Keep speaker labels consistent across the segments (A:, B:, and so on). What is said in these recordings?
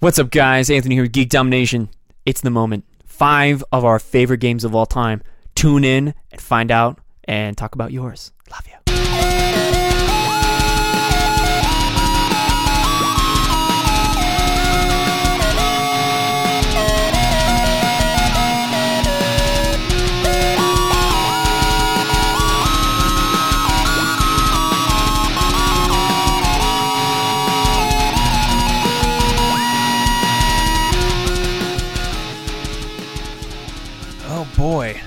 A: What's up, guys? Anthony here, with Geek Domination. It's the moment. Five of our favorite games of all time. Tune in and find out and talk about yours. Love you.
B: Oh boy.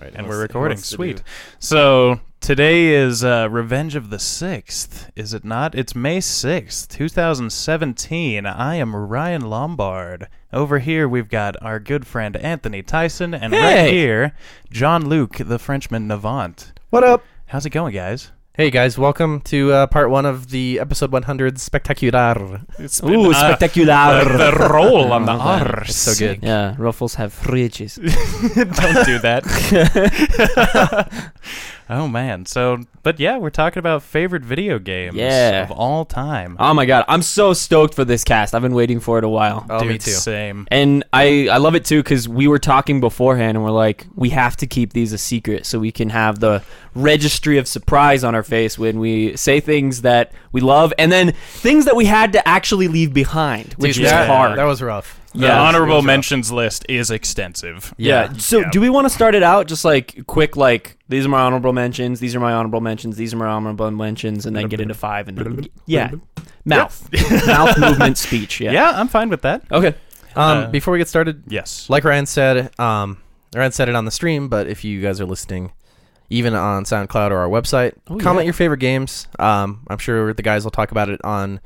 C: Right,
B: And
C: it
B: we're
C: wants- it
B: recording.
C: wants to
B: Sweet.
C: do-
B: So today is uh, Revenge of the Sixth, is it not? It's May 6th, 2017. I am Ryan Lombard. Over here, we've got our good friend Anthony Tyson, and
A: Hey!
B: right here, John Luke, the Frenchman Navant.
C: What up?
B: How's it going, guys?
C: Hey guys, welcome to uh, part one of the episode 100 spectacular.
B: It's uh,
A: Ooh, spectacular.
B: the roll on the
A: I love
B: R.
C: Oh, It's so good.
A: yeah, ruffles have ridges.
B: Don't do that. oh man. So, but yeah, we're talking about favorite video games
A: Yeah.
B: of all time.
A: Oh my god, I'm so stoked for this cast. I've been waiting for it a while.
C: Oh,
B: Dude,
C: me too.
B: Same.
A: And I, I love it too because we were talking beforehand and we're like, we have to keep these a secret so we can have the registry of surprise on our face when we say things that we love and then things that we had to actually leave behind, which
C: Dude,
A: was
B: yeah.
A: hard.
C: That was rough.
B: The
A: Yeah.
B: honorable
C: Screws up.
B: mentions list is extensive.
A: Yeah. So,
B: Yeah.
A: do we want to start it out just like quick, like these are my honorable mentions, these are my honorable mentions, these are my honorable mentions, and then get into five and then- yeah, mouth, mouth movement, speech. Yeah.
B: Yeah. I'm fine with that.
A: Okay.
C: Um,
B: Uh,
C: before we get started,
B: Yes.
C: like Ryan said, um, Ryan said it on the stream, but if you guys are listening, even on SoundCloud or our website,
A: Oh,
C: comment
A: yeah.
C: your favorite games. Um, I'm sure the guys will talk about it on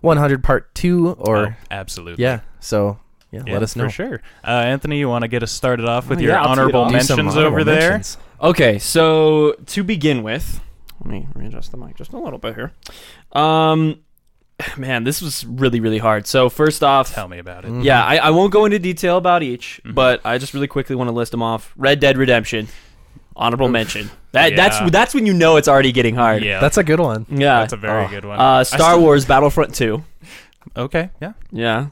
C: 100 part two or
B: Oh, absolutely.
C: yeah. So yeah, let us know.
B: for sure. Uh, Anthony, you want to get us started off with
A: Oh,
B: your
A: yeah, I'll tee it
B: honorable
A: off.
C: Do some
B: mentions
C: honorable
B: over there?
C: mentions.
A: Okay. So to begin with, let me readjust the mic just a little bit here. Um, man, this was really really hard. So first off,
B: Tell Mm-hmm. me about it.
C: Mm.
A: yeah, I, I won't go into detail about each,
B: Mhm.
A: but I just really quickly want to list them off. Red Dead Redemption, honorable mention. That
B: Yeah.
A: that's that's when you know it's already getting hard.
B: Yeah.
C: That's a good one.
A: Yeah.
B: that's a very
C: Oh.
B: good one.
A: Uh,
B: I
A: Star
B: still-
A: Wars Battlefront 2.
B: Okay. Yeah.
A: Yeah.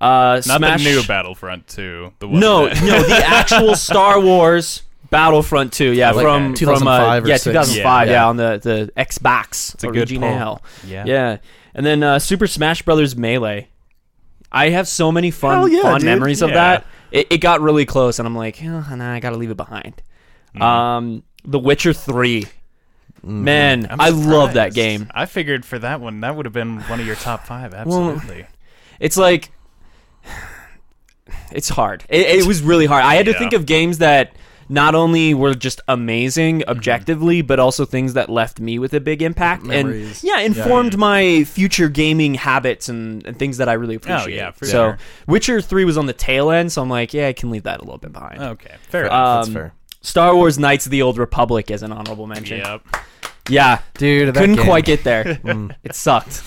A: Uh,
B: Not
A: Smash.
B: the new Battlefront 2. The one
A: No,
B: that-
A: no, the actual Star Wars Battlefront 2. Yeah,
C: Like
A: from
C: that.
A: from uh,
C: 2005 or
A: yeah,
C: six.
A: 2005. Yeah,
C: Yeah.
A: on the the Xbox
B: It's a good
A: original.
B: yeah.
A: Yeah, and then uh, Super Smash Brothers Melee. I have so many
C: Hell
A: fun
C: yeah,
A: fun
C: dude.
A: memories of
B: Yeah.
A: that. It, it got really close, and I'm like, oh, nah, I got to leave it behind.
B: Mm.
A: Um, The Witcher 3.
C: Mhm.
A: Man,
B: I'm
A: I love that
B: surprised.
A: game.
B: I figured for that one, that would have been one of your top five. Absolutely.
A: it's like it's hard it, it was really hard i had to
B: Yeah.
A: think of games that not only were just amazing
B: Mm-hmm.
A: objectively but also things that left me with a big impact
C: Memories.
A: and yeah informed my future gaming habits and, and things that i really appreciate
B: Oh, yeah, for
A: so
B: sure.
A: witcher 3 was on the tail end so i'm like yeah i can leave that a little bit behind
B: okay. Fair. enough.
A: um,
C: That's fair.
A: star wars knights of the old republic is an honorable mention
B: Yep.
A: yeah
C: Dude, that
A: couldn't
C: game. Mm.
A: quite get there it sucked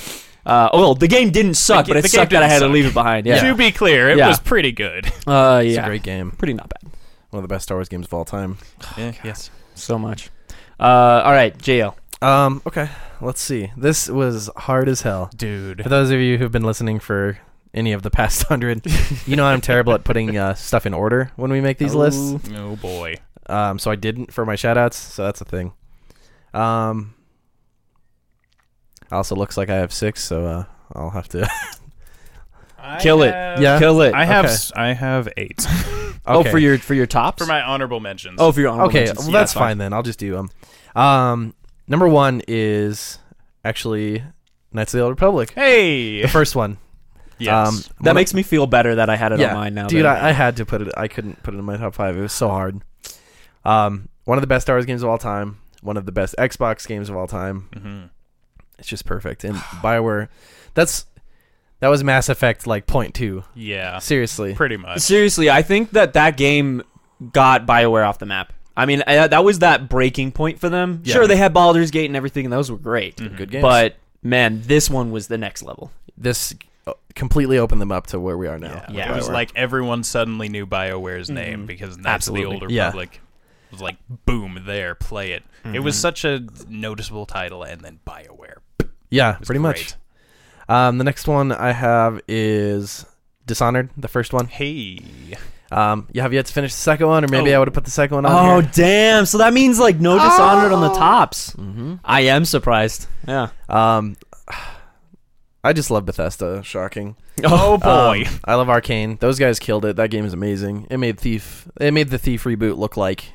A: uh, oh well the game didn't suck
B: ga-
A: but it
B: the game
A: sucked that i
B: didn't
A: had to
B: suck.
A: leave it behind yeah
B: To be clear, it
A: Yeah.
B: was pretty good.
A: Uh,
C: It's
A: yeah,
C: a great game.
A: pretty not bad.
C: One of the best Star Wars games of all time.
B: yes.
A: So much. Uh, all right, JL.
C: Um, okay, let's see. This was hard as hell.
B: Dude.
C: For those of you who've been listening for any of the past hundred, you know I'm terrible at putting uh, stuff in order when we make these lists.
B: Oh boy.
C: Um, so I didn't for my shoutouts, so that's a thing. Um, also looks like I have six, so uh, I'll have to.
A: Kill it.
C: Yeah.
A: Kill it.
B: I have
C: Okay.
B: s- I have eight
A: Oh,
C: Okay.
A: for your for your tops.
B: for my honorable mentions.
A: oh, for your honorable
C: okay, uh,
A: mentions.
C: well
A: Yeah,
C: that's fine. then. I'll just do them. Um, number one is actually Knights of the Old Republic,
B: hey.
C: the first one.
B: Yes.
C: Um,
A: That
C: one-
A: makes me feel better that I had it
C: Yeah,
A: on mine now.
C: Dude,
A: that-
C: I, I had to put it. I couldn't put it in my top five. It was so hard. Um, one of the best Star Wars games of all time. One of the best Xbox games of all time.
B: Mhm.
C: It's just perfect. And Bioware, that's that was Mass Effect like point two.
B: Yeah.
C: Seriously,
B: Pretty much.
A: seriously, I think that that game got Bioware off the map. I mean, I, that was that breaking point for them.
C: Yeah. Mm-hmm.
A: Sure, they had Baldur's Gate and everything, and those were great.
C: good games.
A: But man, this one was the next level.
C: this uh, completely opened them up to where we are now.
B: Yeah.
C: with
A: Yeah.
B: It was
C: Bioware.
B: like everyone suddenly knew BioWare's name because that's
A: Absolutely.
B: the older
C: Yeah.
B: public. It was like boom, there, play it. It was such a noticeable title, and then BioWare. It
C: yeah,
B: was
C: pretty much.
B: great.
C: Um, the next one I have is Dishonored, the first one.
B: Hey.
C: Um, you have yet to finish the second one, or maybe
B: Oh.
C: I would have put the second one on.
A: Oh damn! So that means like no Dishonored
C: Oh.
A: on the tops.
C: hmm
A: I am surprised. Yeah.
C: Um, I just love Bethesda. Shocking.
B: Oh
C: Um,
B: boy.
C: I love Arcane. Those guys killed it. That game is amazing. It made Thief. It made the Thief reboot look like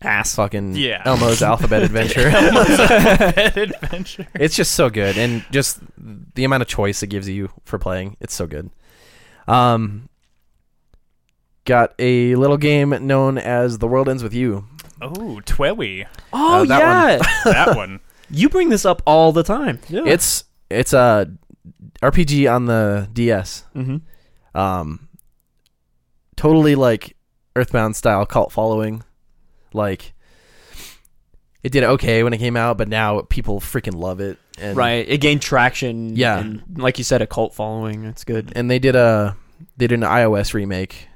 C: ass fucking
B: Yeah.
C: Elmo's Alphabet Adventure.
B: That adventure.
C: it's just so good, and just the amount of choice it gives you for playing. It's so good. Um, got a little game known as The World Ends with You.
B: Oh, Twewy.
A: Oh
C: Uh,
A: yeah.
C: that
B: That one.
A: you bring this up all the time. Yeah.
C: It's it's a RPG on the DS.
A: mm-hmm.
C: um totally like earthbound style cult following like it did okay when it came out but now people freaking love it and
A: right. It gained traction.
C: Yeah.
A: And like you said, a cult following. It's good.
C: and they did a they did an iOS remake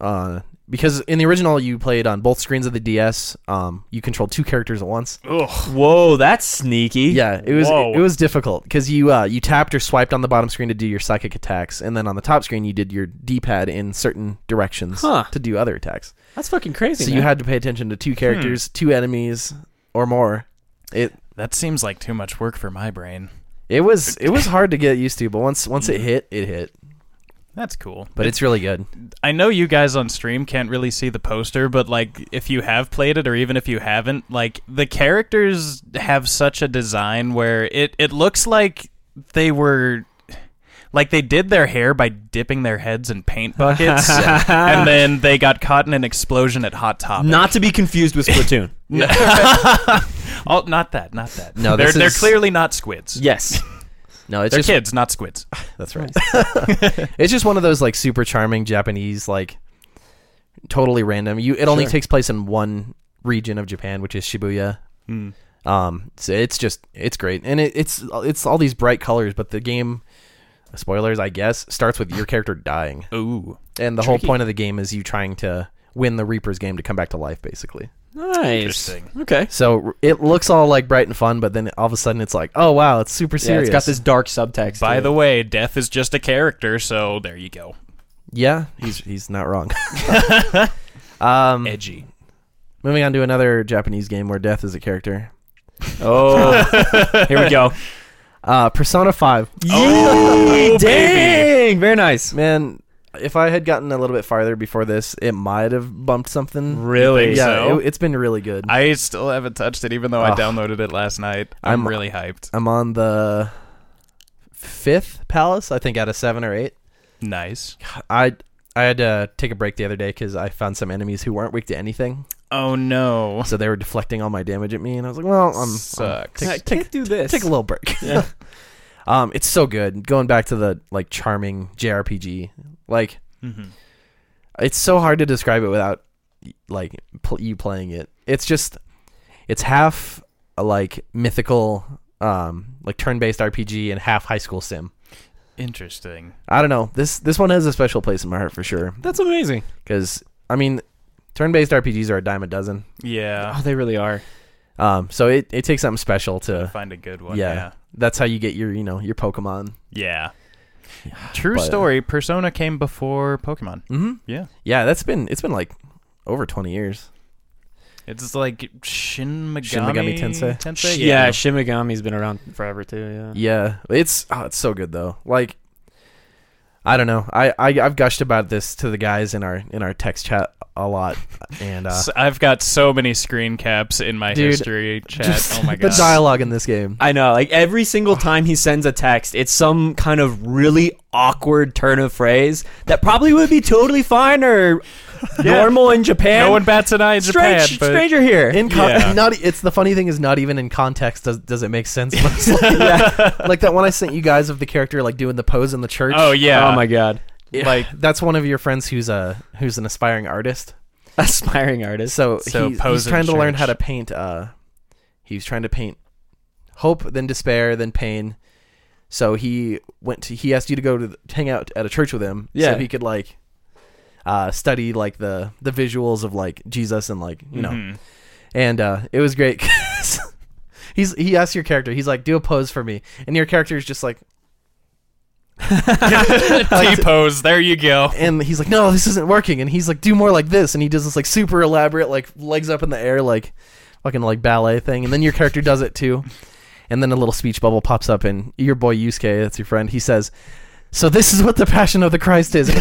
C: uh because in the original you played on both screens of the DS um you controlled two characters at once
B: Ugh.
A: Whoa, that's sneaky.
C: yeah it was
B: Whoa.
C: it, was difficult cuz you uh you tapped or swiped on the bottom screen to do your psychic attacks and then on the top screen you did your D-pad in certain directions
A: Huh.
C: to do other attacks
A: That's fucking crazy.
C: So you had to pay attention to
B: Hmm.
C: two characters, two enemies, or more. It
B: That seems like too much work for my brain.
C: it was it was hard to get used to, but once once it hit, it hit.
B: That's cool.
C: But it's really good.
B: I know you guys on stream can't really see the poster, but like if you have played it or even if you haven't, like the characters have such a design where it it looks like they were like they did their hair by dipping their heads in paint buckets and then they got caught in an explosion at Hot Topic.
A: not to be confused with Splatoon.
B: oh, not that, not that.
C: No,
B: they're
C: this
B: they're
C: is-
B: clearly not squids.
A: yes.
C: No, it's
B: They're
C: just
B: kids, not squids.
C: that's right. it's just one of those like super charming Japanese like totally random. You it only
A: Sure.
C: takes place in one region of Japan, which is Shibuya. Um, so it's just it's great, and it, it's it's all these bright colors, but the game. Spoilers, I guess, starts with your character dying,
B: Ooh.
C: and the
A: Tricky.
C: whole point of the game is you trying to win the Reaper's game to come back to life, basically.
A: Nice.
B: Interesting.
A: Okay.
C: So r- it looks all like bright and fun, but then all of a sudden it's like, oh wow, it's super
A: Yeah,
C: serious.
A: it's got this dark subtext.
B: By
A: to
B: the
A: it.
B: way, death is just a character, so there you go.
C: Yeah, he's he's not wrong. um,
B: Edgy.
C: moving on to another Japanese game where death is a character.
A: Oh, here we go.
C: Uh, Persona Five.
A: Yee,
B: Oh,
A: dang! Very nice.
C: Man, if I had gotten a little bit farther before this, it might have bumped something.
B: Really?
C: yeah,
B: so?
C: it, has been really good. I,
B: I still haven't touched it, even though I
C: Ugh.
B: downloaded it last night. I'm,
C: I'm-
B: really hyped.
C: am on the fifth palace, I think, out of seven or eight.
B: Nice.
C: I I had to take a break the other day because I found some enemies who weren't weak to anything,
B: Oh no.
C: so they were deflecting all my damage at me, and I was like, well, I'm
B: Sucks.
C: I'm-
A: I
C: take,
A: can't
C: take,
A: do this.
C: take a little break.
A: Yeah.
C: um, it's so good. Going back to the like charming JRPG, like
B: Mhm.
C: it's so hard to describe it without like pl- you playing it. It's just it's half a, like mythical, um, like turn-based RPG and half high school sim.
B: Interesting.
C: I don't know. This this one has a special place in my heart for sure.
A: That's amazing.
C: because I mean, turn-based RPGs are a dime a dozen.
B: Yeah.
A: Oh, they really are.
C: Um, so it, it takes something special to.
B: Find a good one.
C: yeah. That's how you get your you know your Pokemon.
B: Yeah. yeah. True
C: But- uh,
B: story. Persona came before Pokemon.
C: Mm-hmm.
B: Yeah.
C: Yeah, that's been it's been like over twenty years.
B: It's like Shin Megami,
C: Shin Megami Tensei.
A: Sh-
B: yeah.
A: yeah, Shin Megami's been around forever too. Yeah.
C: Yeah, it's oh, it's so good though. Like, I don't know. I, I I've gushed about this to the guys in our in our text chat a lot, and uh,
B: S- I've got so many screen caps in my
C: Dude,
B: history chat.
C: just
B: oh my
C: the
B: god.
C: dialogue in this game.
A: I know. Like every single time he sends a text, it's some kind of really awkward turn of phrase that probably would be totally fine or normal in Japan.
B: no one bats an eye in
A: Strange,
B: Japan, but
A: stranger here.
C: In con-
B: Yeah.
C: not e, it's the funny thing is not even in context does does it make sense mostly. like that one I sent you guys of the character like doing the pose in the church.
B: oh yeah,
A: Oh my god.
C: Yeah,
B: like-
C: that's one of your friends who's a who's an aspiring artist.
A: Aspiring artist.
C: So,
B: So
C: he's,
B: pose
C: he's
B: in
C: trying to learn
B: church.
C: how to paint. Uh, he's trying to paint hope, then despair, then pain. So he went to he asked you to go to the, hang out at a church with him,
A: Yeah.
C: so he could like uh, study like the the visuals of like Jesus and like you know,
B: Mhm.
C: and uh, it was great. 'cause he's he asked your character, he's like, do a pose for me, and your character is just like.
B: T pose. There you go.
C: and he's like, "No, this isn't working." And he's like, "Do more like this." And he does this like super elaborate, like legs up in the air, like fucking like ballet thing. And then your character does it too. And then a little speech bubble pops up, and your boy Yusuke, that's your friend, he says, "So this is what the Passion of the Christ is."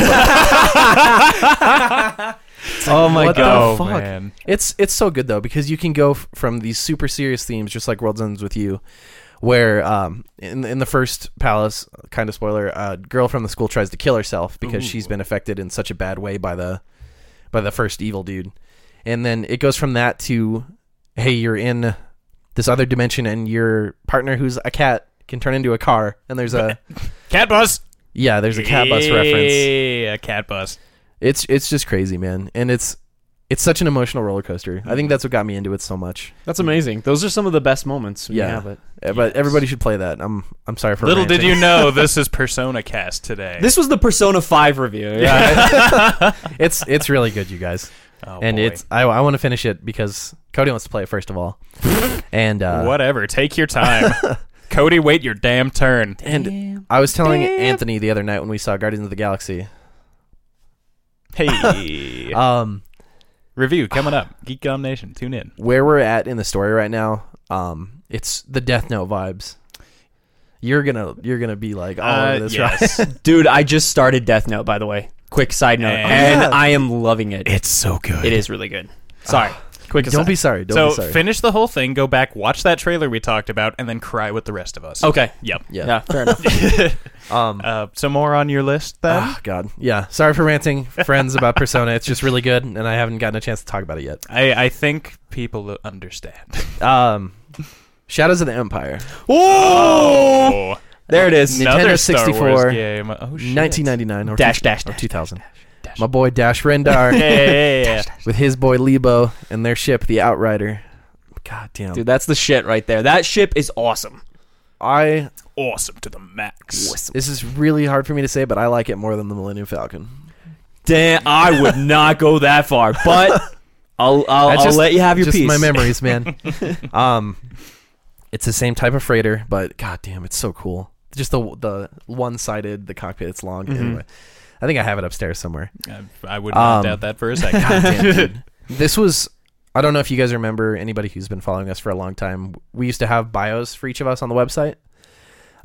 A: oh my
C: what the
A: god.
B: Oh,
C: fuck?
B: man.
C: It's it's so good though because you can go f- from these super serious themes, just like World's Ends with you, where um in in the first palace, kind of spoiler, a girl from the school tries to kill herself because
B: Ooh.
C: she's been affected in such a bad way by the by the first evil dude, and then it goes from that to hey, you're in this other dimension and your partner who's a cat can turn into a car and there's a
B: Cat bus.
C: yeah there's a cat bus
B: yeah,
C: reference
B: a cat bus.
C: it's it's just crazy man and it's it's such an emotional roller coaster i think that's what got me into it so much
A: That's amazing. Those are some of the best moments when
C: Yeah.
A: you have it.
C: Uh, But
B: Yes.
C: everybody should play that. I'm I'm sorry for
B: Little did
C: ranting.
B: you know this is Persona Cast today.
A: This was the Persona 5 review. Yeah.
C: It's it's really good, you guys.
B: oh,
C: and
B: boy.
C: it's I, I want to finish it because Cody wants to play it first of all. and uh,
B: whatever. Take your time. Cody, wait your damn turn.
C: And I was telling Anthony the other night when we saw Guardians of the Galaxy.
B: Hey.
C: Um,
B: Review coming up. Geek Gum Nation. Tune in.
C: where we're at in the story right now, um, it's the Death Note vibes. You're gonna you're gonna be like all
B: Uh,
C: over this, Oh, right?
B: yes.
A: Dude, I just started Death Note, by the way. Quick side note.
B: And-
A: And, I am loving it.
B: it's so good.
A: It is really good. Sorry. Quick
C: Don't
A: aside.
C: be sorry. Ah, Don't be
B: so
C: sorry.
B: finish the whole thing, go back, watch that trailer we talked about, and then cry with the rest of us.
A: Okay.
B: Yep.
C: yeah.
A: Yeah, fair enough.
C: Um.
B: Uh, so more on your list then?
C: ah, God. Yeah. Sorry for ranting, friends, about Persona. It's just really good, and I haven't gotten a chance to talk about it yet.
B: I, I think people understand.
C: Um, Shadows of the Empire,
A: Whoa!
B: Oh,
A: There it is.
C: Nintendo
B: another Star
C: 64,
B: Wars game. Oh, shit.
C: 1999 or
A: Dash,
C: two-
A: dash,
C: or
A: dash,
C: 2000.
B: dash.
C: My boy Dash
B: Yeah,
C: Rendar
B: yeah, yeah, yeah.
C: with his boy Lebo and their ship, the Outrider. God damn,
A: Dude, that's the shit right there. That ship is awesome.
C: I
B: awesome to the max.
C: this is really hard for me to say, but I like it more than the Millennium Falcon.
A: Damn, I would not go that far, but I'll I'll,
C: I
A: I'll
C: just-
A: let you have your
C: Just
A: piece.
C: my memories, man. um, it's the same type of freighter, but god damn, it's so cool. Just the the one sided, the cockpit. It's long.
A: Mhm.
C: Anyway, I think I have it upstairs somewhere.
B: I, I would not
C: Um,
B: doubt that for a
C: God
B: second.
C: damn, dude. This was. I don't know if you guys remember anybody who's been following us for a long time. We used to have bios for each of us on the website.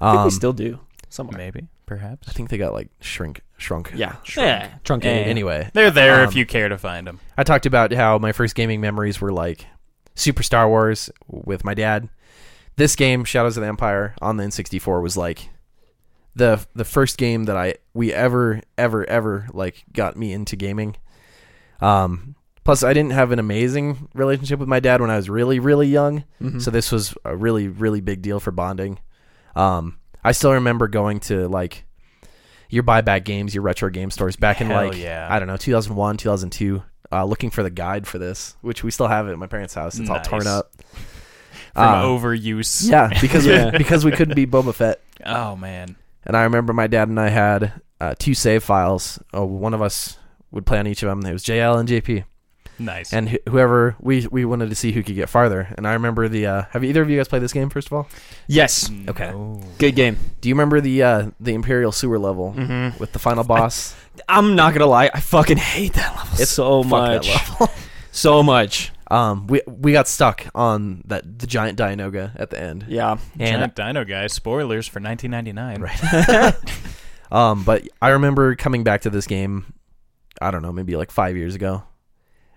A: I think
C: Um,
A: we still do. Somewhere.
B: Maybe,
C: I
B: perhaps.
C: think they got like shrink, shrunk.
A: Yeah. Eh.
B: Shrunk.
A: Yeah. Truncated.
B: Yeah.
C: Anyway,
B: They're there
C: Um,
B: if you care to find them.
C: I talked about how my first gaming memories were like Super Star Wars with my dad. This game, Shadows of the Empire, on the N64 was like the the first game that I we ever ever ever like got me into gaming. Um, plus, I didn't have an amazing relationship with my dad when I was really really young,
A: Mhm.
C: so this was a really really big deal for bonding. Um, I still remember going to like your buyback games, your retro game stores back in
B: Hell
C: like
B: yeah.
C: I don't know 2001, 2002. Uh, looking for the guide for this, which we still have it at my parents' house. It's all torn
B: Nice.
C: up.
B: From um,
C: uh,
B: overuse.
C: Yeah, because
A: Yeah.
C: We, because we couldn't be Boba Fett.
B: Oh man.
C: And I remember my dad and I had uh, two save files. Oh, one of us would play on each of them. It was JL and JP,
B: Nice.
C: and wh- whoever we we wanted to see who could get farther. And I remember the. Uh, have either of you guys played this game? First of all,
A: Yes.
C: okay.
B: Mm, No.
A: Good game.
C: do you remember the uh, the Imperial sewer level
A: Mm-hmm.
C: with the final boss?
A: I'm not gonna lie, I fucking hate that level
C: It's-
A: so
C: fuck that
A: much. so much.
C: um, we we got stuck on that the giant Dianoga at the end.
A: Yeah.
C: And
B: Giant Dino guy. Spoilers for 1999.
C: Right. Um, but I remember coming back to this game, I don't know, maybe like five years ago,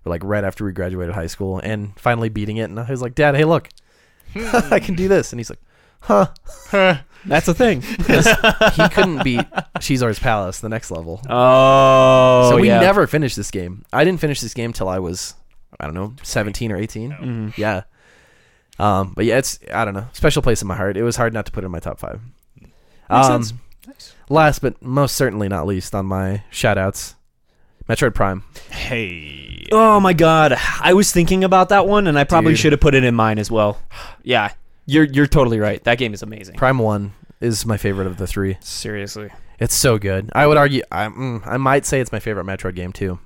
C: or like right after we graduated high school, and finally beating it. And I was like, Dad, hey, look,
B: Hmm.
C: I can do this. And he's like, Huh?
A: That's a thing.
C: 'Cause he couldn't beat Shizor's Palace, the next level.
A: Oh
C: so we
A: yeah.
C: never finished this game. I didn't finish this game till I was, I don't know, seventeen or eighteen.
A: Mhm.
C: Yeah. Um, but yeah, it's I don't know, special place in my heart. It was hard not to put it in my top five. Um,
A: Makes sense.
B: Nice.
C: Last but most certainly not least on my shout outs, Metroid Prime.
B: Hey.
A: Oh my god. I was thinking about that one and I probably
C: Dude.
A: should have put it in mine as well. Yeah. You're you're totally right. That game is amazing.
C: Prime One is my favorite of the three.
A: Seriously.
C: It's so good. I would argue. I mm, I might say it's my favorite Metroid game too.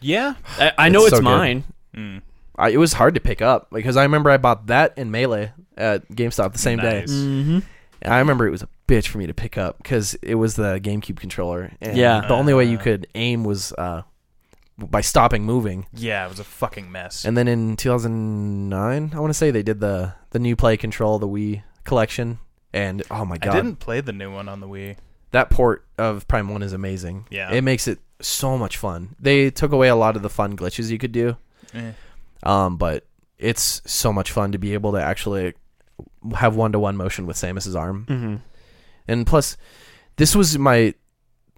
B: Yeah.
A: I, I know
C: It's
A: it's,
C: so good.
A: mine.
B: Mm.
C: I, it was hard to pick up because I remember I bought that and Melee at GameStop the same day.
B: Nice.
A: Mm-hmm.
C: And I remember it was a bitch for me to pick up because it was the GameCube controller. And
A: Yeah.
C: the only way you
B: Uh.
C: could aim was uh, by stopping moving.
B: Yeah, it was a fucking mess.
C: And then in 2009, I want to say they did the the new play control, the Wii collection, and oh my
B: I
C: god,
B: didn't play the new one on the Wii.
C: that port of Prime One is amazing.
B: Yeah.
C: It makes it so much fun. They took away a lot of the fun glitches you could do,
B: Eh.
C: um, but it's so much fun to be able to actually have one to one motion with Samus's arm.
A: Mm-hmm.
C: And plus, this was my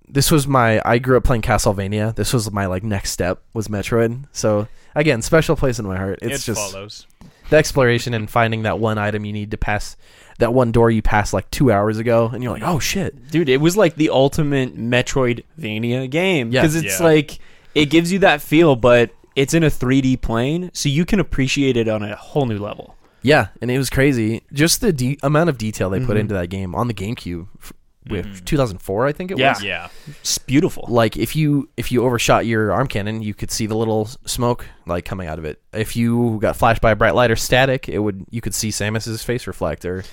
C: this was my I grew up playing Castlevania. This was my like next step was Metroid. So again, special place in my heart. It's
B: it
C: just
B: follows.
C: the exploration and finding that one item you need to pass that one door you passed like two hours ago, and you're like, oh shit.
A: Dude, it was like the ultimate Metroidvania game
C: Yeah.
A: because it's
B: Yeah.
A: like it gives you that feel, but it's in a 3D plane, so you can appreciate it on a whole new level.
C: Yeah, and it was crazy. Just the de- amount of detail they put
A: Mhm.
C: into that game on the GameCube, f- with
B: Mhm.
C: 2004, I think it
A: Mm-hmm. Yeah.
C: was.
B: Yeah.
A: It's beautiful.
C: Like if you if you overshot your arm cannon, you could see the little s- smoke like coming out of it. If you got flashed by a bright light or static, it would you could see Samus's face reflect or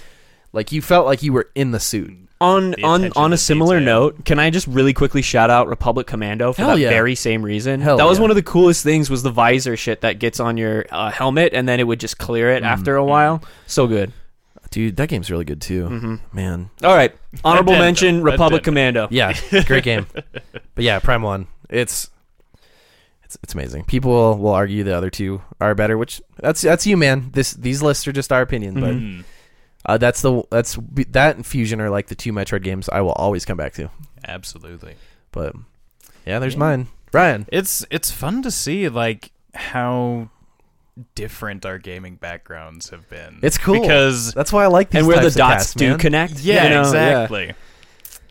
C: like you felt like you were in the suit.
A: On
B: The
A: on
B: attention
A: on a
B: to
A: similar
B: detail.
A: note, can I just really quickly shout out Republic Commando for
C: Hell
A: that
C: yeah.
A: very same reason?
C: Hell
A: that was
C: yeah.
A: one of the coolest things was the visor shit that gets on your uh, helmet and then it would just clear it
B: Mm-hmm.
A: after a while. So good.
C: Dude, that game's really good too.
A: hmm
C: Man.
A: All right, honorable
B: did, though.
A: mention:
B: That
A: Republic
B: did.
A: Commando.
C: Yeah, great game. But yeah, Prime 1. It's it's, it's amazing. People will, will argue the other two are better, which that's that's you, man. This these lists are just our opinion, but
B: Mm.
C: Uh, that's the that's that and Fusion are like the two Metroid games I will always come back to.
B: Absolutely.
C: But yeah, there's
B: Yeah.
C: mine, Ryan.
B: It's it's fun to see like how different our gaming backgrounds have been.
C: It's cool.
B: because
C: That's why I like these.
A: And where the
C: types of
A: dots
C: casts,
A: do
C: man.
A: connect.
B: yeah,
A: you know,
B: exactly.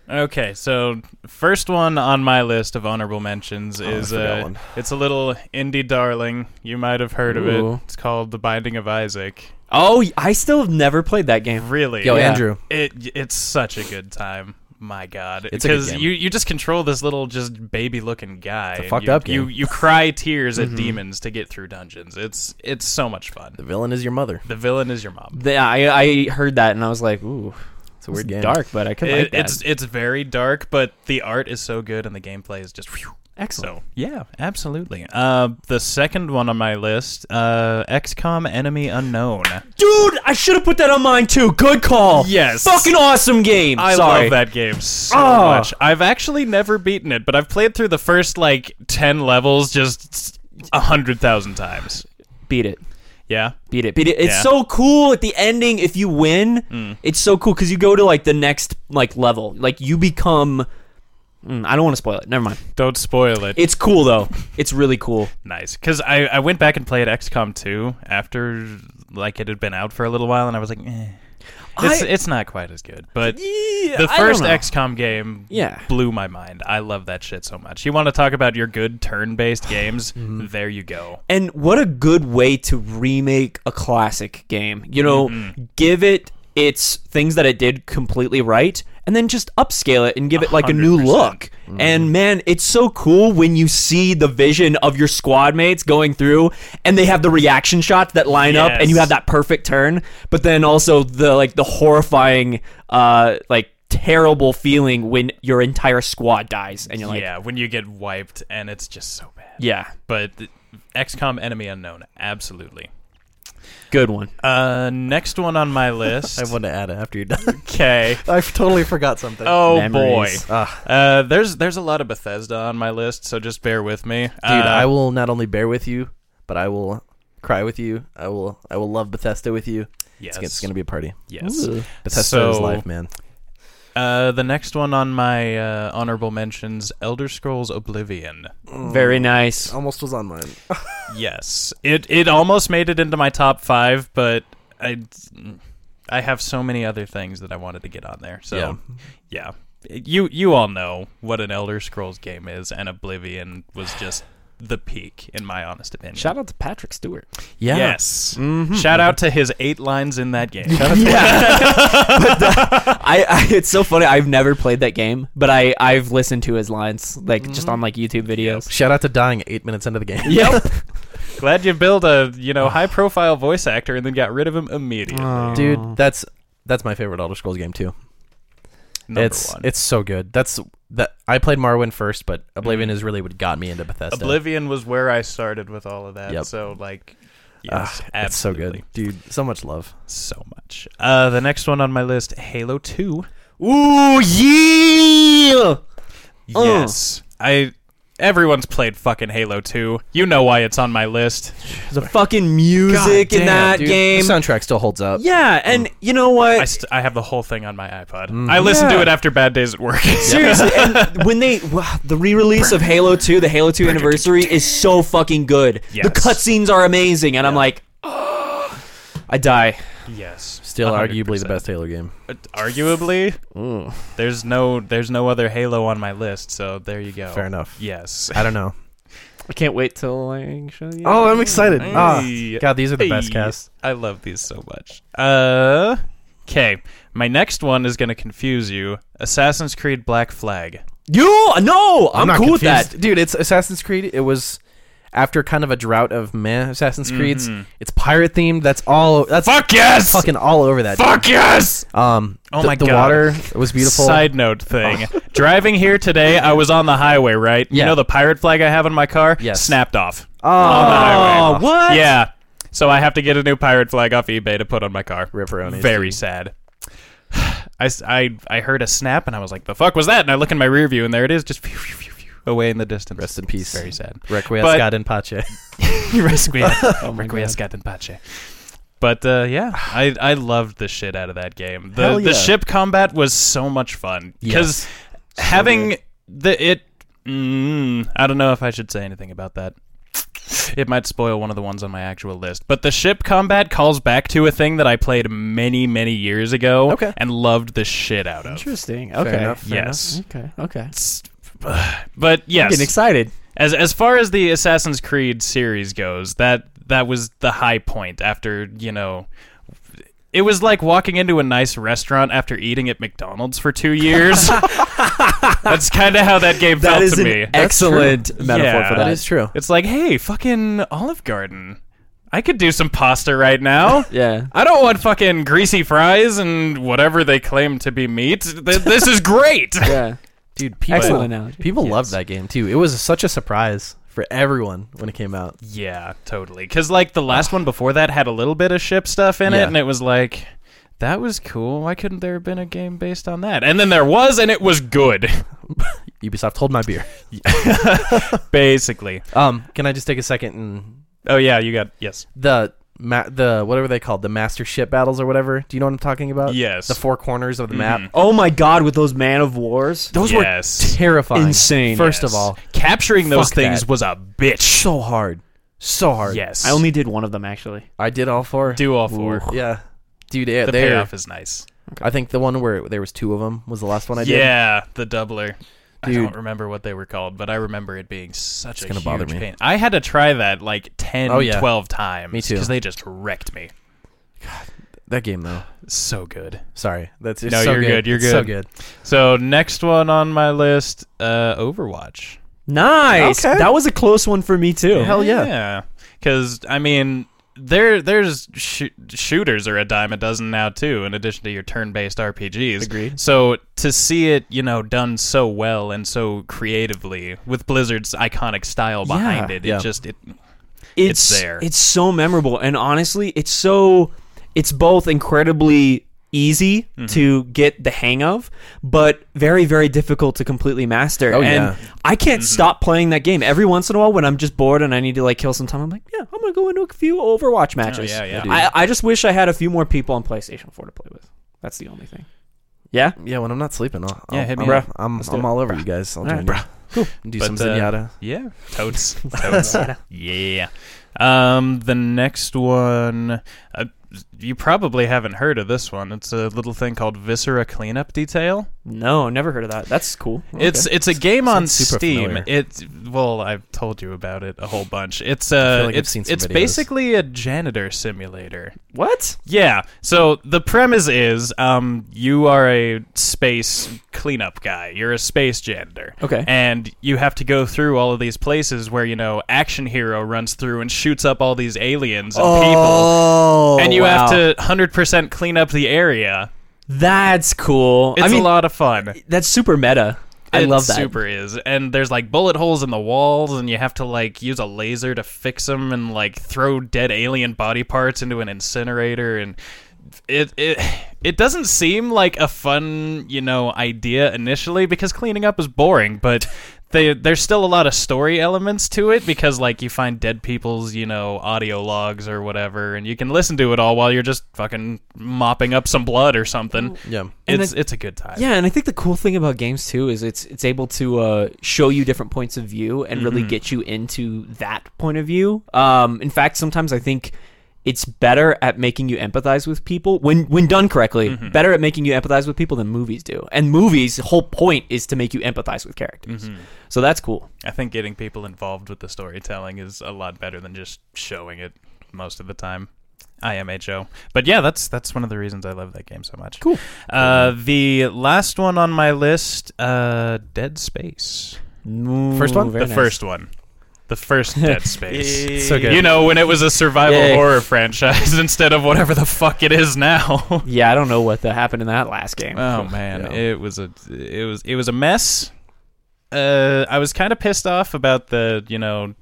B: Okay, so first one on my list of honorable mentions
C: Oh, I
B: is
C: forgot
B: uh,
C: one.
B: it's a little indie darling. You might have heard of
A: Ooh.
B: it. It's called The Binding of Isaac.
A: Oh, I still have never played that game.
B: Really,
C: Yo,
A: Yeah.
C: Andrew,
B: it it's such a good time. My God,
C: It's a good
B: because
C: game.
B: you you just control this little just baby looking guy.
C: It's a
B: and
C: fucked
B: you,
C: up
B: You
C: game.
B: you cry tears at
A: Mhm.
B: demons to get through dungeons. It's it's so much fun.
C: the villain is your mother.
B: The villain is your mom.
A: The, I I heard that and I was like, ooh,
C: It's a weird game.
A: dark, but I could like
B: It-
A: that.
B: it's it's very dark, but the art is so good and the gameplay is just whew,
A: excellent.
B: so yeah, absolutely. Uh, the second one on my list, uh, XCOM Enemy Unknown.
A: Dude, I should have put that on mine too. Good call.
B: Yes.
A: Fucking awesome game.
B: I
A: Sorry.
B: love that game so
A: Oh.
B: much. I've actually never beaten it, but I've played through the first like ten levels just a hundred thousand times.
A: Beat it.
B: Yeah,
A: Beat it. Beat it. It's
B: Yeah. Mm.
A: so cool at the ending if you win. It's so cool cuz you go to like the next like level. Like you become Mm, I don't want to spoil it. Never mind.
B: don't spoil it.
A: It's cool though. It's really cool.
B: nice, because I I went back and played XCOM two after like it had been out for a little while, and I was like, eh. it's
A: I-
B: it's not quite as good, but.
A: Yeah,
B: The first XCOM game
A: Yeah.
B: blew my mind. I love that shit so much. You want to talk about your good turn-based games?
A: Mm-hmm.
B: there you go.
A: And what a good way to remake a classic game. You know, give it its things that it did completely right and then just upscale it and give it like a Mm-hmm. new
B: 100%.
A: look. And man, it's so cool when you see the vision of your squad mates going through and they have the reaction shots that line up and you
B: Yes.
A: have that perfect turn, but then also the like the horrifying uh like terrible feeling when your entire squad dies and you're like yeah.
B: yeah, when you get wiped and it's just so bad.
A: yeah,
B: but th- XCOM Enemy Unknown, absolutely.
A: good one.
B: Uh, next one on my list.
C: I want to add it after you're done.
B: okay.
C: I totally forgot something.
B: Oh
A: Memories.
B: boy. Uh, there's there's a lot of Bethesda on my list, so just bear with me, Uh,
C: dude, I will not only bear with you, but I will cry with you. I will I will love Bethesda with you.
B: Yes,
C: It's, gonna- it's gonna be a party.
B: yes.
A: Ooh.
C: Bethesda is
B: So-
C: life, man.
B: Uh, the next one on my uh, honorable mentions, Elder Scrolls Oblivion.
A: Very nice.
C: Almost was on mine.
B: yes, it it almost made it into my top five, but I I have so many other things that I wanted to get on there. So
C: Yeah.
B: yeah. You you all know what an Elder Scrolls game is, and Oblivion was just the peak, in my honest opinion.
A: Shout out to Patrick Stewart.
C: Yeah.
B: Yes.
C: Mm-hmm.
B: Shout out to his eight lines in that game.
A: uh, I, I it's so funny. I've never played that game, but I I've listened to his lines like just
B: Mm-hmm.
A: on like YouTube videos.
C: Shout out to dying eight minutes into the game.
A: Yep.
B: Glad you built a you know high profile voice
C: Uh,
B: actor and then got rid of him immediately.
A: Aw.
C: dude that's that's my favorite elder scrolls game too
B: Number
C: it's
B: one.
C: it's so good. That's that I played Morrowind first, but Oblivion is really what got me into Bethesda.
B: Mm. Oblivion was where I started with all of that.
C: Yep.
B: So like,
C: Ah,
B: yes,
C: it's so good,
B: absolutely.
C: dude. So much love.
B: so much. Uh, the next one on my list, Halo Two.
A: Ooh, yeah.
C: Oh.
A: Uh.
B: Yes, I. Everyone's played fucking Halo Two. You know why it's on my list.
A: The fucking music
B: God
A: in
B: damn, Mm.
A: that
C: Dude,
A: game.
C: the soundtrack still holds up.
A: Yeah, and you know what?
B: I, st- I have the whole thing on my iPod.
C: Mm-hmm.
B: I listen to
A: Yeah.
B: it after bad days at work.
A: Seriously, and when they wow, the re-release of Halo 2, the Halo 2 anniversary is so fucking good.
B: Yes.
A: The cutscenes are amazing, and I'm like, I die.
B: yes,
C: Still
B: 100%.
C: arguably the best Halo game.
B: Uh, Arguably, there's no there's no other Halo on my list. So there you go.
C: Fair enough.
B: Yes.
C: I don't know.
A: I can't wait till I show you.
C: Oh, I'm excited. Ah,
B: Hey.
C: God, these are the best
B: Hey.
C: casts.
B: I love these so much. Uh, okay. My next one is gonna confuse you. Assassin's Creed Black Flag.
A: you no, I'm,
C: not
A: cool with
C: confused.
A: that.
C: dude. It's Assassin's Creed. It was after kind of a drought of meh Assassin's Creeds. It's pirate themed. That's all. That's
B: Mm-hmm. Fuck yes.
C: fucking all over that.
B: Fuck yes.
C: Um.
B: Oh
C: the,
B: my
C: the
B: God.
C: water it was beautiful.
B: Side note thing. Driving here today, I was on the highway, right? You
C: Yeah.
B: know the pirate flag I have on my car?
C: Yes.
B: Snapped off.
A: Oh,
B: highway.
A: what?
B: Yeah. So I have to get a new pirate flag off eBay to put on my car.
C: Ripperonis,
B: Very sad. I, s- I- I heard a snap and I was like, the fuck was that? And I look in my rear view and there it is, just phew, phew, phew, phew, away in the distance.
C: Rest in peace.
B: Very sad.
C: Requiescat in pace.
B: Requiescat.
C: Oh
B: Requiescat in pace. But uh, yeah, I, I loved the shit out of that game. The
C: Hell
B: the
C: yeah.
B: ship combat was so much fun because having the it. Mm, I don't know if I should say anything about that. It might spoil one of the ones on my actual list. But the ship combat calls back to a thing that I played many many years ago
C: Okay.
B: and loved the shit out of.
A: Interesting.
C: Fair enough, fair
B: Yes.
A: Okay. Okay.
B: It's- But yes,
A: excited.
B: as as far as the Assassin's Creed series goes, that that was the high point after, you know, it was like walking into a nice restaurant after eating at McDonald's for 2 years. That's kind of how that game
A: That
B: felt
A: is
B: to
A: an
B: me.
A: excellent metaphor
B: Yeah.
A: for that.
C: That is true.
B: it's like, "Hey, fucking Olive Garden. I could do some pasta right now."
A: Yeah.
B: I don't want fucking greasy fries and whatever they claim to be meat. Th- This is great.
A: Yeah.
C: Dude, people
A: Excellent analogy.
C: People loved that game too. It was such a surprise for everyone when it came out.
B: Yeah, totally. Because like the last one before that had a little bit of ship stuff in it,
C: Yeah.
B: and it was like, that was cool. Why couldn't there have been a game based on that? And then there was, and it was good.
C: Ubisoft, hold my beer.
B: Basically.
C: Um, can I just take a second and
B: Oh yeah, you got yes,
C: the ma- the whatever they called the master ship battles or whatever? Do you know what I'm talking about?
B: yes.
C: Uh, The four corners of the
B: Mhm.
C: map.
A: Oh my god, with those Man of Wars.
C: Those
B: yes.
C: were terrifying.
A: Insane.
C: First
B: Yes.
C: of all,
B: capturing those
C: Fuck
B: things
C: that.
B: was a bitch.
C: so hard, so hard.
B: Yes,
A: I only did one of them actually.
C: I did all four.
B: do all four.
C: Yeah, dude. Yeah,
B: The
C: there.
B: payoff is nice.
C: I think the one where there was two of them was the last one I did.
B: Yeah, the doubler. I
C: Dude.
B: don't remember what they were called, but I remember it being such a
C: gonna
B: huge
C: bother me.
B: pain. I had to try that like 10,
C: Oh, yeah.
B: 12 times.
C: Me too.
B: Because they just wrecked me.
C: That game though.
B: So good.
C: Sorry, that's it's
B: No,
C: so
B: you're good, you're
C: It's So
B: good.
C: good.
B: So next one on my list, uh, Overwatch.
A: Nice.
C: Okay.
A: That was a close one for me too.
C: Hell yeah.
B: Yeah, because I mean, there there's shoo- shooters are a dime a dozen now too. In addition to your turn-based RPGs,
A: Agreed.
B: So to see it, you know, done so well and so creatively with Blizzard's iconic style behind
A: Yeah.
B: it,
C: Yeah.
B: it just it
A: it's,
B: there.
A: It's so memorable, and honestly, it's so it's both incredibly easy
B: Mm-hmm.
A: to get the hang of, but very very difficult to completely master.
C: Oh,
A: and
C: yeah.
A: I can't
B: Mm-hmm.
A: stop playing that game. Every once in a while, when I'm just bored and I need to like kill some time, I'm like, yeah, I'm gonna go into a few Overwatch matches.
B: Oh, yeah, yeah.
A: I, I just wish I had a few more people on PlayStation 4 to play with. That's the only thing. Yeah.
C: Yeah, when I'm not sleeping, I'll,
B: Yeah,
C: I'll-
B: hit me
C: I'm,
B: up.
C: I'm,
A: Let's do
C: I'm
A: it.
C: all over you guys. I'll
A: All
C: join
A: right,
C: you. And Do some
B: But, uh,
C: zenyatta.
B: Yeah, totes, totes. yeah. Um, the next one, uh, you probably haven't heard of this one. It's a little thing called Viscera Cleanup Detail.
A: No, never heard of that. That's cool. Okay.
B: It's it's a game on
C: Sounds super
B: Steam.
C: familiar.
B: It's well, I've told you about it a whole bunch. It's
C: feel
B: uh,
C: like I've
B: it's
C: seen some
B: it's
C: videos.
B: basically a janitor simulator.
A: what?
B: Yeah. So the premise is, um, you are a space cleanup guy. You're a space janitor.
A: Okay.
B: And you have to go through all of these places where you know action hero runs through and shoots up all these aliens and people,
C: Oh,
B: and you
A: wow.
B: have to hundred percent clean up the area.
A: That's cool.
B: It's
A: I mean,
B: a lot of fun.
A: that's super meta. I
B: It
A: love that.
B: Super is, and there's like bullet holes in the walls, and you have to like use a laser to fix them, and like throw dead alien body parts into an incinerator, and it it it doesn't seem like a fun you know idea initially because cleaning up is boring, but. They, there's still a lot of story elements to it because like you find dead people's you know audio logs or whatever and you can listen to it all while you're just fucking mopping up some blood or something
C: Yeah.
A: And
B: it's it's a good time
A: Yeah, and I think the cool thing about games too is it's it's able to uh, show you different points of view and
B: Mm-hmm.
A: really get you into that point of view. Um, in fact, sometimes I think it's better at making you empathize with people when when done correctly.
B: Mm-hmm.
A: Better at making you empathize with people than movies do. And movies, the whole point is to make you empathize with characters.
B: Mm-hmm.
A: So that's cool.
B: I think getting people involved with the storytelling is a lot better than just showing it most of the time. IMHO. But yeah, that's that's one of the reasons I love that game so much.
A: Cool.
B: Uh, the last one on my list, uh, Dead Space.
A: First
C: one?
B: the first one. The first Dead Space.
C: So good.
B: You know, when it was a survival
A: Yay.
B: horror franchise instead of whatever the fuck it is now.
A: Yeah, I don't know what the, happened in that last game.
B: Oh man,
C: Yeah.
B: it was a it was it was a mess. Uh, I was kind of pissed off about the you know,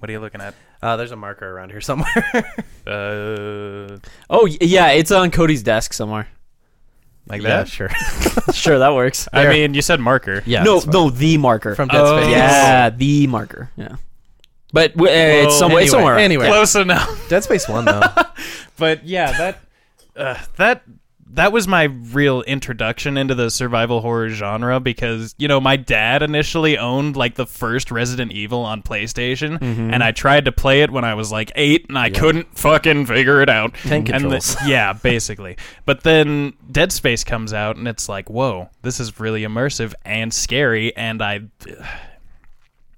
B: what are you looking at?
C: Uh, there's a marker around here somewhere.
B: Uh,
A: oh y- yeah, it's on Cody's desk somewhere.
B: like
C: yeah,
B: that.
C: sure.
A: sure, that works.
B: I
C: There.
B: mean, you said marker.
C: Yeah.
A: no,
C: that's fine.
A: no, the marker
C: From Dead
B: Oh.
C: Space.
A: Yeah, the marker. Yeah. But w- eh, it's,
B: Well,
A: somewhere, it's
C: anyway,
A: somewhere.
C: anyway. Yeah.
B: Close enough.
C: Dead Space 1 though.
B: But yeah, that uh, that that was my real introduction into the survival horror genre because you know my dad initially owned like the first Resident Evil on PlayStation,
C: Mm-hmm.
B: and I tried to play it when I was like eight, and I couldn't fucking figure it out.
C: Tank
B: And the-
C: controls.
B: yeah, basically. But then Dead Space comes out, and it's like, whoa, this is really immersive and scary, and I.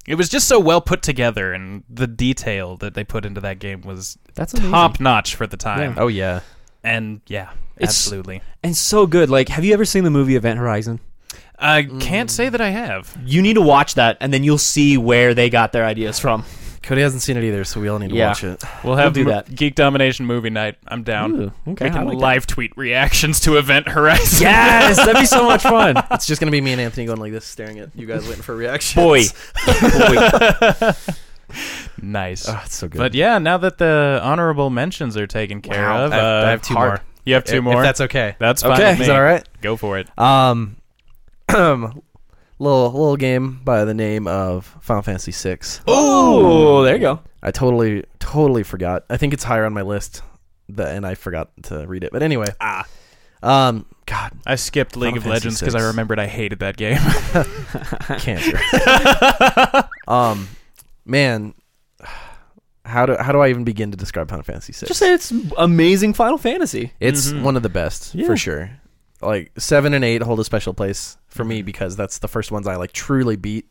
B: It was just so well put together, and the detail that they put into that game was
A: That's amazing.
B: top notch for the time.
C: oh yeah.
B: And yeah,
A: It's-
B: absolutely.
A: and so good. Like, have you ever seen the movie Event Horizon?
B: I can't say that I have.
A: You need to watch that, and then you'll see where they got their ideas from.
C: Cody hasn't seen it either, so we all need to
A: Yeah.
C: watch it.
B: We'll have
A: do
B: mo-
A: that.
B: Geek Domination movie night. I'm down.
A: Ooh, okay,
B: we
A: I
B: can
A: like that.
B: live tweet reactions to Event Horizon.
A: Yes, that'd be so much fun.
C: It's just gonna be me and Anthony going like this, staring at you guys, waiting for reactions.
A: Boy, Boy.
B: nice.
C: oh, it's so good.
B: but yeah, now that the honorable mentions are taken care
C: Wow.
B: of,
C: I, have,
B: uh,
C: I have two
A: hard.
C: more.
B: You have two
C: If-
B: more.
C: If that's okay.
B: That's fine.
A: Okay.
B: with me.
C: Is that all right?
B: Go for it.
C: Um, little little game by the name of Final Fantasy VI.
A: oh, there you go.
C: I totally totally forgot. I think it's higher on my list, th- and I forgot to read it. But anyway, ah, um, God,
B: I skipped League
C: Final
B: of
C: Fantasy
B: Legends because I
C: VI.
B: remembered I hated that game.
C: cancer. um, man, how do how do I even begin to describe Final Fantasy VI?
A: Just say it's amazing Final Fantasy.
C: It's
B: Mhm.
C: one of the best
A: Yeah.
C: for sure. Like seven and eight hold a special place for me because that's the first ones I like truly beat.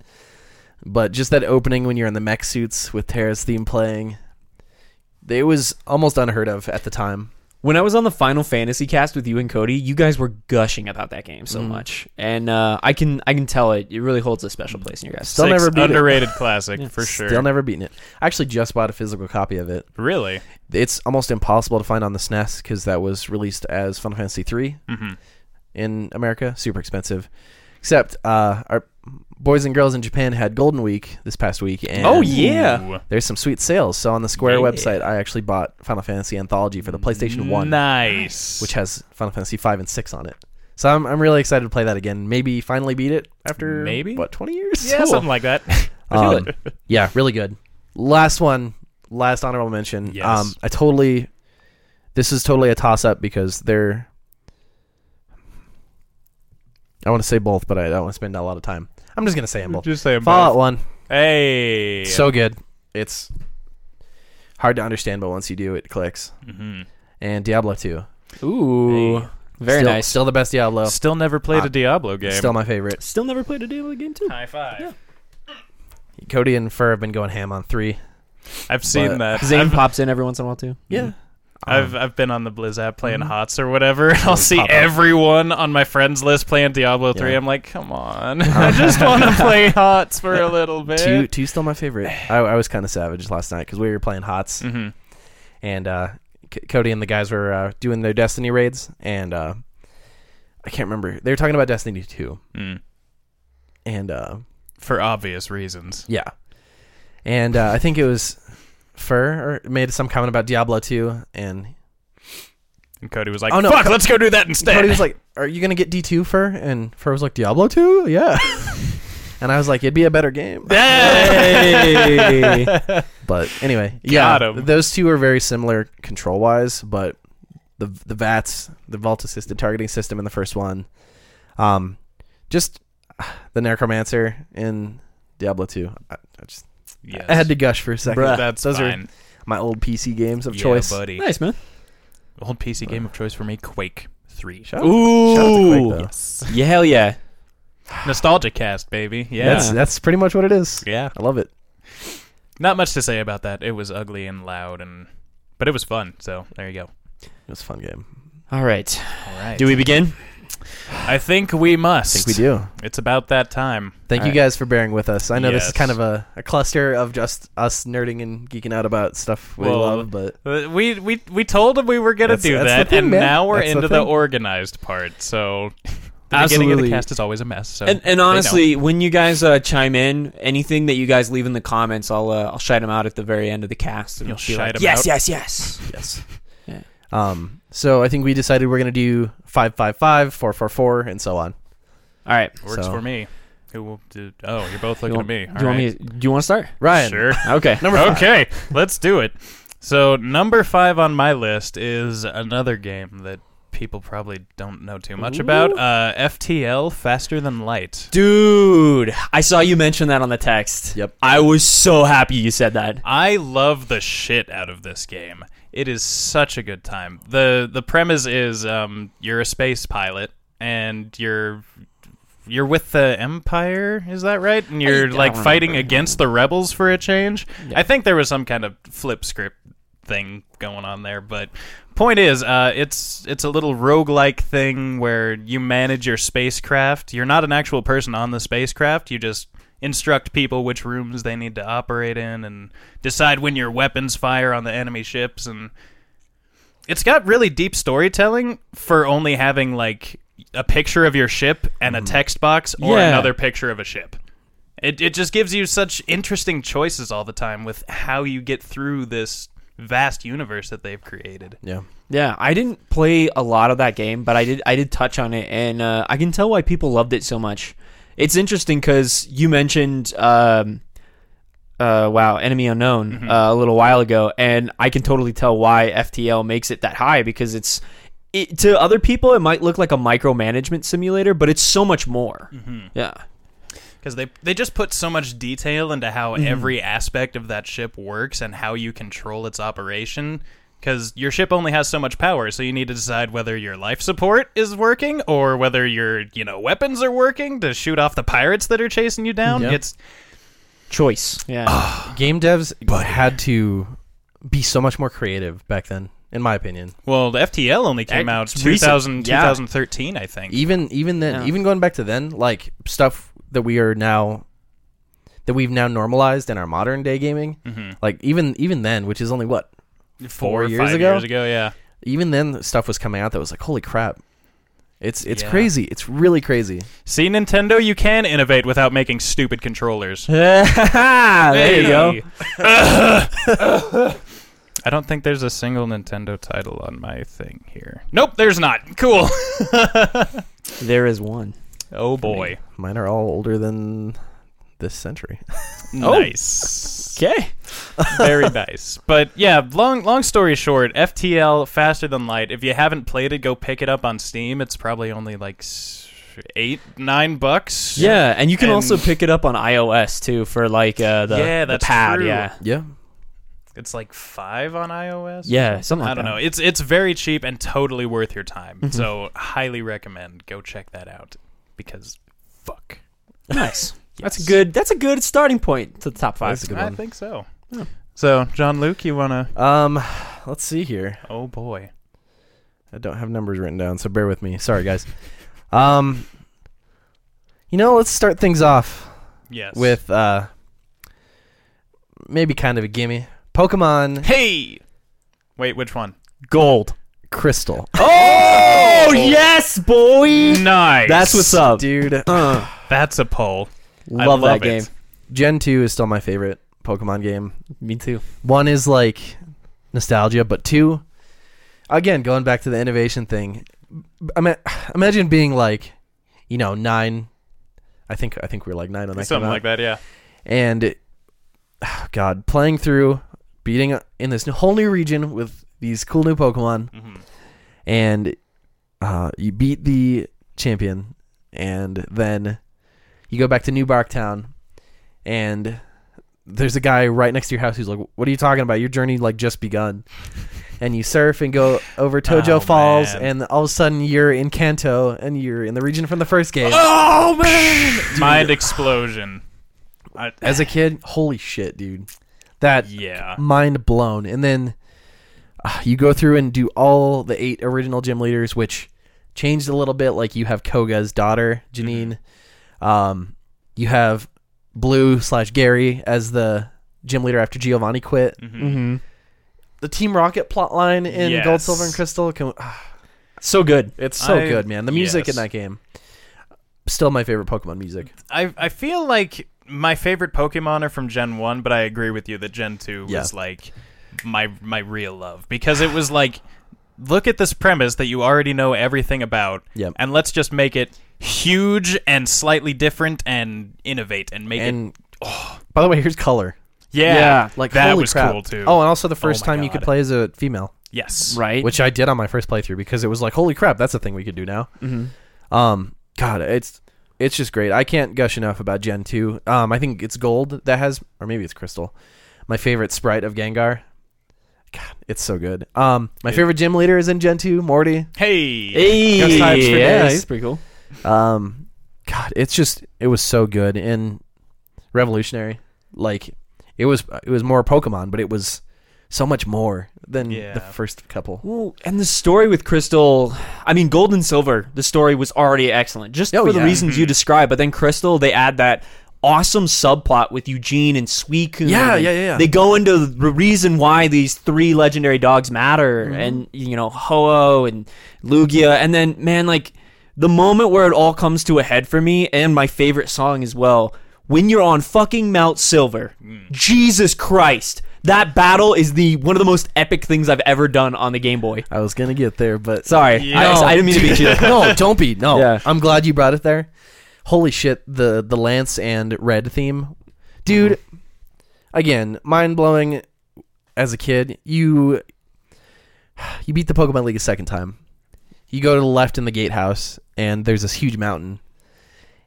C: But just that opening when you're in the mech suits with Terra's theme playing, it was almost unheard of at the time.
A: When I was on the Final Fantasy cast with you and Cody, you guys were gushing about that game so
C: Mm.
A: much, and uh, I can I can tell it. It really holds a special place in your guys.
C: Still
B: Six
C: never beat
B: underrated classic
A: Yeah.
B: for sure.
C: Still never beaten it. I actually just bought a physical copy of it.
B: really.
C: It's almost impossible to find on the SNES because that was released as Final Fantasy three
B: Mm-hmm.
C: in America. Super expensive. Except uh, our boys and girls in Japan had Golden Week this past week. And
A: Oh, yeah.
C: there's some sweet sales. So on the Square
B: Yeah.
C: website, I actually bought Final Fantasy Anthology for the PlayStation One,
B: Nice.
C: which has Final Fantasy Five and Six on it. So I'm, I'm really excited to play that again. Maybe finally beat it after
B: Maybe?
C: what 20 years?
B: yeah,
A: cool.
B: something like that.
C: Um, yeah, really good. Last one, last honorable mention.
B: Yes.
C: Um, I totally. This is totally a toss up because they're. I want to say both, but I don't want to spend a lot of time. I'm just gonna say them both.
B: Just saying.
C: Fallout One,
B: Hey.
C: so good. It's hard to understand, but once you do, it clicks.
B: Mhm.
C: And Diablo Two,
A: Ooh,
B: Hey.
A: very
C: Still-
A: nice.
C: Still the best Diablo.
B: Still never played
C: Uh,
B: a Diablo game.
C: Still my favorite.
A: Still never played a Diablo game too.
B: High five.
C: Cody and Fur have been going ham on three.
B: I've seen
C: But-
B: that.
A: Zane
B: I've,
A: pops in every once in a while too.
C: Yeah.
B: I've
C: Um,
B: I've been on the Blizz app playing HOTS or whatever, and I'll see
C: Mm-hmm. pop up.
B: everyone on my friends list playing Diablo three.
C: Yeah. Uh-huh.
B: I'm like, come on, I just want to play HOTS for a little bit.
C: two, two still my favorite. I, I was kind of savage last night because we were playing Hots
B: Mhm.
C: and uh, C- Cody and the guys were uh, doing their Destiny raids, and uh, I can't remember. They were talking about Destiny 2
B: Mm.
C: and uh
B: For obvious reasons.
C: yeah. And uh, I think it was Fur or made some comment about Diablo 2 and
B: And Cody was like,
C: Oh, no,
B: fuck,
C: Co-
B: let's go do that instead.
C: Cody was like, "Are you going to get D2 Fur?" And Fur was like, "Diablo 2? Yeah." and I was like, "It'd be a better game."
A: Hey!
C: But anyway,
B: Got
C: yeah,
B: 'em.
C: those two are very similar control wise, but the the VATS, the vault assisted targeting system in the first one, um, just ah, the necromancer in Diablo two. I, I just
B: yes.
C: I had to gush for a second.
A: Bruh.
B: That's
C: Those are
B: fine.
C: my old PC games of
B: Yeah,
C: choice.
B: buddy.
A: Mm. nice man.
B: Old PC game of choice for me, Quake 3.
C: Shout out-
B: Oh.
C: shout out to Quake,
A: Ooh,
C: though.
A: yeah, hell yeah.
B: Nostalgia cast, baby. Yeah.
C: That's that's pretty much what it is.
B: yeah.
C: I love it.
B: Not much to say about that. It was ugly and loud and but it was fun. So, there you go.
C: It was a fun game.
A: All right,
B: All right.
A: do we begin?
B: I think we
C: I
B: must.
C: think we do.
B: It's about that time.
C: Thank
A: All
C: you
A: right.
C: guys for bearing with us. I know this is
B: Yes.
C: kind of a, a cluster of just us nerding and geeking out about stuff we
B: Well,
C: love, but
B: Uh, We we we told him we were gonna
C: That's-
B: do
C: that's the
B: that,
C: thing,
B: and
C: man.
B: now we're
C: That's the
B: into the,
C: thing.
B: organized part. So the beginning of the
A: Absolutely.
B: cast is always a mess. So
A: And,
B: they
A: and
B: know.
A: honestly, when you guys uh, chime in, anything that you guys leave in the comments, I'll uh, I'll shout them out at the very end of the cast. And
B: You'll
A: be
B: shite
A: like,
B: 'em
A: yes,
B: out?
A: yes, yes,
C: Yes.
A: Yeah.
C: Um, so I think we decided we're going to do 555, 444, and so on.
A: All right.
B: works
C: so-
B: for me. Who will do? Oh, you're both
A: You
B: looking
A: want-
B: at me.
A: Do you want me? Do you want to start?
C: Ryan.
B: Sure.
A: Okay.
C: Number five.
B: okay, let's do it. So number five on my list is another game that people probably don't know too much
A: Ooh.
B: about. Uh, FTL, Faster Than Light.
A: Dude, I saw you mention that on the text.
C: Yep.
A: I was so happy you said that.
B: I love the shit out of this game. It is such a good time. the The premise is um, you're a space pilot and you're you're with the Empire. Is that right? And you're
A: don't
B: like fighting
A: remember.
B: against the rebels for a change.
A: Yeah.
B: I think there was some kind of flip script thing going on there, but point is, uh, it's it's a little roguelike thing where you manage your spacecraft. You're not an actual person on the spacecraft. You just instruct people which rooms they need to operate in and decide when your weapons fire on the enemy ships and it's got really deep storytelling for only having like a picture of your ship and a text box or
A: Yeah.
B: another picture of a ship. It it just gives you such interesting choices all the time with how you get through this vast universe that they've created.
C: Yeah.
A: Yeah, I didn't play a lot of that game, but I did. I did touch on it, and uh, I can tell why people loved it so much. It's interesting because you mentioned, um, uh, wow, Enemy Unknown uh, a little while ago, and I can totally tell why FTL makes it that high because it's. It, to other people, it might look like a micromanagement simulator, but it's so much more. Yeah,
B: because they they just put so much detail into how
C: Mm-hmm.
B: every aspect of that ship works and how you control its operation. Because your ship only has so much power, so you need to decide whether your life support is working or whether your you know weapons are working to shoot off the pirates that are chasing you down.
C: Yeah.
B: It's
A: choice. Yeah,
C: Game devs had to be so much more creative back then, in my opinion.
B: well, the FTL only came out
A: It's recent.
B: 2000,
A: Yeah.
B: 2013, I think.
C: Even even then,
A: Yeah.
C: even going back to then, like stuff that we are now that we've now normalized in our modern day gaming,
B: Mhm.
C: like even even then, which is only what four
B: or
C: years
B: five
C: ago?
B: years ago, yeah.
C: even then stuff was coming out that was like, holy crap, it's it's
B: Yeah.
C: crazy, it's really crazy.
B: See, Nintendo, you can innovate without making stupid controllers.
A: Ah, there you go.
B: I don't think there's a single Nintendo title on my thing here. Nope, there's not. Cool.
A: There is one.
B: Oh boy.
C: Mine are all older than this century.
A: Oh.
B: Nice.
A: Okay.
B: Very nice. But yeah, long long story short, FTL Faster Than Light. If you haven't played it, go pick it up on Steam. It's probably only like s- 8 9 bucks.
A: Yeah, and you can
B: And-
A: also pick it up on iOS too for like uh, the,
B: Yeah,
A: the
B: that's
A: pad.
B: true.
A: Yeah,
C: Yeah.
B: It's like 5 on iOS.
A: yeah, something like
B: I don't
A: that.
B: know. It's it's very cheap and totally worth your time.
A: Mm-hmm.
B: So, highly recommend go check that out because fuck.
A: Nice. That's a
B: Yes.
A: good. That's a good starting point to the top five.
C: That's a good
B: I
C: one.
B: think so.
A: Yeah.
B: So, John Luke, you want to
C: Um, let's see here.
B: Oh boy.
C: I don't have numbers written down, so bear with me. Sorry, guys. Um, you know, let's start things off
B: Yes.
C: with uh, maybe kind of a gimme. Pokemon
B: Hey. Wait, which one?
A: Gold.
C: Crystal.
A: Oh yes, boy.
B: Nice.
A: That's what's up.
C: Dude,
A: Uh,
B: That's a poll. I
A: love, that
B: love
A: game.
B: it.
C: Gen 2 is still my favorite Pokemon game.
A: Me too.
C: One is like nostalgia, but two, again, going back to the innovation thing. Ima- imagine being like, you know, nine. I think I think we were like nine on that.
B: Something
C: came out.
B: like that, yeah.
C: and it- God, playing through, beating uh, in this whole new region with these cool new Pokemon,
B: Mhm.
C: and uh, you beat the champion, and then you go back to New Bark Town, and there's a guy right next to your house who's like, "What are you talking about? Your journey like just begun." And you surf and go over Tojo
B: Oh,
C: Falls,
B: man.
C: and all of a sudden you're in Kanto, and you're in the region from the first game.
B: Oh man! Mind explosion. I,
C: As a kid, holy shit, dude! That
B: yeah.
C: mind blown. And then uh, you go through and do all the eight original gym leaders, which changed a little bit. Like you have Koga's daughter, Janine.
B: Mm-hmm.
C: Um, you have Blue slash Gary as the gym leader after Giovanni quit.
B: Mhm.
A: Mm-hmm.
C: The Team Rocket plotline in Gold,
B: Yes.
C: Silver, and Crystal. Can, ah,
A: So good.
C: it's so
B: I-
C: good, man. The music
B: yes.
C: in that game. Still my favorite Pokemon music.
B: I I feel like my favorite Pokemon are from Gen One, but I agree with you that Gen Two
C: Yeah.
B: was like my my real love because it was like, look at this premise that you already know everything about,
C: Yep.
B: and let's just make it huge and slightly different and innovate and make it
C: And oh, by the way, here's color.
B: yeah,
A: yeah,
C: Like
B: that
C: holy
B: was
C: crap.
B: cool too.
C: Oh, and also the first
B: my
C: time you could
B: God.
C: play as a female.
B: yes,
A: Right.
C: which I did on my first playthrough because it was like, holy crap, that's a thing we could do now.
A: mm-hmm.
C: Um, God, it's it's just great. I can't gush enough about Gen two. Um, I think it's gold that has, or maybe it's crystal. My favorite sprite of Gengar. God, it's so good. Um, my
B: It-
C: favorite gym leader is in Gen two, Morty.
B: Hey,
A: Hey,
C: Ghost Hives for
A: yeah,
C: days.
A: he's pretty cool.
C: Um, God, it's just it was so good and revolutionary. Like it was it was more Pokemon, but it was so much more than
B: Yeah.
C: the first couple.
A: Well, and the story with Crystal, I mean, Gold and Silver, the story was already excellent, just
C: Oh,
A: for the
C: yeah.
A: reasons you described. But then Crystal, they add that awesome subplot with Eugene and Suicune.
C: Yeah,
A: and
C: yeah, yeah, yeah.
A: They go into the reason why these three legendary dogs matter,
C: Mm-hmm.
A: and you know Ho-Oh and Lugia, and then man, like the moment where it all comes to a head for me, and my favorite song as well. When you're on fucking Mount Silver,
C: Mm.
A: Jesus Christ, that battle is the one of the most epic things I've ever done on the Game Boy.
C: I was gonna get there, but
A: Sorry,
B: Yeah.
A: I,
B: No.
A: I didn't mean to beat you.
C: no, don't be. No,
A: Yeah.
C: I'm glad you brought it there. Holy shit, the the Lance and Red theme, dude.
A: Mm-hmm.
C: Again, mind blowing. As a kid, you you beat the Pokemon League a second time. You go to the left in the gatehouse, and there's this huge mountain.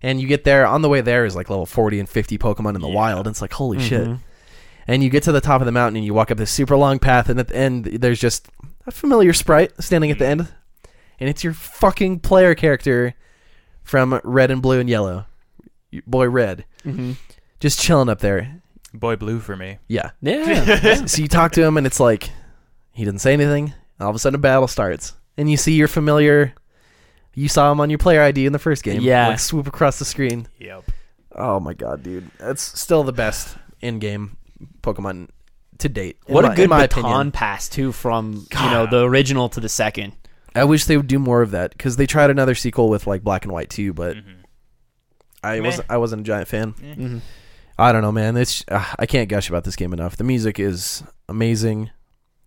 C: And you get there. On the way there is like level 40 and 50 Pokemon in the
B: Yeah.
C: wild. And it's like, holy shit.
A: Mhm.
C: And you get to the top of the mountain and you walk up this super long path, and at the end, there's just a familiar sprite standing at the end, and it's your fucking player character from Red and Blue and Yellow, Y- boy Red,
A: Mhm.
C: just chilling up there.
B: boy blue for me.
C: Yeah.
A: Yeah.
C: so you talk to him, and it's like he didn't say anything. And all of a sudden, a battle starts, and you see your familiar. You saw him on your player ID in the first game.
A: Yeah.
C: Like swoop across the screen.
B: Yep.
C: Oh my god, dude, that's still the best in-game Pokemon to date. in
A: What
C: my-
A: a
C: in
A: good
C: my
A: baton
C: opinion.
A: pass too from you know the original to the second.
C: I wish they would do more of that because they tried another sequel with like Black and White too, but I
B: Meh.
C: was I wasn't a giant fan.
A: Mm-hmm.
C: I don't know, man. It's uh, I can't gush about this game enough. The music is amazing.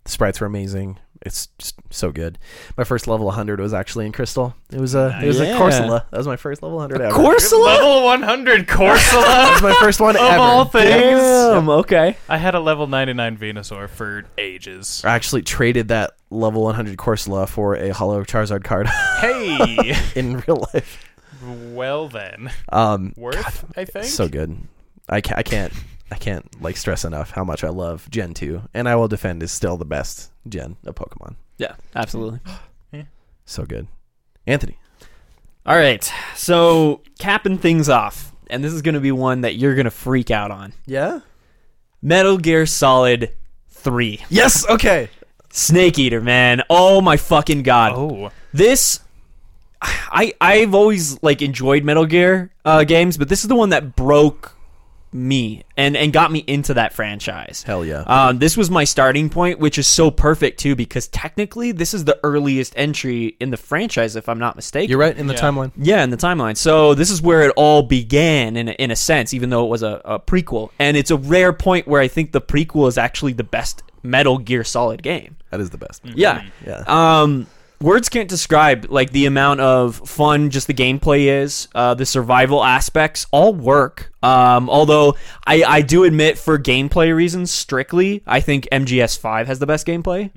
C: The sprites were amazing. It's just so good. My first level 100 was actually in Crystal. It was a it was
A: Nice.
C: a
A: Yeah.
C: Corsola. That was my first level 100 ever.
A: Corsola
B: Level 100 Corsola
C: that was my first one
B: of
C: ever.
B: all things.
A: Damn. Okay.
B: I had a level 99 Venusaur for ages.
C: I actually traded that level 100 Corsola for a hollow Charizard card
B: Hey,
C: in real life.
B: well then,
C: Um,
B: worth I think.
C: so good. I can't, I can't I can't like stress enough how much I love Gen 2 and I will defend is still the best gen of Pokemon.
A: Yeah. Absolutely.
C: So good. Anthony.
A: All right. So capping things off, and this is going to be one that you're going to freak out on.
C: Yeah?
A: Metal Gear Solid Three.
C: Yes, okay.
A: Snake Eater, man. Oh my fucking god.
B: Oh,
A: this I I've always like enjoyed Metal Gear uh, games, but this is the one that broke me and and got me into that franchise.
C: Hell yeah.
A: Um, this was my starting point, which is so perfect too, because technically this is the earliest entry in the franchise, if I'm not mistaken.
C: You're right in the
B: Yeah.
C: timeline.
A: Yeah, in the timeline. So this is where it all began, in a, in a sense, even though it was a, a prequel. And it's a rare point where I think the prequel is actually the best Metal Gear Solid game.
C: That is the best.
B: Mm.
A: Yeah.
C: Yeah.
A: Um, words can't describe like the amount of fun just the gameplay is. Uh, the survival aspects all work. Um, although I, I do admit for gameplay reasons strictly, I think MGS Five has the best gameplay.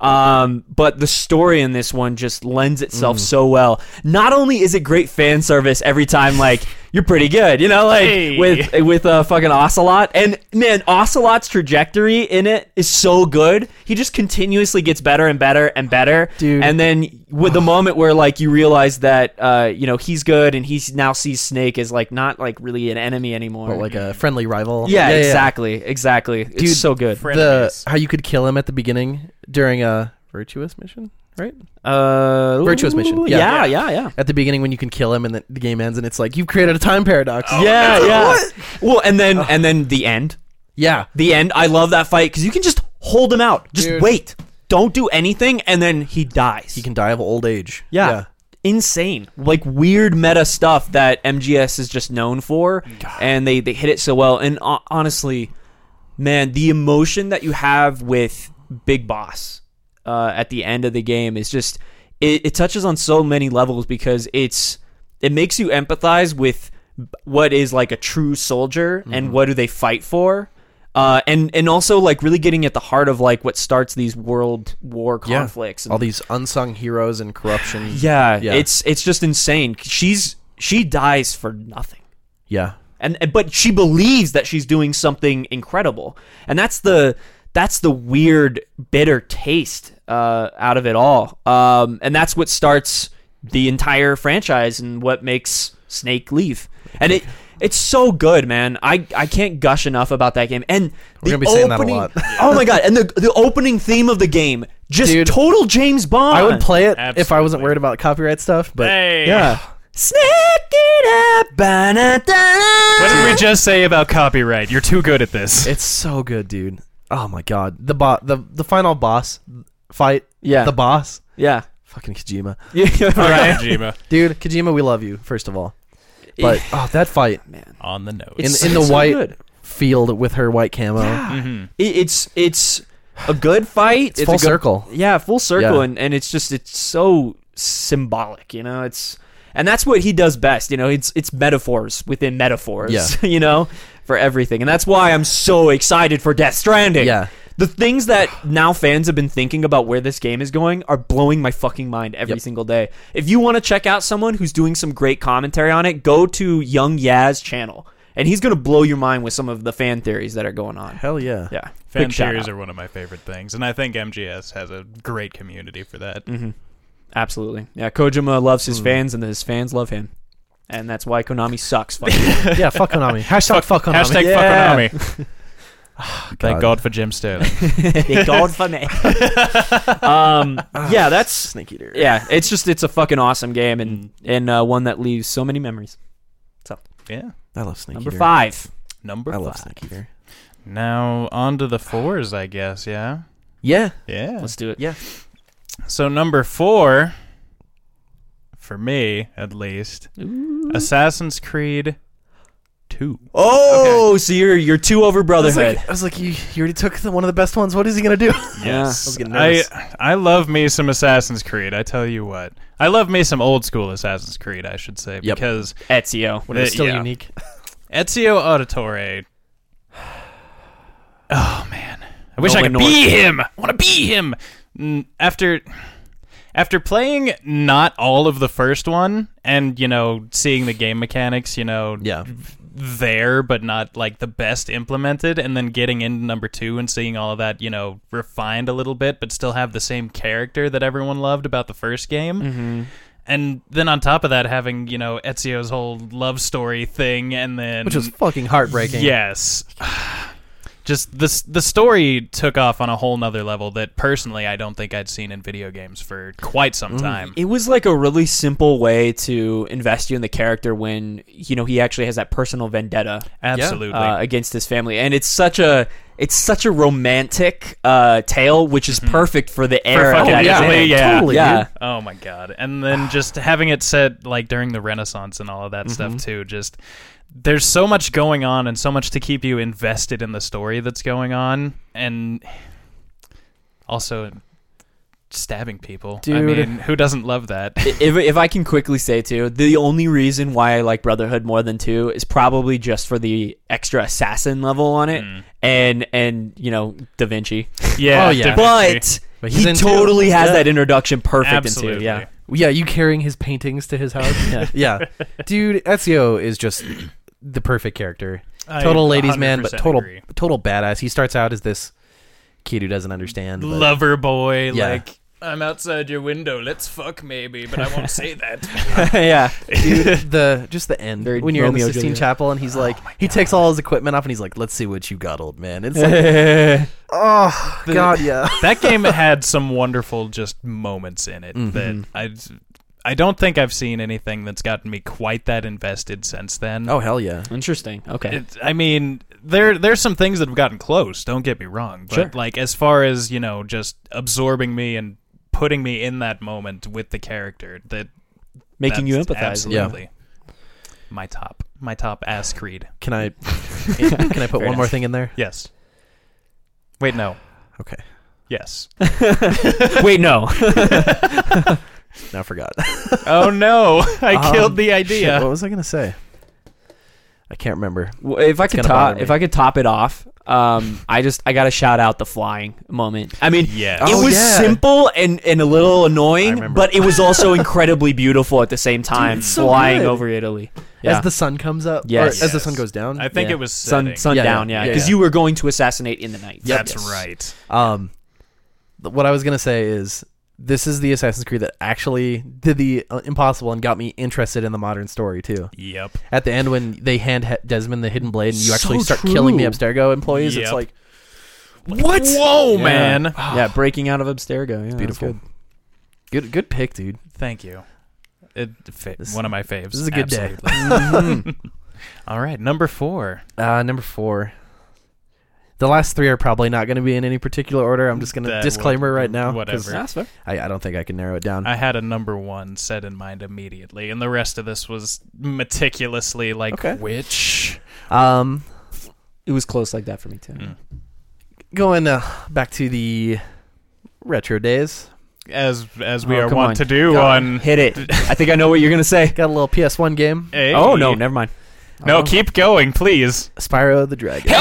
A: Um, but the story in this one just lends itself so well. Not only is it great fan service every time, like you're pretty good, you know, like
B: Hey.
A: with with uh, fucking Ocelot, and man, Ocelot's trajectory in it is so good. He just continuously gets better and better and better,
C: Dude.
A: And then with the moment where like you realize that uh, you know he's good, and he now sees Snake as like not like really an enemy anymore.
C: But like a friendly rival.
A: yeah, exactly, exactly.
C: Dude,
A: it's so good.
B: Friend
C: The
B: enemies.
C: how you could kill him at the beginning during a virtuous mission, right?
A: Uh,
C: Virtuous Mission.
A: Yeah, yeah,
C: Yeah.
A: yeah. yeah.
C: At the beginning when you can kill him and the, the game ends and it's like you've created a time paradox.
B: Oh.
A: yeah, yeah. Well, and then and then the end.
C: Yeah.
A: The end. I love that fight because you can just hold him out. Just
C: Dude.
A: wait. Don't do anything, and then he dies.
C: He can die of old age.
A: yeah. Insane, like weird meta stuff that MGS is just known for, and they they hit it so well. And ho- honestly, man, the emotion that you have with Big Boss uh, at the end of the game is just it, it touches on so many levels because it's it makes you empathize with b- what is like a true soldier and what do they fight for. Uh, and and also like really getting at the heart of like what starts these world war
C: Yeah.
A: conflicts and
C: All these unsung heroes and corruption.
A: yeah,
C: Yeah.
A: it's it's just insane. She's she dies for nothing,
C: Yeah.
A: and and- but she believes that she's doing something incredible, and that's the that's the weird bitter taste uh, out of it all, um, and that's what starts the entire franchise and what makes Snake leave, and it. It's so good, man. I, I can't gush enough about that game. And the
C: We're gonna be saying that a
A: opening,
C: lot.
A: oh my god! And the the opening theme of the game, just
C: Dude.
A: total James Bond.
C: I would play it if I
B: Absolutely.
C: wasn't worried about copyright stuff, but
B: Hey.
C: yeah.
A: Snake it up,
B: What did we just say about copyright? You're too good at this.
C: It's so good, dude. Oh my god. The bo- the the final boss fight.
A: Yeah.
C: The boss.
A: Yeah.
C: Fucking Kojima.
B: All
A: right.
B: right, Kojima.
C: Dude, Kojima, we love you, first of all. But oh, that fight
A: Man.
B: On the nose.
A: It's
C: in the
A: so
C: white-
A: good.
C: field with her white camo.
A: Yeah.
B: hmm
A: It, it's it's a good fight.
C: It's, full
A: a good-
C: circle.
A: Yeah, full circle
C: Yeah.
A: and and it's just it's so symbolic, you know? It's and that's what he does best, you know. It's it's metaphors within metaphors,
C: Yeah.
A: you know, for everything. And that's why I'm so excited for Death Stranding.
C: Yeah.
A: The things that now fans have been thinking about where this game is going are blowing my fucking mind every
C: Yep.
A: single day. If you want to check out someone who's doing some great commentary on it, go to Young Yaz's channel, and he's going to blow your mind with some of the fan theories that are going on.
C: Hell yeah.
A: Yeah,
B: Fan
A: Big shout
B: theories
A: out.
B: are one of my favorite things, and I think MGS has a great community for that.
A: Mm-hmm. absolutely. Yeah, Kojima loves his fans, and his fans love him, and that's why Konami sucks. Fucking
C: Yeah, fuck Konami. Hashtag fuck Konami.
B: Hashtag
A: Yeah.
B: fuck Konami. Oh, Thank God for Jim Sterling.
A: they called for me. um, yeah, that's
C: Ah, Snake Eater.
A: yeah. It's just it's a fucking awesome game, and and uh, one that leaves so many memories.
B: yeah.
C: I love Snake
A: Number
C: Eater.
A: five.
B: Number
C: I
B: five.
C: love Snake Eater.
B: Now on to the fours, I guess. Yeah.
C: Yeah.
B: Yeah.
A: Let's do it.
C: Yeah.
B: So number four, for me at least, Assassin's Creed Two.
A: Oh, so you're you're two over
C: I was
A: Brotherhood.
C: like, I was like you, you already took the, one of the best ones. What is he going to do?
A: Yeah.
C: was
B: Yes.
C: getting
B: I,
C: nervous.
B: I love me some Assassin's Creed. I tell you what. I love me some old school Assassin's Creed, I should say,
C: Yep.
B: because
A: Ezio.
C: When it was
B: Uh,
C: still
B: yeah.
C: unique.
B: Ezio Auditore. Oh man, I wish I could
A: Nolan North.
B: be him. I want to be him. Mm, After after playing not all of the first one and you know seeing the game mechanics, you know,
C: Yeah.
B: there but not like the best implemented and then getting into number 2 and seeing all of that, you know, refined a little bit but still have the same character that everyone loved about the first game and then on top of that having you know Ezio's whole love story thing and then
C: Which was fucking heartbreaking.
B: yes just this the story took off on a whole nother level that personally I don't think I'd seen in video games for quite some time.
A: It was like a really simple way to invest you in the character when you know he actually has that personal vendetta
B: Absolutely.
A: uh, against his family, and it's such a it's such a romantic uh, tale, which is perfect for the era.
B: fucking
A: that it's
B: Italy,
A: in.
B: yeah. Totally,
A: Oh, yeah.
B: Oh my god! And then just having it set like during the Renaissance and all of that stuff
C: Mm-hmm.
B: too. Just there's so much going on and so much to keep you invested in the story that's going on, and also stabbing people. I
A: Dude.
B: mean, who doesn't love that?
A: if, if I can quickly say too, the only reason why I like Brotherhood more than two is probably just for the extra assassin level on
B: Mm.
A: it, and and you know Da Vinci.
B: Hmm. yeah,
C: Oh, yeah.
B: Da Vinci.
A: But,
C: But he's
A: he
C: in two.
A: totally has
C: Yeah.
A: that introduction perfect in
B: Absolutely.
A: two. Yeah,
C: Yeah, you carrying his paintings to his house. yeah. yeah, dude, Ezio is just the perfect character.
B: I
C: Total ladies man, but
B: 100%
C: total
B: agree.
C: total badass. He starts out as this kid who doesn't understand. but-
B: lover boy.
C: Yeah.
B: Like I'm outside your window. Let's fuck maybe, but I won't say that.
A: yeah.
C: dude, the just the end
A: Very
C: when you're
A: Romeo
C: in the Sistine
A: Juliet.
C: Chapel and he's
B: Oh
C: like, he takes all his equipment off and he's like, "Let's see what you got, old man." It's like, oh god, yeah.
B: that game had some wonderful just moments in it that I I don't think I've seen anything that's gotten me quite that invested since then.
C: Oh hell yeah.
A: Interesting. Okay.
B: It, I mean, there there's some things that have gotten close. Don't get me wrong, but
A: Sure.
B: like as far as you know, just absorbing me and putting me in that moment with the character that
A: Making you
B: that's
A: empathize.
B: Absolutely, my top, my top ass creed.
C: Can I can I put one more thing in there?
B: Yes. Wait, no.
C: Okay,
B: Yes.
A: Wait, no.
C: now I forgot.
B: oh no! I
C: Um,
B: killed the idea.
C: Shit, what was I gonna say? I can't remember.
A: Well, if I could
C: gonna
A: top,
C: bother
A: if
C: me.
A: I could top it off, um, I just I gotta shout out the flying moment. I mean,
B: Yes.
A: it
C: Oh,
A: was
C: yeah.
A: simple and and a little annoying,
C: remember.
A: but it was also incredibly beautiful at the same time.
C: it's so
A: flying
C: good.
A: over Italy, yeah.
C: As the sun comes up, or
A: Yes.
C: as the sun
B: Yes.
C: goes down.
B: I think
A: Yeah.
B: it was
A: sun
B: setting.
A: sundown,
C: yeah,
A: yeah,
C: yeah,
A: because
C: yeah.
A: you were going to assassinate in the night.
B: That's
A: Yes.
B: right.
C: Um, th- what I was gonna say is this is the Assassin's Creed that actually did the uh, impossible and got me interested in the modern story too.
B: Yep.
C: At the end, when they hand he- Desmond the hidden blade and you actually
A: So
C: start killing
A: true.
C: the Abstergo employees, it's
B: Yep.
C: like
B: What? Whoa,
A: Yeah.
B: man.
A: yeah, breaking out of Abstergo. Yeah,
C: beautiful.
A: That's
C: Good. good, pick, dude.
B: Thank you. It fa-
C: This-
B: one of my faves.
C: this is a good day.
A: Mm-hmm.
B: Absolutely. All right, number four.
C: Uh, number four. The last three are probably not going to be in any particular order. I'm just going to
B: That
C: disclaimer
B: would-
C: right now. 'cause
B: whatever.
A: good. That's fair.
C: I, I don't think I can narrow it down.
B: I had a number one set in mind immediately, and the rest of this was meticulously like
C: Okay.
B: which.
C: Um,
A: It was close like that for me too.
B: Mm.
C: going uh, back to the retro days.
B: As as we
A: Oh,
B: are
A: come
B: wont
A: on.
B: to do
A: Go
B: on.
A: Hit it. I think I know what you're gonna say.
C: Got a little PS1 game,
B: Hey.
A: Oh no, never mind.
B: no!
A: Oh.
B: Keep going, please.
C: Spyro the Dragon.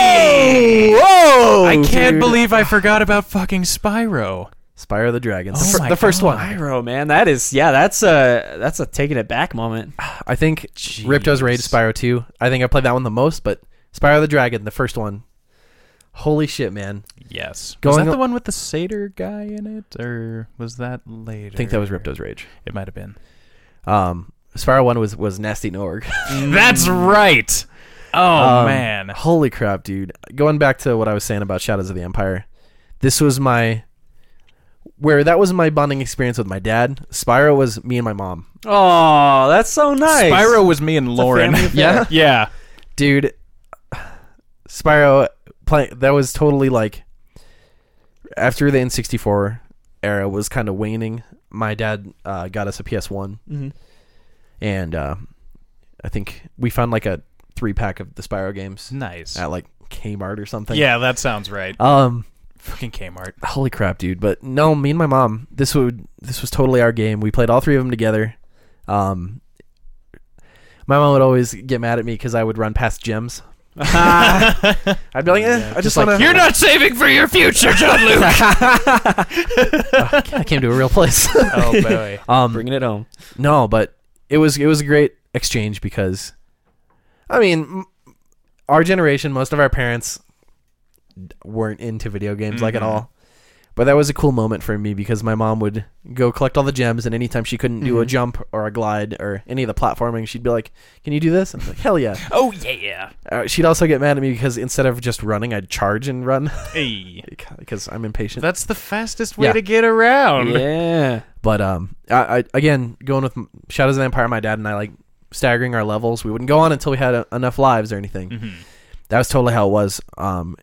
B: Hey!
A: Whoa!
B: I can't
C: dude.
B: believe I forgot about fucking Spyro.
C: Spyro the Dragon. The,
B: Oh
C: fir-
B: my
C: the first one.
A: Spyro, man, that is yeah, that's a that's a taking it back moment.
C: I think Ripto's Raid,
B: Jeez.
C: Spyro 2. I think I played that one the most, but Spyro the Dragon, the first one. Holy shit, man.
B: Yes. was
C: Going
B: that the
C: o-
B: one with the satyr guy in it, or was that later?
C: I think that was Ripto's Rage.
B: It might have been.
C: Um, Spyro 1 was, was Nasty Norg.
B: That's right. Oh
C: Um,
B: man.
C: Holy crap, dude. Going back to what I was saying about Shadows of the Empire, this was my. Where that was my bonding experience with my dad, Spyro was me and my mom.
A: Oh, that's so nice.
B: Spyro was me and Lauren.
A: family affair.
C: Yeah?
B: yeah.
C: dude spyro play, that was totally like after the n64 era was kind of waning my dad uh, got us a ps1
A: Mhm.
C: and uh, i think we found like a three pack of the spyro games
B: Nice.
C: at like kmart or something
B: Yeah, that sounds right.
C: um
B: Fucking Kmart.
C: holy crap dude but no me and my mom this would this was totally our game we played all three of them together um my mom would always get mad at me because i would run past gems i'd be like eh, i just,
A: like,
C: want to
B: You're not saving for your future, John Luke.
A: Mm-hmm.
C: I came to a real place.
B: oh boy.
C: um,
A: bringing it home.
C: no, but it was it was a great exchange because, I mean, m- our generation, most of our parents weren't into video games like at all. But that was a cool moment for me because my mom would go collect all the gems, and anytime she couldn't do a
A: Mhm.
C: jump or a glide or any of the platforming, she'd be like, "Can you do this?" And I'm like, "Hell yeah!"
B: Oh yeah.
C: Uh, she'd also get mad at me because instead of just running, I'd charge and run
B: Hey.
C: because I'm impatient.
B: That's the fastest way
C: Yeah.
B: to get around.
A: Yeah.
C: But um, I, I again going with m- Shadows of the Empire. My dad and I like staggering our levels. We wouldn't go on until we had uh enough lives or anything.
B: Mhm.
C: That was totally how it was. Um,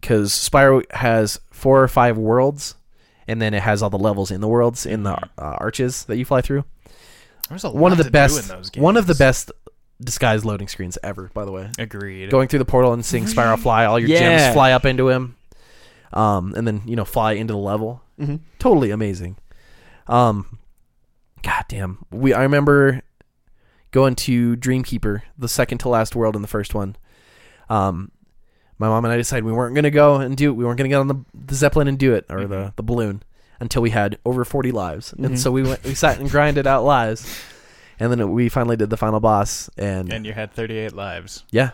C: because Spyro has four or five worlds, and then it has all the levels in the worlds in the uh, arches that you fly through.
B: There's a
C: One
B: lot Mm.
C: of
B: to
C: the
B: do
C: best.
B: in those
C: One of the
B: games.
C: best disguise loading screens ever. By the way,
B: Agreed.
C: going through the portal and seeing Spyro fly, all your
A: Yeah.
C: gems fly up into him, um, and then you know fly into the level.
A: Mhm.
C: Totally amazing. Um, God damn, we I remember going to Dreamkeeper, the second to last world in the first one. Um, my mom and I decided we weren't gonna go and do it. We weren't gonna get on the, the zeppelin and do it or the the balloon until we had over forty lives,
A: Mhm.
C: and so we went we sat and grinded out lives. And then we finally did the final boss, and,
B: and you had 38 lives.
C: yeah,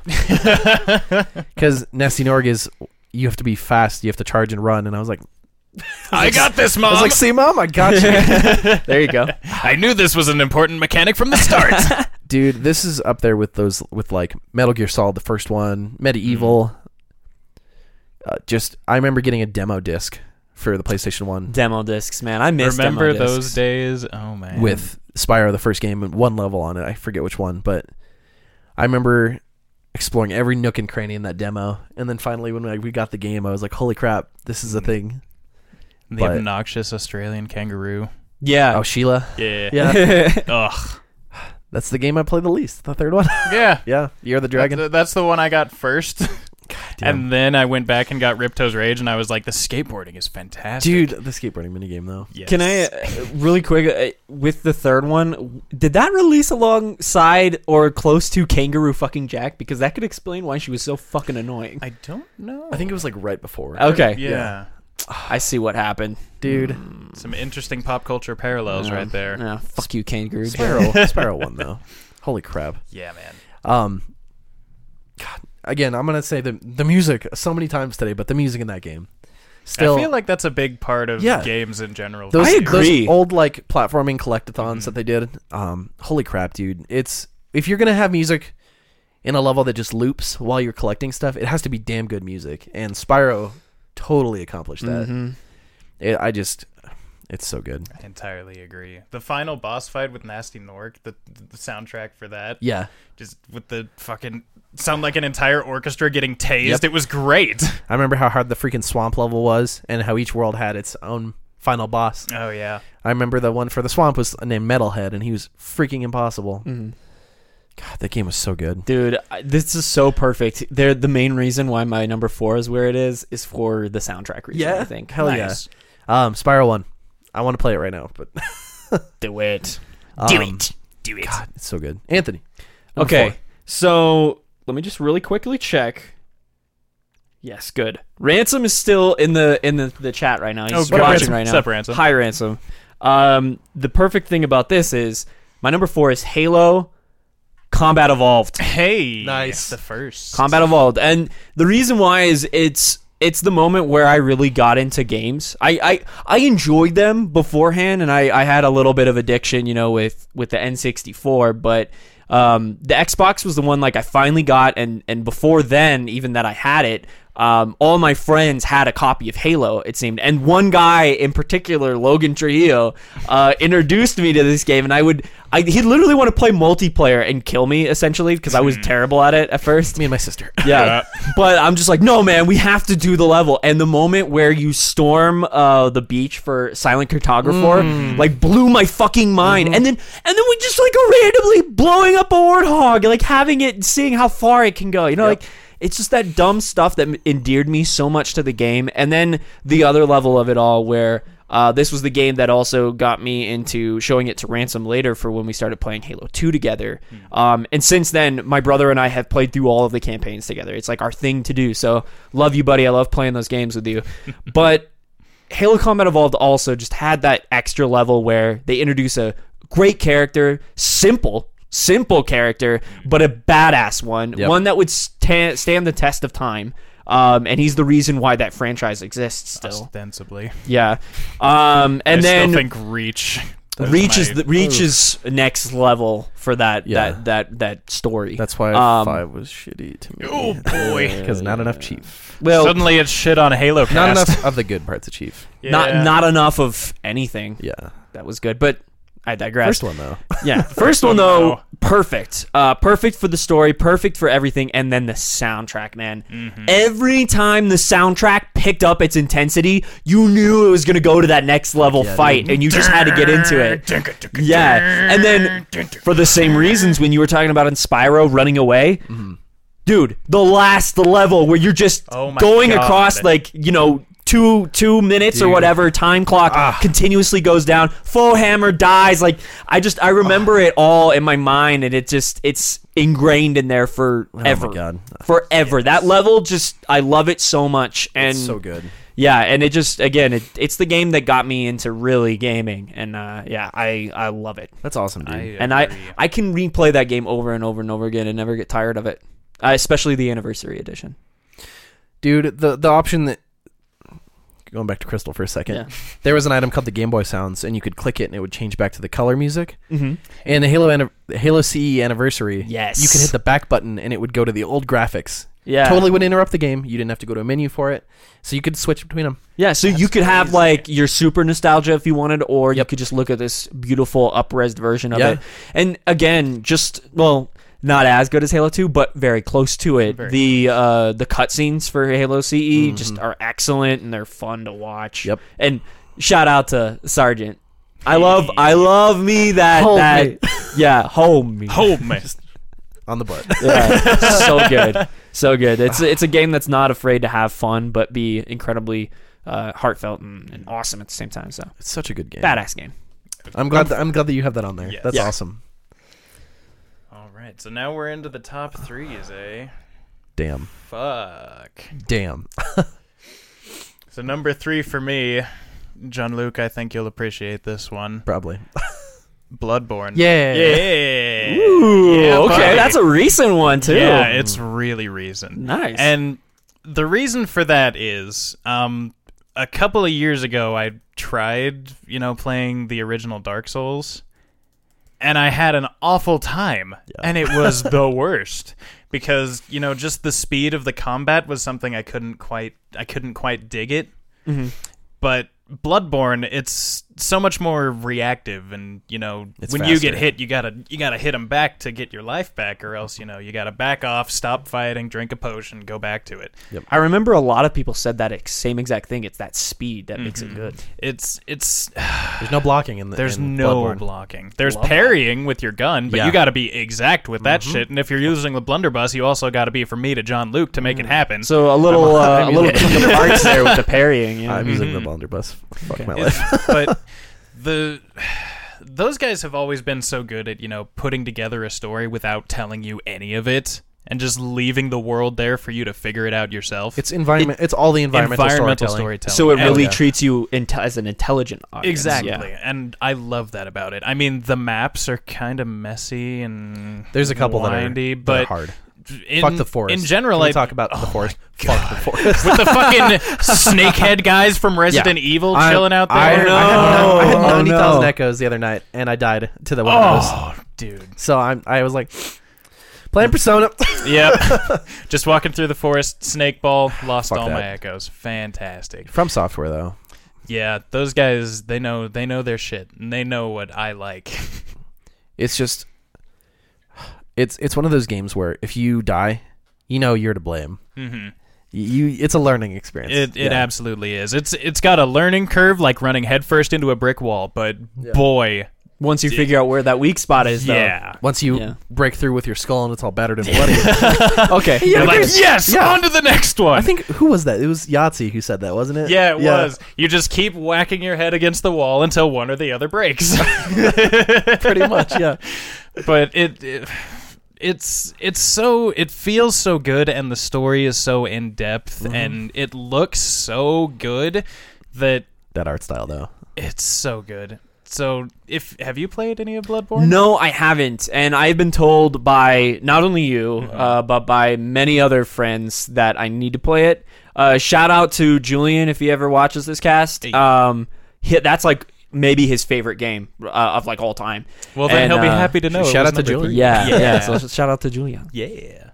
C: because Nessie Norg is you have to be fast, you have to charge and run, and I was like,
B: I got this,
C: I
B: mom.
C: was like, see, mom, I got you,
A: There you go.
B: I knew this was an important mechanic from the start.
C: dude. This is up there with those with like Metal Gear Solid, the first one, Medieval. Uh, just I remember getting a demo disc for the PlayStation One
A: Demo discs, man. I miss
B: Remember
A: demo
B: those
A: discs.
B: days? Oh man.
C: with Spyro, the first game, and one level on it. I forget which one, but I remember exploring every nook and cranny in that demo, and then finally when we, we got the game, I was like, holy crap, this is a thing.
B: the
C: but-
B: obnoxious Australian kangaroo.
A: Yeah.
C: Oh, Sheila,
B: Yeah. Ugh.
C: that's the game I play the least, the third one.
B: Yeah.
C: yeah, Year of the Dragon.
B: That's, that's the one I got first,
C: Damn.
B: and then I went back and got Ripto's Rage, and I was like, "The skateboarding is fantastic,
C: Dude, the skateboarding minigame though.
B: Yes.
A: Can I uh, really quick uh, with the third one? Did that release alongside or close to Kangaroo fucking Jack? Because that could explain why she was so fucking annoying.
B: I don't know.
C: I think it was like right before.
A: Okay,
B: Yeah. Mm.
C: yeah.
A: I see what happened,
C: Dude.
B: Some interesting pop culture parallels
A: Yeah.
B: right there.
A: Yeah, fuck you, Kangaroo. Jack.
C: Sparrow Sparrow won though. Holy crap.
B: Yeah, man.
C: Um God, again, I'm gonna say the the music so many times today, but the music in that game. Still
B: I feel like that's a big part of
C: Yeah.
B: games in general.
C: those,
A: I
B: too.
A: agree.
C: those old like platforming collectathons
B: Mm-hmm.
C: that they did. Um holy crap, dude. It's if you're gonna have music in a level that just loops while you're collecting stuff, it has to be damn good music. And Spyro totally accomplished that.
B: Mm-hmm.
A: Mhm.
C: It, I just it's so good.
B: I entirely agree. The final boss fight with Nasty Nork, the, the soundtrack for that,
C: Yeah.
B: just with the fucking sound like an entire orchestra getting tased.
C: Yep.
B: It was great.
C: I remember how hard the freaking swamp level was and how each world had its own final boss.
B: Oh yeah.
C: I remember the one for the swamp was named Metalhead and he was freaking impossible. God, that game was so good.
A: Dude, I- this is so perfect. They're the main reason why my number four is where it is is for the soundtrack reason. I think.
C: Hell
B: Nice.
C: yeah. Um Spiral 1. I want to play it right now, but
A: Do it.
C: um,
B: Do it. Do it.
C: God, it's so good. Anthony. number
A: Okay,
C: four.
A: so let me just really quickly check. Yes, good. Ransom is still in the in the, the chat right now. He's
B: Oh, good.
A: watching
B: Ransom.
A: right now.
B: Sup, Ransom?
A: Hi, Ransom. Um, the perfect thing about this is my number four is Halo Combat Evolved.
B: Hey.
C: Nice.
B: The first.
A: Combat Evolved, and the reason why is it's it's the moment where I really got into games. I I, I enjoyed them beforehand, and I, I had a little bit of addiction, you know, with with the N sixty four, but. Um, the Xbox was the one like I finally got, and and before then, even that I had it, um, all my friends had a copy of Halo. It seemed, and one guy in particular, Logan Trujillo, uh, introduced me to this game, and I would, I he literally want to play multiplayer and kill me essentially because I was terrible at it at first.
C: Me and my sister.
A: Yeah. but I'm just like, no, man, we have to do the level. And the moment where you storm uh, the beach for Silent Cartographer, like, blew my fucking mind. And then, and then we just like are randomly blowing up a warthog, like having it, seeing how far it can go. You know,
C: Yep.
A: like. It's just that dumb stuff that endeared me so much to the game, and then the other level of it all, where uh, this was the game that also got me into showing it to Ransom later for when we started playing Halo 2 together. Um, and since then, my brother and I have played through all of the campaigns together. It's like our thing to do. So, love you, buddy. I love playing those games with you. but Halo Combat Evolved also just had that extra level where they introduce a great character, simple, simple character, but a badass one,
C: Yep.
A: one that would sta- stand the test of time. um, and he's the reason why that franchise exists still.
B: Ostensibly,
A: Yeah, um, and
B: I
A: then
B: still think Reach That
A: Reach is
B: my-
A: the, Reach is next level for that
C: Yeah.
A: that that that story.
C: That's why
A: Um,
C: five was shitty to me.
B: Oh, boy.
C: because not enough Chief.
A: well,
B: Suddenly it's shit on Halo. Past.
C: Not enough of the good parts of Chief.
B: Yeah.
A: not not enough of anything
C: Yeah,
A: that was good, but. I digress.
C: first one though.
A: Yeah, the first one though, perfect. Uh, perfect for the story, perfect for everything, and then the soundtrack, man.
B: Mm-hmm.
A: Every time the soundtrack picked up its intensity, you knew it was gonna go to that next level
C: dude.
A: fight, and you just had to get into it. Yeah, and then for the same reasons when you were talking about in Spyro running away. Dude, the last level where you're just
B: Oh my
A: going
B: God.
A: across like you know two two minutes or whatever time clock
B: Ah.
A: continuously goes down. Full hammer dies. Like I just I
B: Ah.
A: remember it all in my mind, and it just it's ingrained in there forever.
C: Oh God.
A: Forever. That level just I love it so much, and
C: so good.
A: yeah, and it just again it, it's the game that got me into really gaming, and uh, yeah, I I love it.
C: That's awesome, dude.
B: I
A: And
B: agree.
A: I I can replay that game over and over and over again and never get tired of it. Uh, especially the anniversary edition.
C: dude, the the option that going back to Crystal for a second,
A: Yeah.
C: there was an item called the Game Boy Sounds, and you could click it, and it would change back to the color music.
A: Mm-hmm.
C: And the Halo anni- Halo CE anniversary,
A: Yes.
C: you could hit the back button, and it would go to the old graphics.
A: Yeah.
C: Totally would interrupt the game. You didn't have to go to a menu for it, so you could switch between them.
A: Yeah, so you could have like your super nostalgia if you wanted, or you could just look at this beautiful upresed version of
C: Yeah.
A: it. And again, just well, not as good as Halo Two, but very close to it.
B: Very
A: the uh, the cutscenes for Halo CE just are excellent and they're fun to watch.
C: Yep.
A: And shout out to Sergeant. I love I love me that
C: Hold
A: that
C: me.
A: yeah home me
B: Hold me.
C: On the butt.
A: yeah, so good, so good. It's it's a game that's not afraid to have fun, but be incredibly uh, heartfelt and, and awesome at the same time. So
C: it's such a good game.
A: badass game.
C: I'm glad. That, I'm glad that you have that on there.
B: Yes.
C: That's
A: Yeah.
C: awesome.
B: All right, so now we're into the top threes, eh?
C: Damn.
B: Fuck.
C: Damn.
B: So number three for me, John Luke. I think you'll appreciate this one.
C: Probably.
B: Bloodborne.
C: Yeah.
B: Yeah.
A: Ooh,
B: Yeah,
A: okay,
B: buddy.
A: that's a recent one too.
B: Yeah, it's really recent.
A: Nice.
B: And the reason for that is um, a couple of years ago, I tried, you know, playing the original Dark Souls, and I had an awful time, and it was the worst because you know just the speed of the combat was something I couldn't quite I couldn't quite dig it.
C: Mm-hmm.
B: But Bloodborne, it's so much more reactive, and you know
C: It's
B: when you get
C: faster.
B: hit hit, you gotta you gotta hit them back to get your life back, or else you know you gotta back off, stop fighting, drink a potion, go back to it.
A: I remember a lot of people said that ex- same exact thing. It's that speed that makes it good.
B: It's it's
C: There's no blocking in the.
B: there's
C: in
B: no
C: Bloodborne.
B: blocking. There's parrying with your gun, but
C: Yeah. Mm-hmm.
B: you gotta be exact with that shit. And if you're using the blunderbuss, you also gotta be from me to John Luke to
C: Mm.
B: make it happen.
A: So a little uh, a little kick of hearts there with the parrying. You know?
C: I'm using the blunderbuss. Fuck my life.
B: It's- but the those guys have always been so good at you know putting together a story without telling you any of it and just leaving the world there for you to figure it out yourself.
C: It's environment. it's all the environmental, storytelling.
A: so it
B: Hell
A: really
B: yeah.
A: treats you inte- as an intelligent audience.
B: Exactly.
A: Yeah.
B: And I love that about it. I mean, the maps are kind of messy and
C: There's a couple that are-
B: windy,
C: that are
B: but
C: hard.
B: In,
C: Fuck the forest.
B: In general,
C: Can we
B: I
C: talk about the forest. Fuck the forest.
B: with the fucking snakehead guys from Resident Evil chilling out there.
C: I, I had- I had,
A: Oh, no.
C: 90,000 echoes the other night, and I died to the one of those.
B: oh, dude.
C: So I'm, I was like, playing Persona.
B: Yep. Just walking through the forest, snake ball, lost
C: Fuck
B: all
C: that.
B: my echoes. Fantastic.
C: From software, though.
B: Yeah, those guys, they know they know their shit, and they know what I like.
C: It's just, it's it's one of those games where if you die, you know you're to blame.
B: hmm
C: You, you- it's a learning experience.
B: It it
C: Yeah.
B: absolutely is. It's it's got a learning curve, like running headfirst into a brick wall. But boy,
A: Once you figure out where that weak spot is, though.
B: yeah.
C: Once you
A: Yeah.
C: break through with your skull and it's all battered and bloody. okay.
B: You're like, yes,
C: yeah.
B: on to the next one.
C: I think who was that? It was Yahtzee who said that, wasn't it?
B: yeah, it was. You just keep whacking your head against the wall until one or the other breaks.
C: pretty much. Yeah.
B: but it, it it's it's so it feels so good and the story is so in depth and it looks so good that
C: That art style, though.
B: it's so good. So, if have you played any of Bloodborne?
A: No, I haven't, and I've been told by not only you, uh, but by many other friends that I need to play it. Uh, shout out to Julian if he ever watches this cast.
B: Hey.
A: Um, he, that's like maybe his favorite game uh, of like all time.
B: Well, then
A: And,
B: he'll be
A: uh,
B: happy to know. it
C: shout
B: was
C: out to
B: number
C: Julian.
B: three.
A: Yeah, yeah.
B: Yeah.
A: So shout out to Julian.
B: Yeah.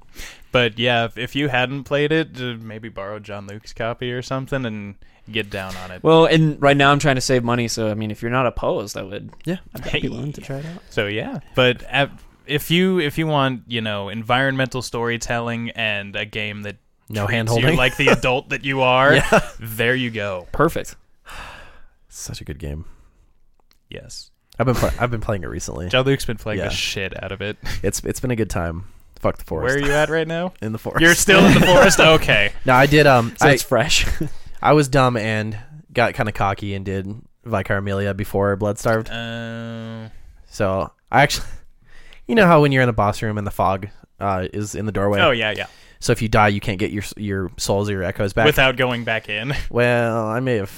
B: But yeah, if, if you hadn't played it, uh, maybe borrow John Luke's copy or something and get down on it.
A: Well, and right now I'm trying to save money, so I mean, if you're not opposed, I would.
C: Yeah.
A: I'd be willing to try it out.
B: So yeah, but uh, if you if you want you know environmental storytelling and a game that
C: No
B: treats
C: handholding.
B: you like the adult that you are, there you go.
A: Perfect.
C: Such a good game.
B: Yes,
C: I've been pl- I've been playing it recently.
B: John Luke's been playing
C: Yeah.
B: the shit out of it.
C: It's it's been a good time. Fuck the forest.
B: Where are you at right now?
C: in the forest?
B: You're still in the forest. Okay.
C: no, I did. Um,
A: So
C: I,
A: it's fresh.
C: I was dumb and got kind of cocky and did Vicar Amelia before Blood Starved.
B: Um.
C: So I actually, you know how when you're in a boss room and the fog uh, is in the doorway.
B: oh yeah, yeah.
C: So if you die, you can't get your s- your souls or your echoes back.
B: Without going back in,
C: well, I may have.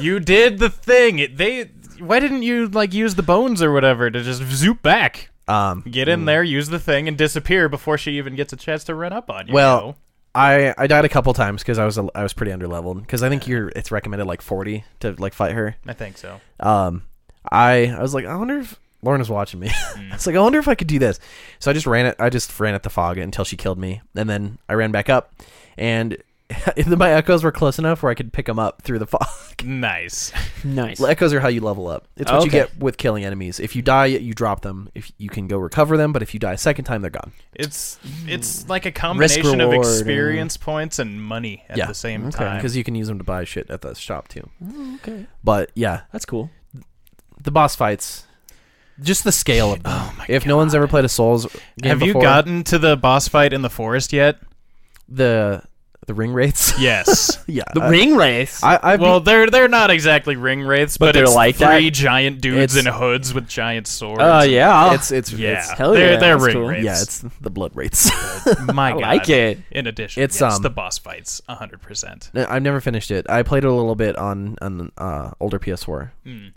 B: you did the thing. It- They. Why didn't you like use the bones or whatever to just zoop back?
C: Um,
B: Get in there, use the thing, and disappear before she even gets a chance to run up on you.
C: Well,
B: know?
C: I I died a couple times because I was a, I was pretty underleveled because I think you're it's recommended like 40 to like fight her.
B: I think so.
C: Um, I I was like I wonder if Lauren was watching me.
B: Mm.
C: I was like I wonder if I could do this. So I just ran it. I just ran at the fog until she killed me, and then I ran back up, and my echoes were close enough where I could pick them up through the fog.
B: Nice.
A: nice.
C: Echoes are how you level up. It's what you
A: Okay.
C: get with killing enemies. If you die, you drop them. If you can go recover them, but if you die a second time, they're gone.
B: It's it's like a combination of
A: Hmm. reward,
B: experience points and money at
C: Yeah.
B: the same
A: Okay.
B: time.
C: Because you can use them to buy shit at the shop too.
A: okay,
C: But yeah,
A: that's cool.
C: the boss fights, just the scale of them.
B: Oh my
C: if no one's ever played a Souls game
B: Have you
C: before,
B: gotten to the boss fight in the forest yet?
C: the the ring rates?
B: Yes.
C: yeah,
A: The
C: I-
A: ring race.
C: I, I
B: well, they're they're not exactly ring wraiths, but,
A: they're
B: it's
A: like that?
B: three giant dudes
C: It's-
B: in hoods with giant swords.
A: Oh yeah.
C: it's it's
B: uh, yeah,
C: it's-
A: hell
B: they're
A: yeah,
B: they're
A: that's
B: ring
A: cool.
B: wraiths.
C: yeah, it's the blood rates.
B: my
A: I
B: god.
A: like it.
B: In addition,
C: It's,
B: it's yes,
C: um,
B: the boss fights, hundred percent.
C: No, I've never finished it. I played it a little bit on on uh, older PS4,
B: Mm.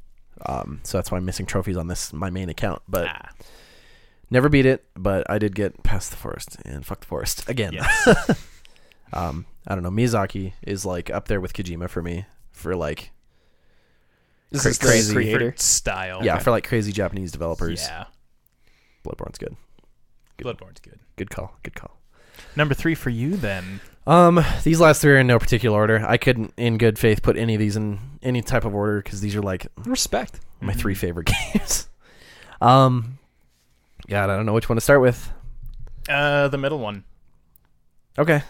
C: um, so that's why I'm missing trophies on this my main account. But
B: Ah,
C: Never beat it, but I did get past the forest and fuck the forest again.
B: yes.
C: Um, I don't know. Miyazaki is like up there with Kojima for me for like
A: This
C: cra-
A: is the
C: crazy.
A: creator.
B: For style.
C: yeah for like crazy Japanese developers.
B: yeah.
C: Bloodborne's good.
B: Bloodborne's good.
C: Good call. Good call.
B: Number three for you then.
C: Um, these last three are in no particular order. I couldn't, in good faith, put any of these in any type of order because these are like
A: Respect.
C: my
B: Mhm.
C: three favorite games. um, God, I don't know which one to start with.
B: Uh, the middle one.
C: Okay,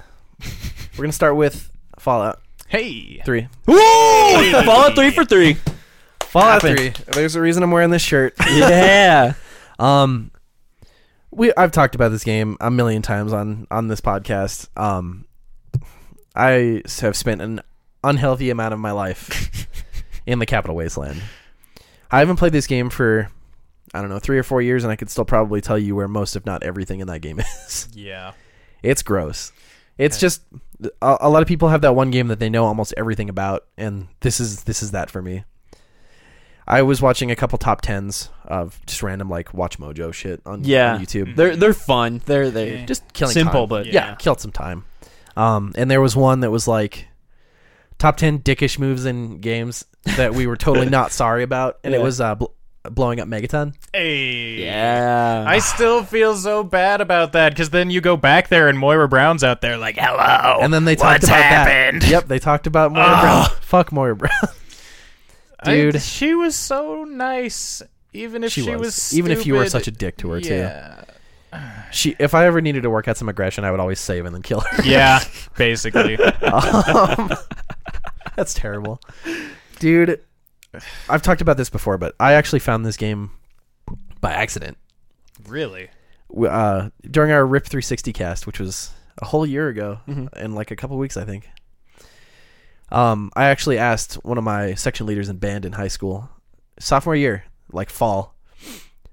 C: we're gonna start with Fallout
B: Hey.
C: Three.
A: Woo! Fallout three for three.
C: Fallout
A: Happen.
C: Three. There's a reason I'm wearing this shirt.
A: Yeah.
C: Um, we I've talked about this game a million times on on this podcast. Um, I s- have spent an unhealthy amount of my life in the Capital Wasteland. I haven't played this game for I don't know three or four years, and I could still probably tell you where most, if not everything, in that game is.
B: Yeah.
C: It's gross. It's
B: Okay.
C: just a, a lot of people have that one game that they know almost everything about, and this is this is that for me. I was watching a couple top tens of just random like Watch Mojo shit on,
A: Yeah.
C: on YouTube.
A: They're they're fun. They're they
B: Yeah.
A: are
C: Just killing
A: simple,
C: time.
A: but
B: Mm-hmm. Yeah.
C: yeah, killed some time. Um, and there was one that was like top ten dickish moves in games that we were totally not sorry about, and it
A: Yeah.
C: was uh, bl- blowing up Megaton.
B: Hey.
A: yeah.
B: I still feel so bad about that because then you go back there and Moira Brown's out there like, hello.
C: And then they talked
B: what's
C: about
B: Oh, happened?
C: that. Yep, they talked about Moira
B: Ugh.
C: Brown. Fuck Moira Brown.
B: I-
C: dude.
B: she was so nice, even if she, was.
C: even if you were
B: stupid.
C: such a dick to her too.
B: yeah.
C: She, if I ever needed to work out some aggression, I would always save and then kill her.
B: yeah, basically.
C: Um, that's terrible, dude. I've talked about this before, but I actually found this game by accident
B: really?
C: W- uh, during our Rip 360 cast, which was a whole year ago,
B: Mm-hmm.
C: in like a couple weeks, I think. Um, I actually asked one of my section leaders in band in high school, sophomore year, like fall.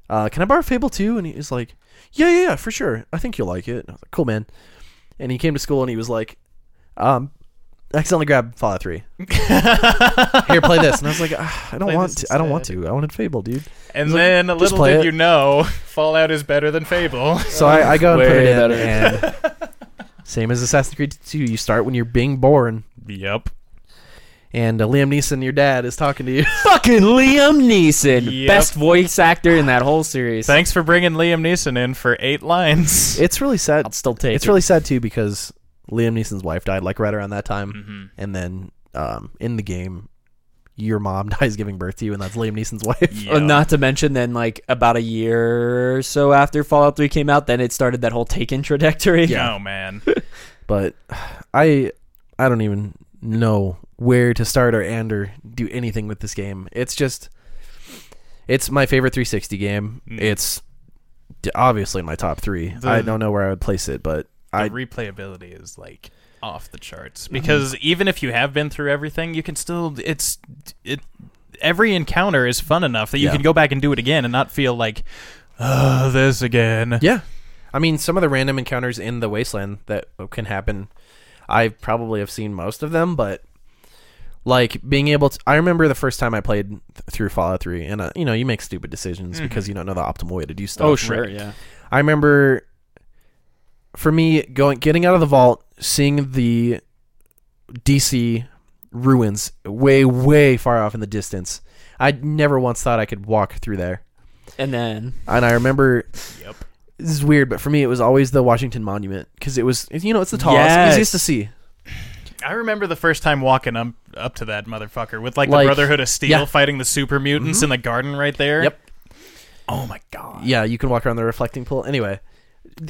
C: Uh, can I borrow Fable 2? And he was like, yeah, yeah, yeah, for sure. I think you'll like it. And I was like, cool, man. And he came to school and he was like, um, accidentally grabbed Fallout Three. Here, play this, and I was like, "Ah, I don't
B: Play
C: want
B: this
C: to. I don't want
B: instead."
C: to. I wanted Fable, dude.
B: And
C: Just-
B: then
C: just
B: little
C: play
B: did
C: it.
B: you know, Fallout is better than Fable.
C: So I, I go and put
A: Way
C: it in,
A: better.
C: and same as Assassin's Creed Two, you start when you're being born,
B: yep.
C: and uh, Liam Neeson, your dad, is talking to you.
A: Fucking Liam Neeson,
B: Yep.
A: best voice actor in that whole series.
B: Thanks for bringing Liam Neeson in for eight lines.
C: It's really sad.
A: I'll still take
C: It's
A: it.
C: really sad too because Liam Neeson's wife died like right around that time,
A: Mm-hmm.
B: hmm
C: and then um, in the game, your mom dies giving birth to you, and that's Liam Neeson's wife.
A: Uh, Not to mention, then like about a year or so after Fallout Three came out, then it started that whole Taken trajectory.
B: Oh man.
C: But I, I don't even know where to start or end or do anything with this game. It's just, it's my favorite 360 game.
B: Mm.
C: It's d- obviously in my top three.
B: The-
C: I don't know where I would place it, but
B: the
C: I Mm-hmm.
B: replayability is like off the charts because even if you have been through everything, you can still it's it every encounter is fun enough that you
C: Yeah.
B: can go back and do it again and not feel like oh this again.
C: Yeah. I mean, some of the random encounters in the wasteland that can happen, I probably have seen most of them, but like being able to. I remember the first time I played th- through Fallout 3, and uh, you know, you make stupid decisions
B: Mm-hmm.
C: because you don't know the optimal way to do stuff.
A: Oh sure,
B: Right.
A: yeah.
C: I remember for me going getting out of the vault, seeing the DC ruins way, way far off in the distance. I never once thought I could walk through there.
A: And then
C: And I remember
B: Yep.
C: this is weird, but for me, it was always the Washington Monument because it was, you know, it's the tallest,
A: Yes.
C: easiest to see.
B: I remember the first time walking up up to that motherfucker with like,
C: Like-
B: the Brotherhood of Steel
C: yeah. Mm-hmm.
B: fighting the super mutants in the garden right there.
C: Yep.
B: Oh my god.
C: Yeah, you can walk around the reflecting pool. Anyway,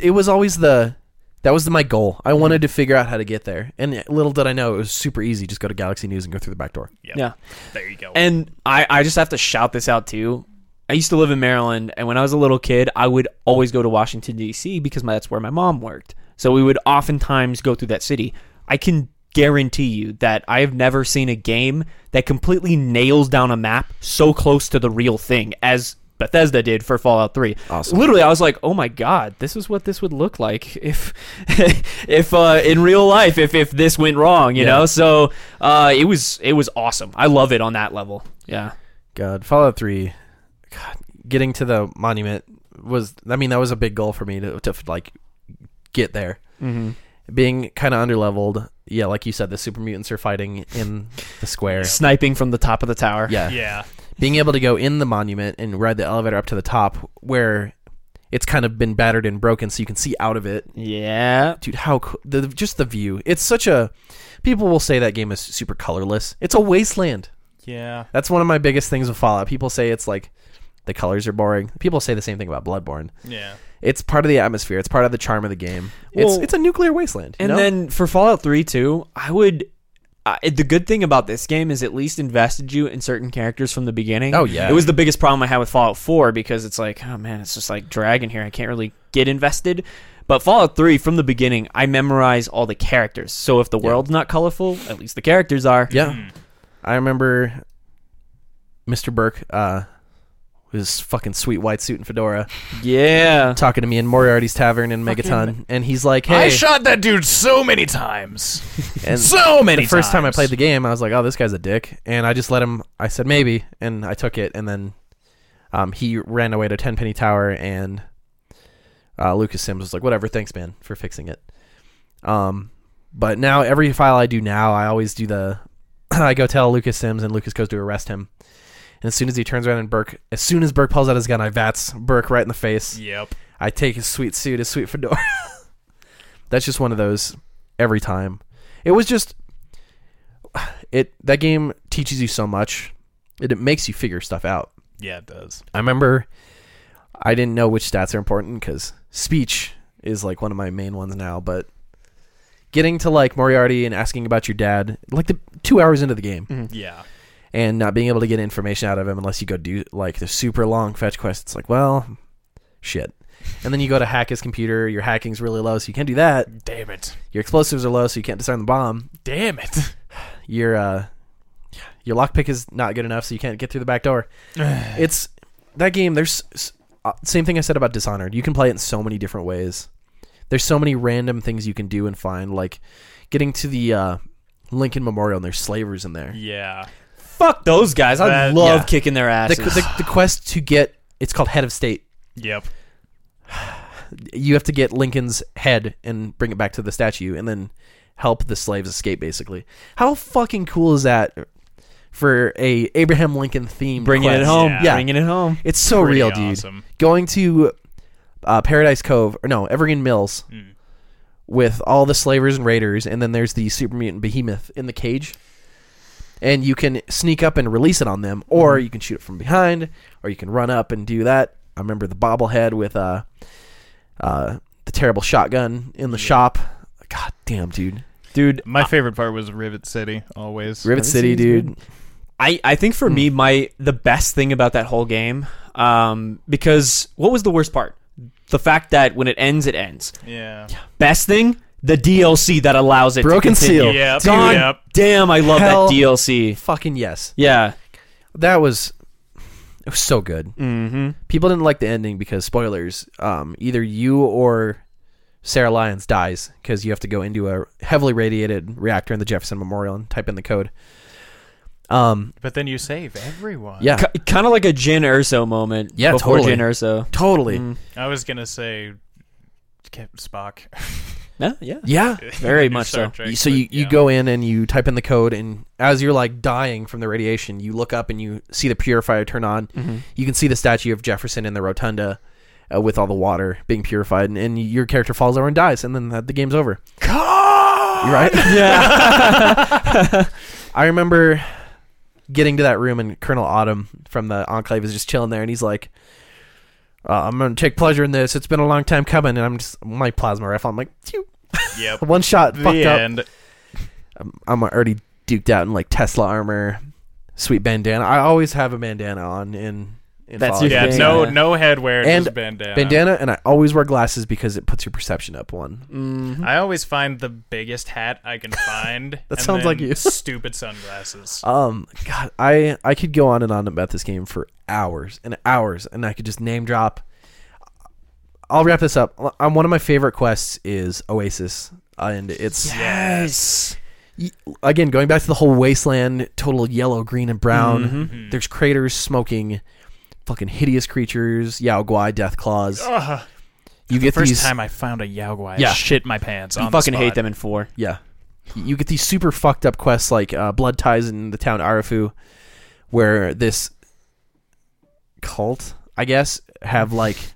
C: it was always the that was the, my goal. I wanted to figure out how to get there, and little did I know it was super easy. Just go to Galaxy News and go through the back door.
B: Yep.
A: Yeah.
B: There you go.
A: And I, I just have to shout this out too. I used to live in Maryland, and when I was a little kid, I would always go to Washington D.C. because my, that's where my mom worked. So we would oftentimes go through that city. I can guarantee you that I have never seen a game that completely nails down a map so close to the real thing as Bethesda did for Fallout 3.
C: Awesome.
A: Literally, I was like, "Oh my god, this is what this would look like if if uh, in real life if if this went wrong, you
C: Yeah.
A: know?" So, uh, it was it was awesome. I love it on that level. Yeah.
C: God, Fallout Three, God, getting to the monument was. I mean, that was a big goal for me to to like get there.
A: Mhm.
C: Being kind of underleveled, yeah, like you said, the super mutants are fighting in the square.
A: Sniping from the top of the tower.
C: Yeah,
B: yeah.
C: being able to go in the monument and ride the elevator up to the top where it's kind of been battered and broken so you can see out of it
A: Yeah.
C: dude how co- the just the view it's such a people will say that game is super colorless it's a wasteland
B: Yeah.
C: that's one of my biggest things with fallout people say it's like the colors are boring people say the same thing about bloodborne
B: Yeah.
C: it's part of the atmosphere it's part of the charm of the game it's
A: Well-
C: it's a nuclear wasteland you
A: And
C: know?
A: then for Fallout 3 too, I would I the good thing about this game is at least invested you in certain characters from the beginning.
C: Oh, yeah.
A: It was the biggest problem I had with Fallout 4 because it's like, oh man, it's just like dragging here. I can't really get invested. But Fallout 3 from the beginning, I memorize all the characters. So if the
C: Yeah.
A: world's not colorful, at least the characters are.
C: yeah i remember mr burke uh with his fucking sweet white suit and fedora
A: Yeah.
C: talking to me in Moriarty's Tavern in Megaton, and he's like, "Hey."
B: I shot that dude so many times.
C: and
B: so many
C: the first time I
B: times.
C: played the game, I was like, "Oh, this guy's a dick," and I just let him. I said maybe, and I took it, and then um, he ran away to Tenpenny Tower, and uh, Lucas Sims was like, "Whatever, thanks, man, for fixing it." Um, but now every file I do now, I always do the. I go tell Lucas Sims, and Lucas goes to arrest him. And as soon as he turns around and Burke, as soon as Burke pulls out his gun, I vats Burke right in the face.
B: Yep.
C: I take his sweet suit, his sweet fedora. That's just one of those every time. It was just it that game teaches you so much. It, it makes you figure stuff out.
B: Yeah, it does.
C: I remember I didn't know which stats are important cuz speech is like one of my main ones now, but getting to like Moriarty and asking about your dad like the 2 hours into the game
B: Yeah.
C: and not being able to get information out of him unless you go do like the super long fetch quest. It's like, well, shit. And then you go to hack his computer. Your hacking's really low, so you can't do that.
B: Damn it.
C: Your explosives are low, so you can't disarm the bomb.
B: Damn it.
C: Your uh, your lockpick is not good enough, so you can't get through the back door. it's that game. There's s- uh, same thing I said about Dishonored. You can play it in so many different ways. There's so many random things you can do and find, like getting to the uh, Lincoln Memorial and there's slavers in there.
B: Yeah.
A: Fuck those guys. I
B: That-
A: love
C: yeah.
A: kicking their
C: The,
A: asses.
C: the, the quest to get it's called head of state.
B: Yep.
C: You have to get Lincoln's head and bring it back to the statue and then help the slaves escape basically. How fucking cool is that for a Abraham Lincoln themed
A: bringing it
C: quest?
A: home.
B: Yeah.
A: Yeah. Bringing it home.
C: It's so
B: Pretty
C: real, dude.
B: awesome.
C: Going to uh, Paradise Cove or no, Evergreen Mills
B: Mm.
C: with all the slavers and raiders, and then there's the super mutant behemoth in the cage. And you can sneak up and release it on them, or you can shoot it from behind, or you can run up and do that. I remember the bobblehead with uh, uh, the terrible shotgun in the shop. God damn, dude!
A: Dude,
B: My favorite part was Rivet City. Always.
C: Rivet City,
A: City's
C: dude.
A: I, I think for
C: Hmm.
A: me my the best thing about that whole game um, because what was the worst part? The fact that when it ends, it ends.
B: Yeah.
A: Best thing, the DLC that allows it
C: Broken
A: to continue.
C: Seal.
B: Yep.
A: God
B: Yep.
A: damn, I love
C: Hell.
A: that DLC.
C: Fucking yes,
A: Yeah.
C: that was it was so good.
A: Mm-hmm.
C: People didn't like the ending because spoilers. Um, either you or Sarah Lyons dies because you have to go into a heavily radiated reactor in the Jefferson Memorial and type in the code. Um,
B: But then you save everyone.
C: yeah,
A: kind of like a Jin Urso moment.
C: Yeah,
A: before
C: totally.
A: Jin Urso.
C: totally.
A: Mm.
B: I was gonna say, Cap- Spock.
A: Yeah, yeah.
C: Yeah.
A: Very much
B: Star
A: so.
B: Trek,
C: So
B: but
C: you, you
B: yeah.
C: go in and you type in the code, and as you're like dying from the radiation, you look up and you see the purifier turn on. You can see the statue of Jefferson in the rotunda uh, with all the water being purified, and, and your character falls over and dies, and then that, the game's over. You're right?
A: Yeah.
C: I remember getting to that room and Colonel Autumn from the Enclave is just chilling there, and he's like, uh, "I'm gonna take pleasure in this. It's been a long time coming." And I'm just my plasma rifle. I'm like, "Phew."
B: Yep.
C: one shot, fucked
B: the
C: up.
B: end.
C: I'm, I'm already duked out in like Tesla armor, sweet bandana. I always have a bandana on in. in
A: That's
C: Fallout.
A: your
B: Yeah.
A: thing.
B: No.
A: Yeah.
B: No headwear.
C: And
B: just bandana.
C: bandana, and I always wear glasses because it puts your perception up one.
A: Mhm.
B: I always find the biggest hat I can find. that
C: sounds like you.
B: stupid sunglasses.
C: Um, God, I I could go on and on about this game for hours and hours, and I could just name drop. I'll wrap this up. On one of my favorite quests is Oasis, and it's
A: Yes.
C: again going back to the whole wasteland, total yellow, green, and brown.
B: Mhm.
C: There's craters, smoking, fucking hideous creatures, Yao Guai, Death Claws.
B: Ugh.
C: You get
B: Oh, First
C: these,
B: time I found a Yaogwai,
C: Yeah.
B: I shit my pants.
A: I
B: on the
A: fucking hate
B: spot.
A: them in four.
C: yeah, you get these super fucked up quests like uh, Blood Ties in the town Arafu, where this cult, I guess, have like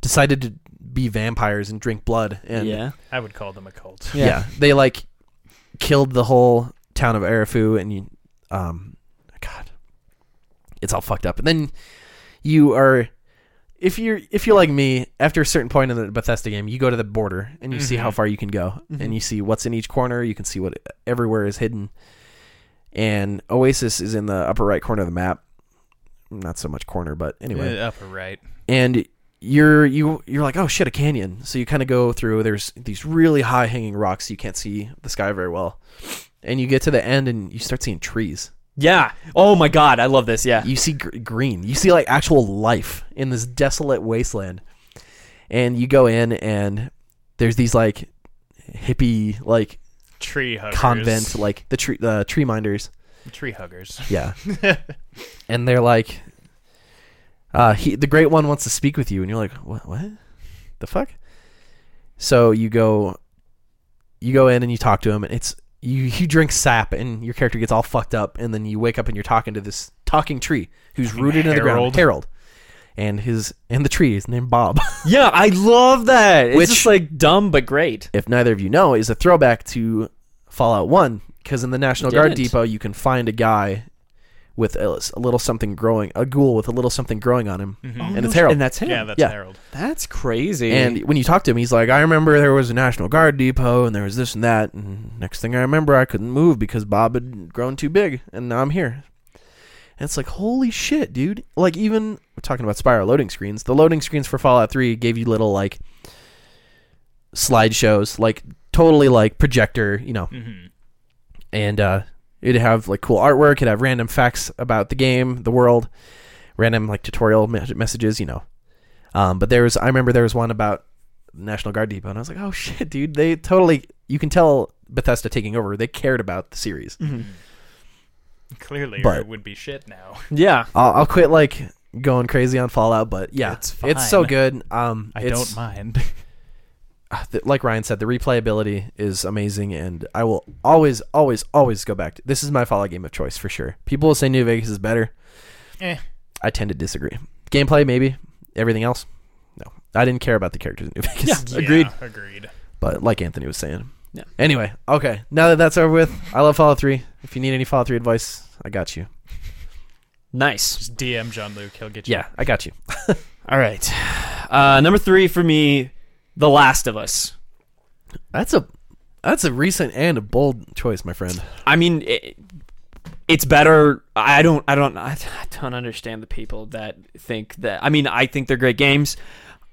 C: decided to be vampires and drink blood, and
A: yeah.
B: I would call them a cult.
C: yeah. they like killed the whole town of Arafu, and you, um, God, it's all fucked up. And then you are, if you're if you're like me, after a certain point in the Bethesda game, you go to the border and you see
B: Mhm.
C: how far you can go, and you see what's in each corner. You can see what everywhere is hidden, and Oasis is in the upper right corner of the map. Not so much corner, but anyway,
B: Uh, upper right.
C: and you're you you're like oh shit a canyon so you kind of go through there's these really high hanging rocks you can't see the sky very well and you get to the end and you start seeing trees
A: Yeah. Oh my god, I love this. Yeah.
C: you see gr- green you see like actual life in this desolate wasteland and you go in and there's these like hippie like
B: Tree huggers.
C: convent like the tree the tree minders
B: Tree huggers.
C: yeah and they're like uh he the great one wants to speak with you and you're like what what the fuck so you go you go in and you talk to him and it's you you drink sap and your character gets all fucked up and then you wake up and you're talking to this talking tree who's rooted in the ground
B: Harold.
C: Harold and his and the tree is named Bob
A: Yeah, I love that. It's
C: Which-
A: just like dumb but great.
C: if neither of you know is a throwback to Fallout 1 because in the National Guard
A: Didn't.
C: depot you can find a guy with a, a little something growing a ghoul with a little something growing on him
A: Mm-hmm.
B: Mhm.
C: And it's Harold.
A: And that's him.
B: Yeah, that's
C: Yeah.
B: Harold.
A: That's crazy.
C: And when you talk to him, he's like, I remember there was a National Guard depot and there was this and that. And next thing I remember, I couldn't move because Bob had grown too big and now I'm here. And it's like, holy shit, dude. Like, even we're talking about Spyro loading screens. The loading screens for Fallout 3 gave you little, like, slideshows, like, totally, like, projector, you know.
B: hmm
C: And uh, it'd have, like, cool artwork. It'd have random facts about the game, the world, random, like, tutorial me- messages, you know. Um, but there was, I remember there was one about National Guard Depot, and I was like, oh shit, dude, they totally. You can tell Bethesda taking over, they cared about the series.
A: Mm-hmm.
D: Clearly,
C: But-
D: or it would be shit now.
A: Yeah.
C: I'll, I'll quit like going crazy on Fallout, but yeah,
B: It's
C: it's,
B: fine.
C: so good. Um,
B: I
C: it's-
B: don't mind.
C: uh, th- like Ryan said, the replayability is amazing, and I will always, always, always go back. To, this is my Fallout game of choice for sure. People will say New Vegas is better.
D: Eh.
C: I tend to disagree. Gameplay, maybe. Everything else, no. I didn't care about the characters in New Vegas.
D: Yeah,
A: Agreed.
D: Agreed.
C: But like Anthony was saying.
A: Yeah.
C: Anyway, okay. Now that that's over with, I love Fallout 3. If you need any Fallout 3 advice, I got you.
A: Nice.
D: Just DM John Luke. He'll get you.
C: Yeah, I got you.
A: All right. Uh, number three for me, The Last of Us.
C: That's a that's a recent and a bold choice, my friend.
A: I mean, it, it's better. I don't. I don't. I don't understand the people that think that. I mean, I think they're great games.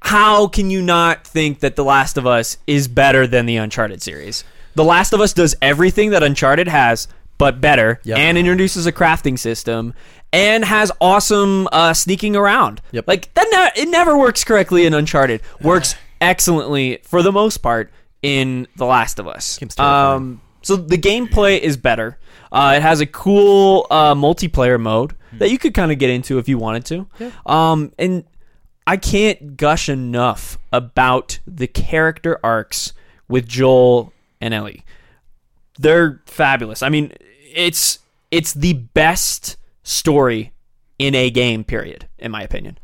A: How can you not think that The Last of Us is better than the Uncharted series? The Last of Us does everything that Uncharted has, but better,
C: Yep.
A: and introduces a crafting system, and has awesome uh, sneaking around.
C: Yep.
A: Like that, ne- it never works correctly in Uncharted. Works excellently for the most part in The Last of Us.
C: Game's terrifying.
A: Um, so the gameplay is better. Uh, it has a cool uh, multiplayer mode
C: Hmm.
A: that you could kind of get into if you wanted to. Um, and I can't gush enough about the character arcs with Joel and Ellie. They're fabulous. I mean, it's it's the best story in a game. Period, in my opinion.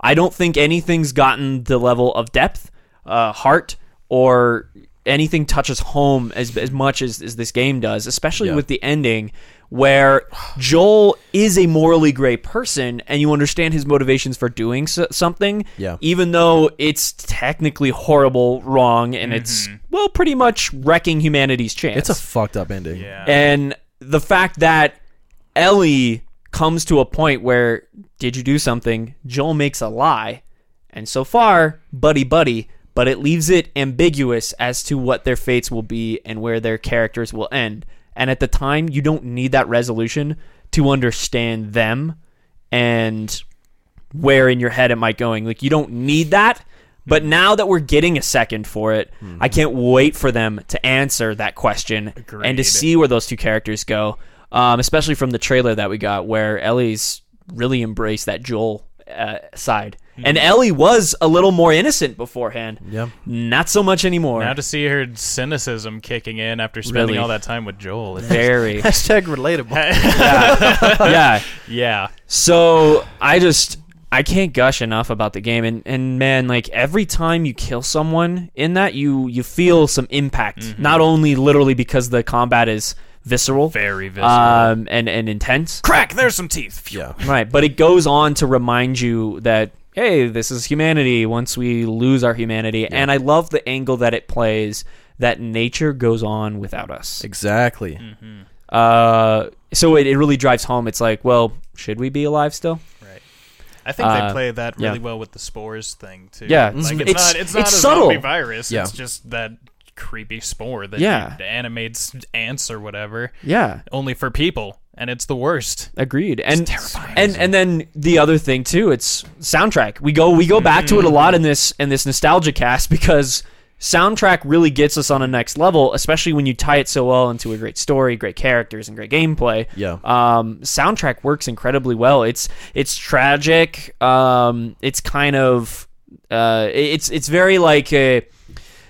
A: I don't think anything's gotten the level of depth, uh, heart, or anything touches home as, as much as, as this game does, especially
C: Yeah.
A: with the ending where Joel is a morally gray person and you understand his motivations for doing s something,
C: Yeah.
A: even though it's technically horrible, wrong, and it's, well, pretty much wrecking humanity's chance.
C: It's a fucked up ending.
D: Yeah.
A: And the fact that Ellie comes to a point where, did you do something? Joel makes a lie. And so far, buddy, buddy, but it leaves it ambiguous as to what their fates will be and where their characters will end. And at the time, you don't need that resolution to understand them and where in your head am I going? Like you don't need that. But
D: Mm-hmm.
A: now that we're getting a second for it, I can't wait for them to answer that question and to
D: Agreed.
A: see where those two characters go. Um, especially from the trailer that we got, where Ellie's really embraced that Joel uh, side,
D: Mm-hmm.
A: and Ellie was a little more innocent beforehand.
C: Yeah.
A: Not so much anymore.
D: Now to see her cynicism kicking in after spending
A: Really.
D: all that time with Joel. It's-
A: Very.
C: Hashtag relatable.
A: yeah.
D: yeah.
A: So I just I can't gush enough about the game, and and man, like every time you kill someone in that, you you feel some impact.
D: Mm-hmm.
A: Not only literally because the combat is visceral,
D: Very visible.
A: um, and and intense,
D: Crack. There's some teeth.
C: yeah.
A: right? But it goes on to remind you that hey, this is humanity. Once we lose our humanity, and I love the angle that it plays that nature goes on without us.
C: Exactly.
A: Uh, so it, it really drives home. It's like, well, should we be alive still?
D: Right. I think
A: Uh,
D: they play that
A: yeah.
D: really well with the spores thing too.
A: Yeah, Mm-hmm.
D: like it's,
A: it's-
D: not it's not
A: it's
D: a
A: subtle.
D: zombie virus.
C: Yeah.
D: It's just that creepy spore that
A: Yeah.
D: yeah. animates ants or whatever,
A: Yeah.
D: only for people, and it's the worst.
A: Agreed. And
D: terrifying.
A: and and then the other thing too, it's soundtrack. We go we go back to it a lot in this in this nostalgia cast because soundtrack really gets us on a next level, especially when you tie it so well into a great story, great characters, and great gameplay.
C: Yeah.
A: Um, soundtrack works incredibly well. It's it's tragic. Um, it's kind of uh, it- it's it's very like a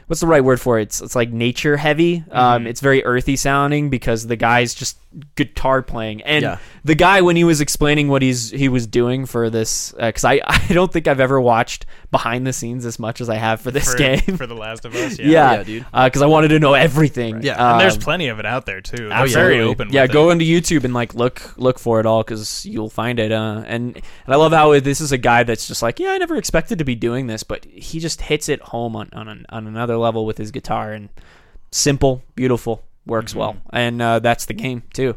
A: what's the right word for it? It's, it's like nature heavy.
D: Mm-hmm.
A: Um, It's very earthy sounding because the guy's just guitar playing. And
C: Yeah.
A: the guy, when he was explaining what he's he was doing for this, because I, I don't think I've ever watched behind the scenes as much as I have for this
D: for,
A: game.
D: for The Last of Us. Yeah.
A: yeah,
C: Yeah, dude.
A: Because I wanted to know everything.
C: Yeah.
D: And there's
A: Um,
D: plenty of it out there too. They're
A: Absolutely.
D: very open.
A: Oh, Yeah,
D: with
A: go
D: It.
A: into YouTube and like look look for it all because you'll find it. Uh, and and I love how this is a guy that's just like, yeah, I never expected to be doing this, but he just hits it home on on, an, on another level with his guitar and simple, beautiful, works
D: Mm-hmm.
A: well, and uh, that's the game too.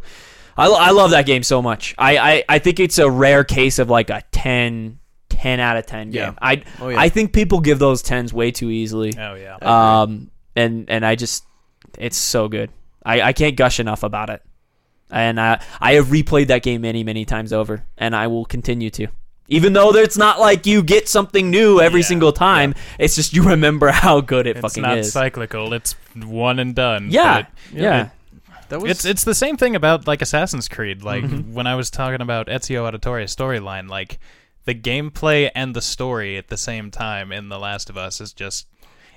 A: I, lo- I love that game so much. I, I, I think it's a rare case of like a 10, 10 out of 10
C: Yeah.
A: game. I,
C: Oh, yeah.
A: I think people give those 10s way too easily.
D: Oh yeah.
A: Um, and and I just, it's so good. I, I can't gush enough about it. And I I have replayed that game many many times over, and I will continue to. Even though it's not like you get something new every
B: Yeah,
A: single time, it's just you remember how good it
B: It's
A: fucking
B: not
A: is.
B: cyclical. It's one and done.
A: yeah,
B: but
A: yeah,
C: That
B: It's it's the same thing about like Assassin's Creed. Like
A: Mm-hmm.
B: when I was talking about Ezio Auditore's storyline, like the gameplay and the story at the same time in The Last of Us is just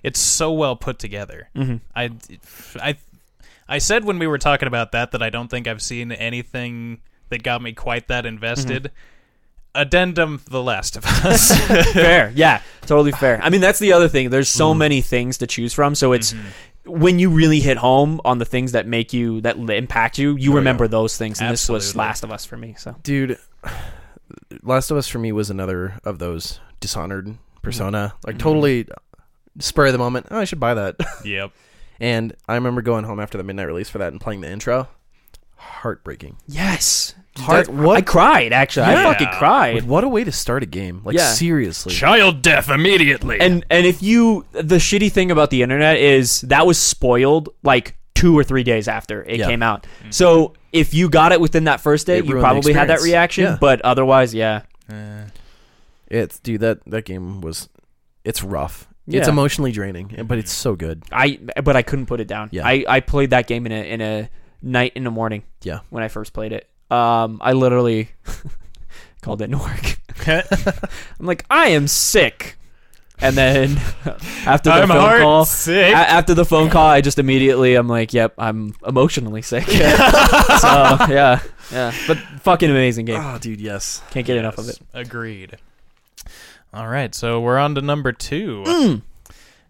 B: it's so well put together.
A: Mm-hmm.
B: I I I said when we were talking about that that I don't think I've seen anything that got me quite that invested.
A: Mm-hmm.
B: Addendum The Last of Us.
A: fair. Yeah, totally fair. I mean, that's the other thing. There's
B: Mm.
A: so many things to choose from, so it's.
B: Mm-hmm.
A: When you really hit home on the things that make you that l- impact you, you remember those things, and this was
B: Oh, Absolutely.
A: Last of Us for me. So
C: dude last of us for me was another of those dishonored persona like totally spur of the moment oh, i should buy that
B: yep.
C: and i remember going home after the midnight release for that and playing the intro heartbreaking
A: yes,
C: Heart-
A: I cried actually. I
B: Yeah.
A: fucking cried.
C: Like, what a way to start a game like
A: Yeah.
C: seriously
B: Child death immediately.
A: And and if you the shitty thing about the internet is that was spoiled like two or three days after it
C: Yeah.
A: came out. So if you got it within that first day,
C: It
A: you
C: ruined the
A: probably had that
C: experience.
A: reaction.
C: Yeah.
A: But otherwise, yeah.
B: Eh.
C: it's dude that that game was it's rough it's
A: Yeah.
C: emotionally draining and- but it's so good
A: I but I couldn't put it down.
C: Yeah.
A: I, I played that game in a in a night in the morning.
C: Yeah.
A: When I first played it. Um I literally called it to work. I'm like, I am sick. And then after the
B: I'm
A: phone
B: heart
A: call
B: sick.
A: A- after the phone call, I just immediately I'm like, "Yep, I'm emotionally sick." so yeah, yeah, but fucking amazing game.
C: oh dude yes
A: Can't get enough of it.
B: Agreed. All right, so we're on to number two.
C: Mm.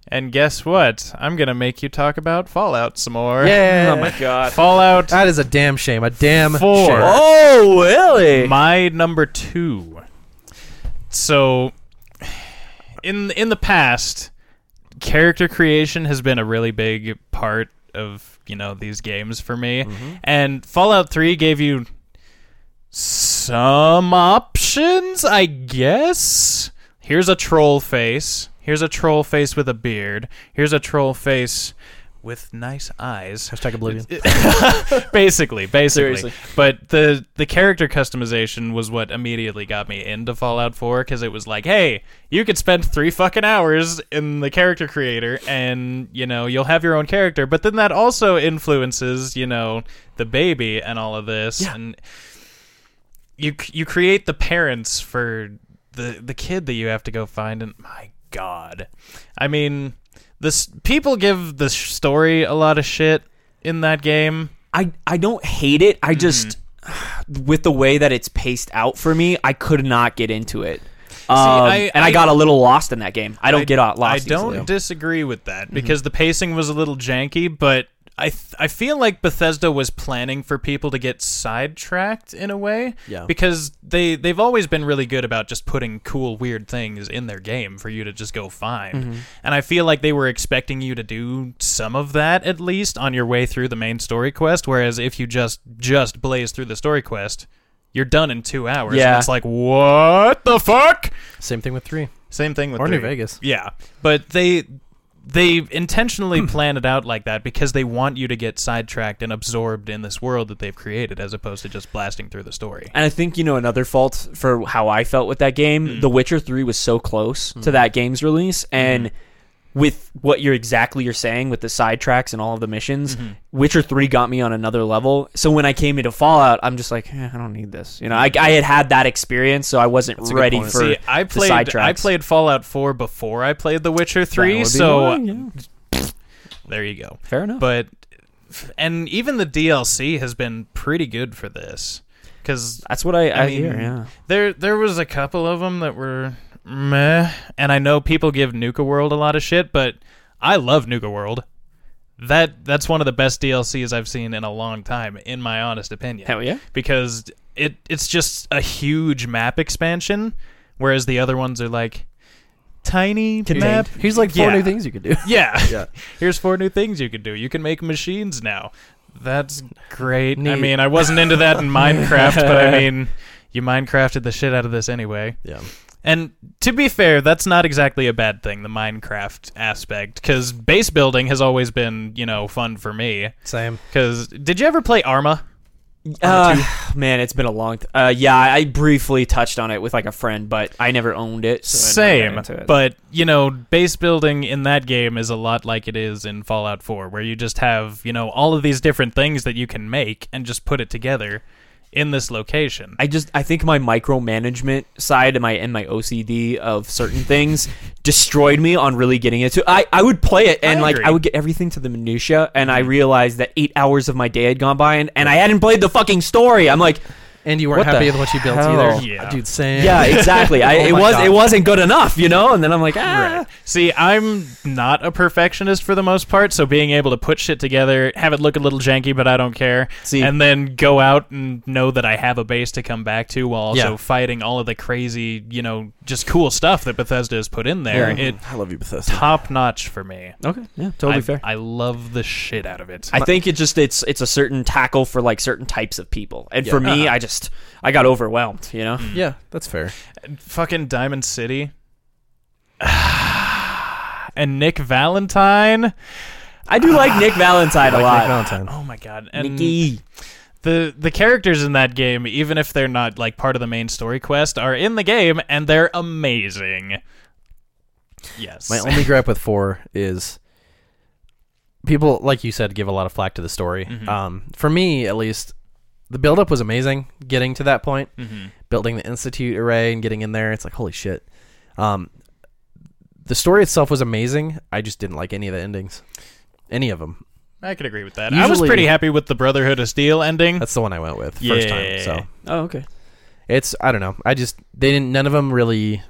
B: And guess what? I'm gonna make you talk about Fallout some more.
C: yeah
A: god.
B: Fallout.
C: that is a damn shame a damn
B: Four.
C: shame.
A: Oh really?
B: My number two. So, in in the past, character creation has been a really big part of you know these games for me, and Fallout Three gave you some options, I guess. Here's a troll face. Here's a troll face with a beard. Here's a troll face with nice eyes
C: hashtag oblivion
B: basically, basically.
A: Seriously.
B: But the the character customization was what immediately got me into Fallout 4 because it was like, hey, you could spend three fucking hours in the character creator, and you know you'll have your own character. But then that also influences, you know, the baby and all of this, and you c- you create the parents for the the kid that you have to go find. And my God, I mean. This people give the sh- story a lot of shit in that game.
A: I I don't hate it. I just with the way that it's paced out for me, I could not get into it. Um,
B: I-
A: and I,
B: I-
A: got a little lost in that game. I don't get out lost.
B: I don't
A: easily.
B: disagree with that because the pacing was a little janky, but I th- I feel like Bethesda was planning for people to get sidetracked in a way.
C: Yeah.
B: Because they they've always been really good about just putting cool weird things in their game for you to just go find. And I feel like they were expecting you to do some of that at least on your way through the main story quest. Whereas if you just just blaze through the story quest. You're done in two hours. and
A: Yeah.
B: it's like, what the fuck?
C: same thing with three
B: Same thing with
C: Or New
B: three.
C: Vegas.
B: Yeah, but they they
A: Hmm.
B: intentionally plan it out like that because they want you to get sidetracked and absorbed in this world that they've created, as opposed to just blasting through the story.
A: And I think you know another fault for how I felt with that game.
B: Mm.
A: The Witcher Three was so close to that game's release,
B: Mm-hmm.
A: and with what you're exactly you're saying with the sidetracks and all of the missions,
B: Mm-hmm.
A: Witcher Three got me on another level. So when I came into Fallout, I'm just like, eh, I don't need this. You know, I, I had had that experience, so I wasn't
C: That's a good
A: ready
C: point.
A: for
B: See, I
A: the
B: played
A: sidetracks.
B: I played Fallout Four before I played The Witcher Three, so there you go.
A: fair enough.
B: But and even the DLC has been pretty good for this because
A: That's what I, I,
B: I
A: hear.
B: mean,
A: Yeah,
B: There, there was a couple of them that were meh, and I know people give Nuka World a lot of shit, but I love Nuka World. That that's one of the best DLCs I've seen in a long time, in my honest opinion.
A: Hell yeah.
B: Because it it's just a huge map expansion, whereas the other ones are like tiny map.
C: here's like four
B: Yeah.
C: new things you could do
B: Yeah.
C: Yeah.
B: Here's four new things you can do. You can make machines now. That's great. I
C: Neat.
B: mean, I wasn't into that in Minecraft, but I mean, you Minecrafted the shit out of this anyway.
C: yeah
B: And to be fair, that's not exactly a bad thing, the Minecraft aspect, because base building has always been, you know, fun for me.
C: same
B: Because did you ever play Arma?
A: Uh, man, it's been a long. T- uh, yeah, I I briefly touched on it with like a friend, but I never owned it. So I never got
B: Same,
A: into it.
B: but you know, base building in that game is a lot like it is in Fallout 4, where you just have you know all of these different things that you can make and just put it together in this location.
A: I just I think my micromanagement side and my and my OCD of certain things destroyed me on really getting into. I I would play it and
B: I
A: like
B: agree.
A: I would get everything to the minutia, and I realized that eight hours of my day had gone by, and, and I hadn't played the fucking story. I'm like,
C: And you weren't
A: What the
C: happy with what you built
A: hell?
C: either.
B: Yeah.
C: Dude, Sam.
A: yeah, exactly. I
C: Oh
A: it
C: my
A: was
C: God.
A: it wasn't good enough, you know. And then I'm like, ah.
B: Right. See, I'm not a perfectionist for the most part, so being able to put shit together, have it look a little janky, but I don't care.
A: See.
B: and then go out and know that I have a base to come back to while also
C: Yeah.
B: fighting all of the crazy, you know, just cool stuff that Bethesda has put in there. It
E: I love you, Bethesda.
B: top notch for me.
A: Okay, yeah, totally
B: I,
A: fair.
B: I love the shit out of it.
A: I think it just it's it's a certain tackle for like certain types of people, and for me, I just I got overwhelmed, you know.
C: Yeah, that's fair.
B: fucking Diamond City. and Nick Valentine.
A: I do like Nick Valentine a lot.
C: Valentine.
B: Oh my god. And
A: Nicky.
B: the the characters in that game, even if they're not like part of the main story quest, are in the game and they're amazing. Yes.
C: My only gripe with four is people, like you said, give a lot of flack to the story.
B: Mm-hmm.
C: Um, for me, at least, the buildup was amazing. Getting to that point,
B: Mm-hmm.
C: building the institute array and getting in there, it's like holy shit. Um, the story itself was amazing. I just didn't like any of the endings, any of them.
B: I can agree with that. I was
C: Usually-
B: pretty happy with the Brotherhood of Steel ending.
C: That's the one I went with first time.
B: Hmm. Yeah.
C: So
A: Oh, okay.
C: it's I don't know. I just they didn't. None of them really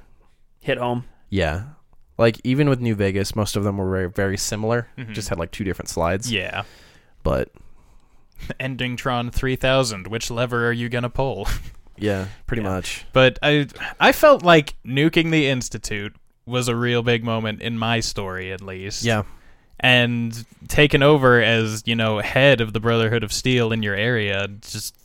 A: Hit home.
C: Yeah. Like even with New Vegas, most of them were very, very similar. Just had like two different slides.
B: Mm-hmm. yeah.
C: But
B: Ending Tron 3000, which lever are you going to pull?
C: yeah, pretty
B: Yeah.
C: much.
B: But I I felt like nuking the institute was a real big moment in my story at least.
C: Yeah.
B: And taking over as, you know, head of the Brotherhood of Steel in your area just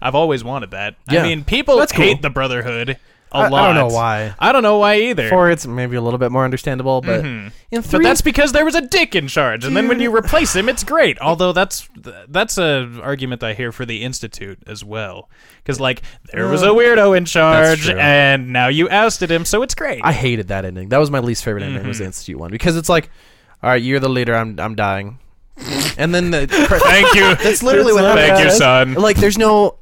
B: I've always wanted that.
C: Yeah.
B: I mean, people
C: That's cool.
B: hate the Brotherhood a
C: I-
B: lot.
C: I don't know why.
B: I don't know why either.
C: Four, it's maybe a little bit more understandable, but in
B: Mm-hmm. but
C: three,
B: that's because there was a dick in charge, and then when you replace him, it's great. Although that's that's a argument I hear for the institute as well, because like there was a weirdo in charge,
C: true.
B: and now you ousted him, so it's great.
C: I hated that ending. That was my least favorite ending.
B: Mm-hmm.
C: Was the Institute one because it's like, all right, you're the leader. I'm I'm dying, and then the
B: Thank you.
C: that's literally what happened.
B: Thank you, son. Mm-hmm.
C: Like there's no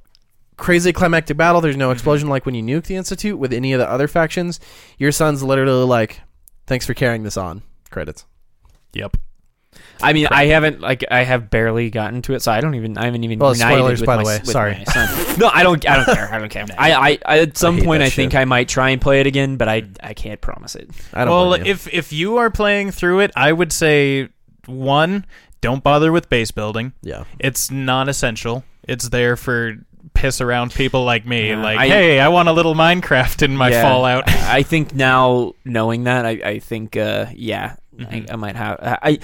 C: crazy climactic battle. There's no explosion like when you nuke the Institute with any of the other factions. Your son's literally like, thanks for carrying this on. Credits.
B: Yep.
A: I mean, I haven't like I have barely gotten to it, so I don't even I haven't even.
C: Well,
A: united
C: spoilers,
A: with
C: by
A: my,
C: the way.
A: with
C: Sorry.
A: my son. no, I don't. I don't care. I don't care. I, I, I at some
C: hate
A: point
C: that
A: I think
C: shit.
A: I might try and play it again, but I I can't promise it.
C: I don't.
B: Well,
C: blame you.
B: if if you are playing through it, I would say one, don't bother with base building.
C: yeah.
B: It's non-essential. It's there for piss around people like me.
A: Yeah,
B: like,
A: I-
B: hey, I want a little Minecraft in my
A: Yeah.
B: Fallout.
A: I think now knowing that, I I think uh yeah,
B: Mm-hmm.
A: I, I might have I.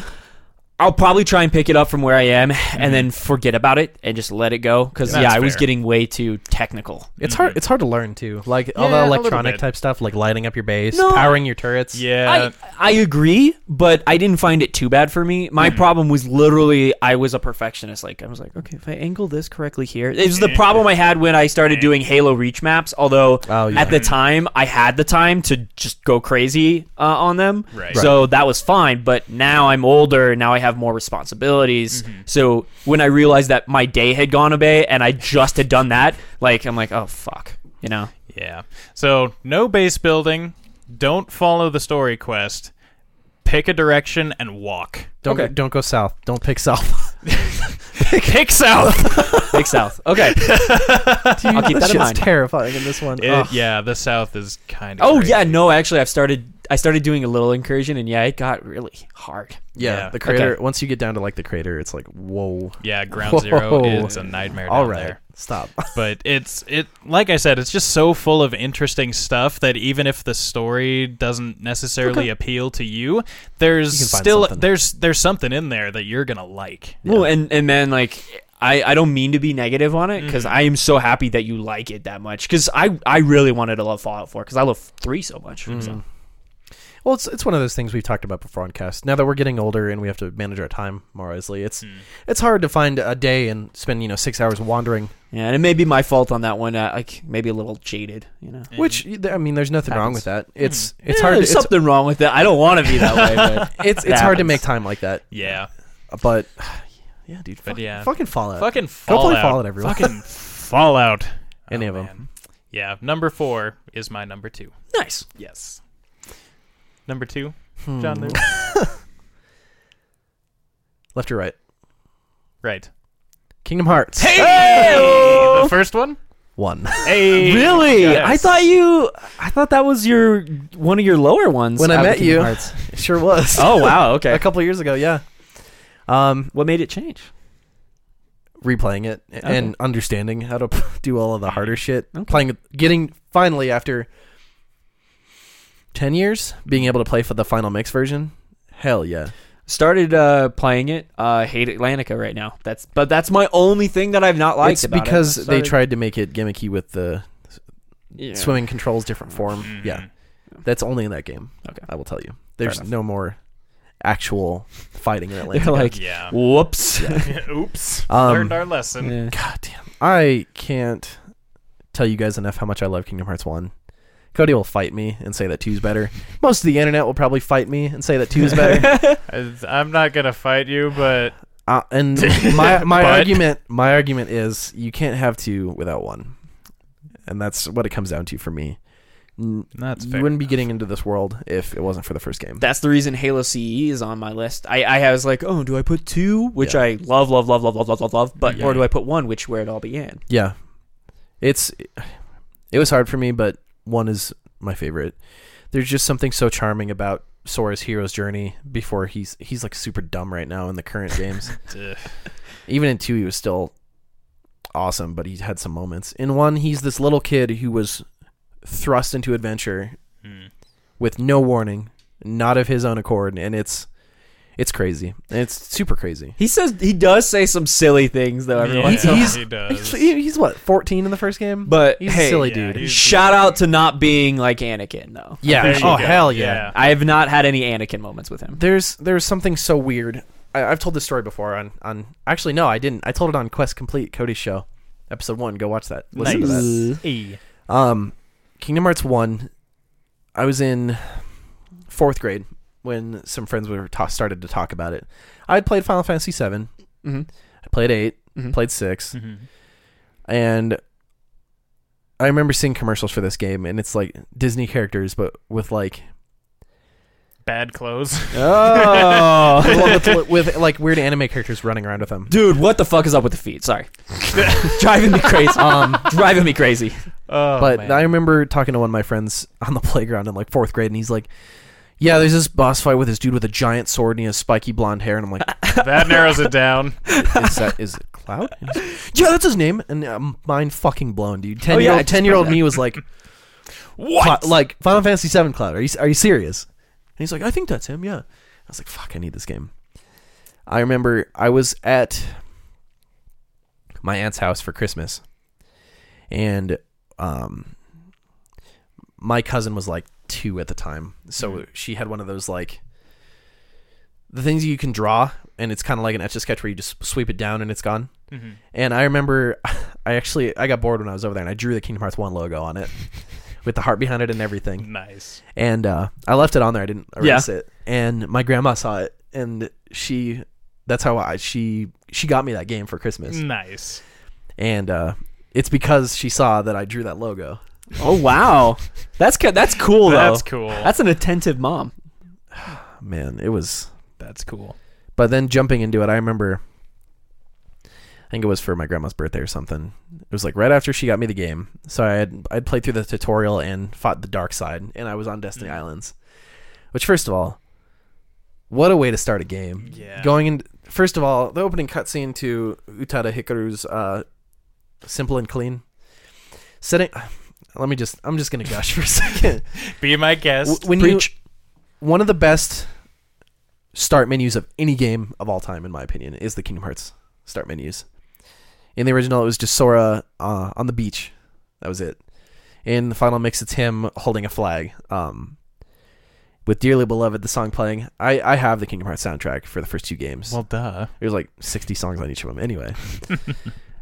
A: I'll probably try and pick it up from where I am, and then forget about it and just let it go. Because yeah,
B: Mm-hmm. That's
A: I was
B: fair.
A: getting way too technical.
C: It's hard. It's hard to learn too. Like
B: Yeah,
C: all
B: a
C: the
B: little
C: electronic
B: bit.
C: type stuff, like lighting up your base,
A: No.
C: powering your turrets.
B: yeah.
A: I, I agree, but I didn't find it too bad for me. My
B: Mm-hmm.
A: problem was literally I was a perfectionist. Like I was like, okay, if I angle this correctly here, it was the problem I had when I started doing Halo Reach maps. Although
C: Oh, yeah.
A: at the time I had the time to just go crazy uh, on them,
B: Right.
A: so that was fine. But now I'm older, and now I have more responsibilities.
B: Mm-hmm.
A: So when I realized that my day had gone away and I just had done that, like I'm like, oh fuck, you know.
B: Yeah. So no base building. Don't follow the story quest. Pick a direction and walk.
C: Don't
A: Okay.
C: go, don't go south. Don't pick south.
B: Pick south.
A: Big South. Okay. I'll keep that in mind.
C: terrifying in this one.
B: It-
C: Ugh.
B: yeah, the south is kind of.
A: Oh yeah, no, actually, I've started. I started doing a little incursion, and yeah, it got really hard.
C: yeah,
B: yeah.
C: The crater.
A: Okay.
C: Once you get down to like the crater, it's like whoa.
B: Yeah, ground zero
C: Whoa.
B: is a nightmare down
C: All right,
B: there.
C: stop.
B: But it's it like I said, it's just so full of interesting stuff that even if the story doesn't necessarily appeal to you, there's
C: You can find
B: still
C: something.
B: there's there's something in there that you're gonna like.
A: Well, and and man, like I I don't mean to be negative on it
B: Mm-hmm.
A: because I am so happy that you like
B: Mm-hmm.
A: it that much because I I really wanted to love Fallout Four because I love three so much. so.
C: Well, it's it's one of those things we've talked about before on cast. Now that we're getting older and we have to manage our time more wisely, it's it's hard to find a day and spend you know six hours wandering.
A: Yeah, and it may be my fault on that one. I, like maybe a little jaded, you know.
C: Which y- I mean, there's nothing wrong with that. It's it's
A: Hmm. Yeah,
C: hard. To,
A: There's
C: it's
A: something wrong with that. I don't want to be that way. But
C: it's, it's
A: that
C: hard to
A: happens.
C: make time like that.
D: Yeah.
C: But yeah, dude.
D: But
C: fuck-
D: yeah.
C: fucking Fallout.
D: Fucking
C: Uh, Go
D: Fallout.
C: play Fallout, everyone.
D: Fucking Fallout.
C: Any of
D: Oh,
C: 'em.
D: man. Yeah. Number four is my number two.
A: nice.
D: Yes. Number two, John Lewis.
C: Left or right?
D: Right.
C: Kingdom Hearts. Hey,
D: The first one?
C: one.
D: Hey.
A: Really?
D: Yes.
A: I thought you. I thought that was your one of your lower ones.
C: When I
A: out of
C: met
A: Kingdom
C: you.
A: Hearts.
C: It sure was.
A: Oh wow. Okay.
C: a couple years ago. Yeah. Um,
A: what made it change?
C: replaying it a-
A: Okay.
C: and understanding how to do all of the harder shit.
A: Okay.
C: Playing, it- getting finally after ten years, being able to play for the final mix version. Hell yeah!
A: Started uh, playing it. Uh, hate Atlantica right now. That's but that's my only thing that I've not liked
C: it's
A: about it.
C: because
A: I
C: they
A: started-
C: tried to make it gimmicky with the
A: Yeah. Mm-hmm.
C: swimming controls different form. Mm-hmm. Yeah, that's only in that game.
A: Okay.
C: I will tell you. There's
A: enough.
C: no more actual fighting in Atlantic.
A: They're like,
D: Yeah.
A: whoops.
D: Oops.
C: Um,
D: Learned our lesson.
A: Yeah.
C: God damn. I can't tell you guys enough how much I love Kingdom Hearts 1. Cody will fight me and say that two's better. Most of the internet will probably fight me and say that two's better.
D: I- I'm not gonna fight you, but
C: uh, and my my
D: But-
C: argument my argument is you can't have two without one. And that's what it comes down to for me. N-
B: That's
C: you
B: fair
C: wouldn't be getting into this world if it wasn't for the first game.
A: That's the reason Halo CE is on my list. I, I was like, oh, do I put two, which
C: Yeah.
A: I love, love, love, love, love, love, love, love, but
D: Yeah.
A: or do I put one, which where it all began?
C: Yeah. It's it was hard for me, but one is my favorite. There's just something so charming about Sora's hero's journey before he's he's like super dumb right now in the current games.
D: Ugh.
C: Even in 2 he was still awesome, but he had some moments. In 1 he's this little kid who was thrust into adventure
D: Hmm.
C: with no warning, not of his own accord, and it's it's crazy. It's super crazy.
A: He says he does say some silly things though. Everyone,
D: Yeah,
C: he's-
D: he
C: He's,
D: does.
C: he's what, 14 in the first game?
A: but
C: he's
A: hey,
C: a silly
D: yeah,
C: dude.
D: he's-
A: shout out to not being like Anakin though.
C: yeah.
D: There you
C: Oh
D: go.
C: hell yeah.
A: I have not had any Anakin moments with him.
C: there's there's something so weird. I, I've told this story before on on actually no, I didn't. I told it on Quest Complete Cody's show, episode one. Go watch that. Listen to
A: Nice.
D: E.
C: that. Um, Kingdom Hearts one. I was in fourth grade when some friends were ta- started to talk about it. I had played Final Fantasy seven.
A: Mhm.
C: I played 8
A: Mhm.
C: played 6
D: Mhm.
C: and I remember seeing commercials for this game, and it's like Disney characters, but with like
D: Bad clothes.
A: Oh,
C: well, with, with like weird anime characters running around with them.
A: dude, what the fuck is up with the feet? Sorry, driving me crazy. Um, driving me crazy.
D: Oh,
C: but
D: man.
C: I remember talking to one of my friends on the playground in like fourth grade, and he's like, "Yeah, there's this boss fight with this dude with a giant sword and he has spiky blonde hair," and I'm like,
D: that narrows it down.
C: "Is that is it Oh, Cloud?" And he's like, yeah, that's his name, and um, mind fucking blown, dude. Ten
A: yeah,
C: year
A: I
C: old
A: just
C: ten year old
A: read that.
C: me was like,
D: What?
C: "Cla- Like Final Fantasy Seven Cloud? Are you are you serious?" And he's like, "I think that's him." Yeah, I was like, "Fuck, I need this game." I remember I was at my aunt's house for Christmas, and um, my cousin was like two at the time, so she had one of those like the things you can draw, and it's kind of like an etch a sketch where you just sweep it down and it's gone.
D: Mm-hmm.
C: And I remember, I actually I got bored when I was over there, and I drew the Kingdom Hearts one logo on it with the heart behind it and everything
D: Nice.
C: and uh, I left it on there. I didn't erase
A: Yeah.
C: it. And my grandma saw it, and she that's how I she she got me that game for Christmas.
B: Mm.
D: Nice.
C: And uh, it's because she saw that I drew that logo.
A: Oh wow, that's ca- that's cool though.
D: That's cool.
A: That's an attentive mom.
C: Man, it was.
D: That's cool.
C: But then jumping into it, I remember. I think it was for my grandma's birthday or something. It was like right after she got me the game, so I had I'd played through the tutorial and fought the dark side, and I was on Destiny Islands. Which, first of all, what a way to start a game!
D: Yeah.
C: going in first of all the opening cutscene to utada hikaru's uh simple and clean setting let me just i'm just gonna gush for a second
D: Be my guest.
C: W- when you one of the best start menus of any game of all time in my opinion is the kingdom hearts start menus in the original it was just sora uh, on the beach that was it in the final mix it's him holding a flag um with dearly beloved the song playing i i have the kingdom hearts soundtrack for the first two games
B: Well, duh.
C: there's like 60 songs on each of them anyway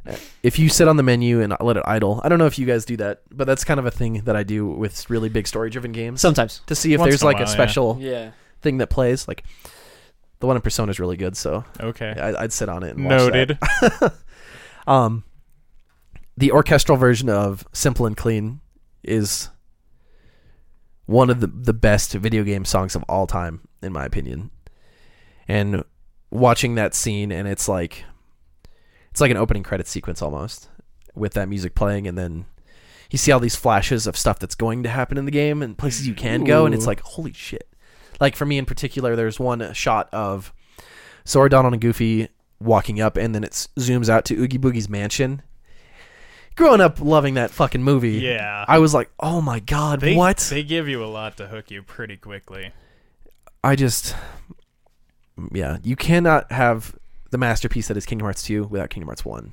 C: Uh, if you sit on the menu and let it idle i don't know if you guys do that but that's kind of a thing that i do with really big story driven games
A: Sometimes.
C: to see if
B: Once
C: there's
B: in a
C: like a,
B: while, yeah.
C: special
A: Yeah.
C: thing that plays like the one in persona is really good so
B: Okay.
C: I, i'd sit on it and watch that.
B: Noted.
C: um the orchestral version of simple and clean is one of the, the best video game songs of all time in my opinion and watching that scene and it's like it's like an opening credit sequence almost with that music playing and then you see all these flashes of stuff that's going to happen in the game and places you can go and it's
A: Ooh.
C: like holy shit like for me in particular there's one shot of Sora Donald and Goofy walking up and then it s- zooms out to Oogie Boogie's mansion growing up loving that fucking movie
B: Yeah.
C: I was like oh my god
B: They,
C: what
B: They give you a lot to hook you pretty quickly.
C: I just, yeah, you cannot have the masterpiece that is Kingdom Hearts 2 without Kingdom Hearts 1.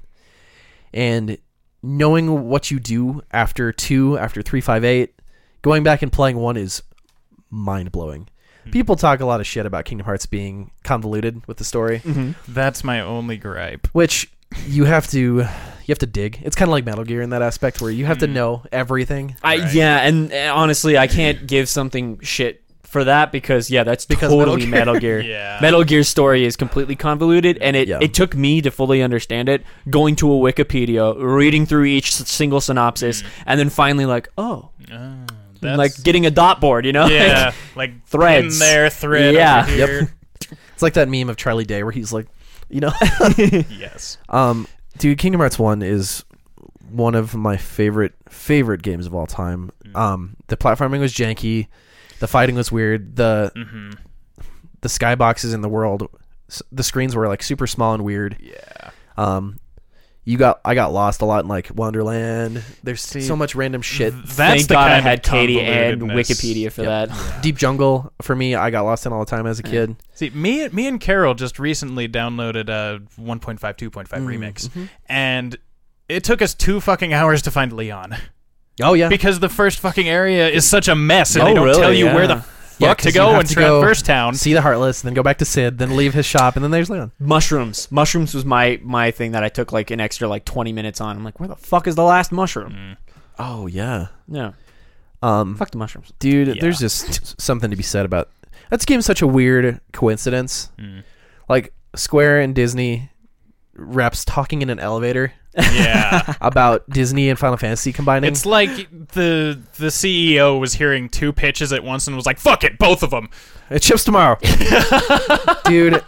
C: And knowing what you do after 2, after 358, going back and playing 1 is mind blowing.
B: Hmm.
C: People talk a lot of shit about Kingdom Hearts being convoluted with the story,
A: Mm-hmm.
B: That's my only gripe.
C: which you have to you have to dig. It's kind of like Metal Gear in that aspect where you have to know everything.
A: I
B: Right.
A: yeah, and, and honestly, I can't give something shit for that because yeah, that's
C: Because
A: totally
C: Metal
A: Metal Gear.
B: Yeah.
A: Metal Gear's story is completely convoluted, and it
C: Yeah.
A: it took me to fully understand it. Going to a Wikipedia, reading through each s- single synopsis, and then finally like, oh,
B: Oh, Mm. that's,
A: and, like getting a dot board, you know?
B: yeah, like
A: Threads.
B: in there, thread
A: Yeah.
B: over here.
C: It's like that meme of Charlie Day where he's like, you know,
B: yes.
C: Um, dude, Kingdom Hearts One is one of my favorite favorite games of all time. Um, the platforming was janky, the fighting was weird, the
B: Mm-hmm.
C: the skyboxes in the world, s- the screens were like super small and weird.
B: Yeah.
C: Um, you got I got lost a lot in like Wonderland. There's so much random shit.
B: That's
A: Thank
B: the
A: God I
B: kind of
A: had Katie and
B: convolutedness.
A: Wikipedia for
C: Yep.
A: that.
C: Deep Jungle for me, I got lost in all the time as a kid.
B: See, me, me and Carol just recently downloaded a 1.5, 2.5
C: Mm,
A: Mm.
B: remix,
C: mm-hmm.
B: and it took us two fucking hours to find Leon
C: Oh yeah,
B: because the first fucking area is such a mess, and
A: Oh,
B: they don't
A: really?
B: tell you where
A: Yeah.
B: the
C: Yeah,
B: fuck to
C: 'cause you
B: go
C: have
B: in
C: to go-
B: Traverse Town.
C: see the Heartless, then go back to Sid, then leave his shop, and then there's Leon.
A: Mushrooms. Mushrooms was my my thing that I took like an extra like twenty minutes on. I'm like, where the fuck is the last mushroom?
B: Mm-hmm.
C: Oh yeah.
B: Mm.
A: No.
C: Um,
A: Fuck the mushrooms.
C: dude
B: Yeah.
C: there's just something to be said about that's game such a weird coincidence
B: Mm.
C: like square and disney reps talking in an elevator
B: Yeah,
C: about disney and final fantasy combining
B: it's like the the CEO was hearing two pitches at once and was like, "Fuck it, both of them."
C: it ships tomorrow dude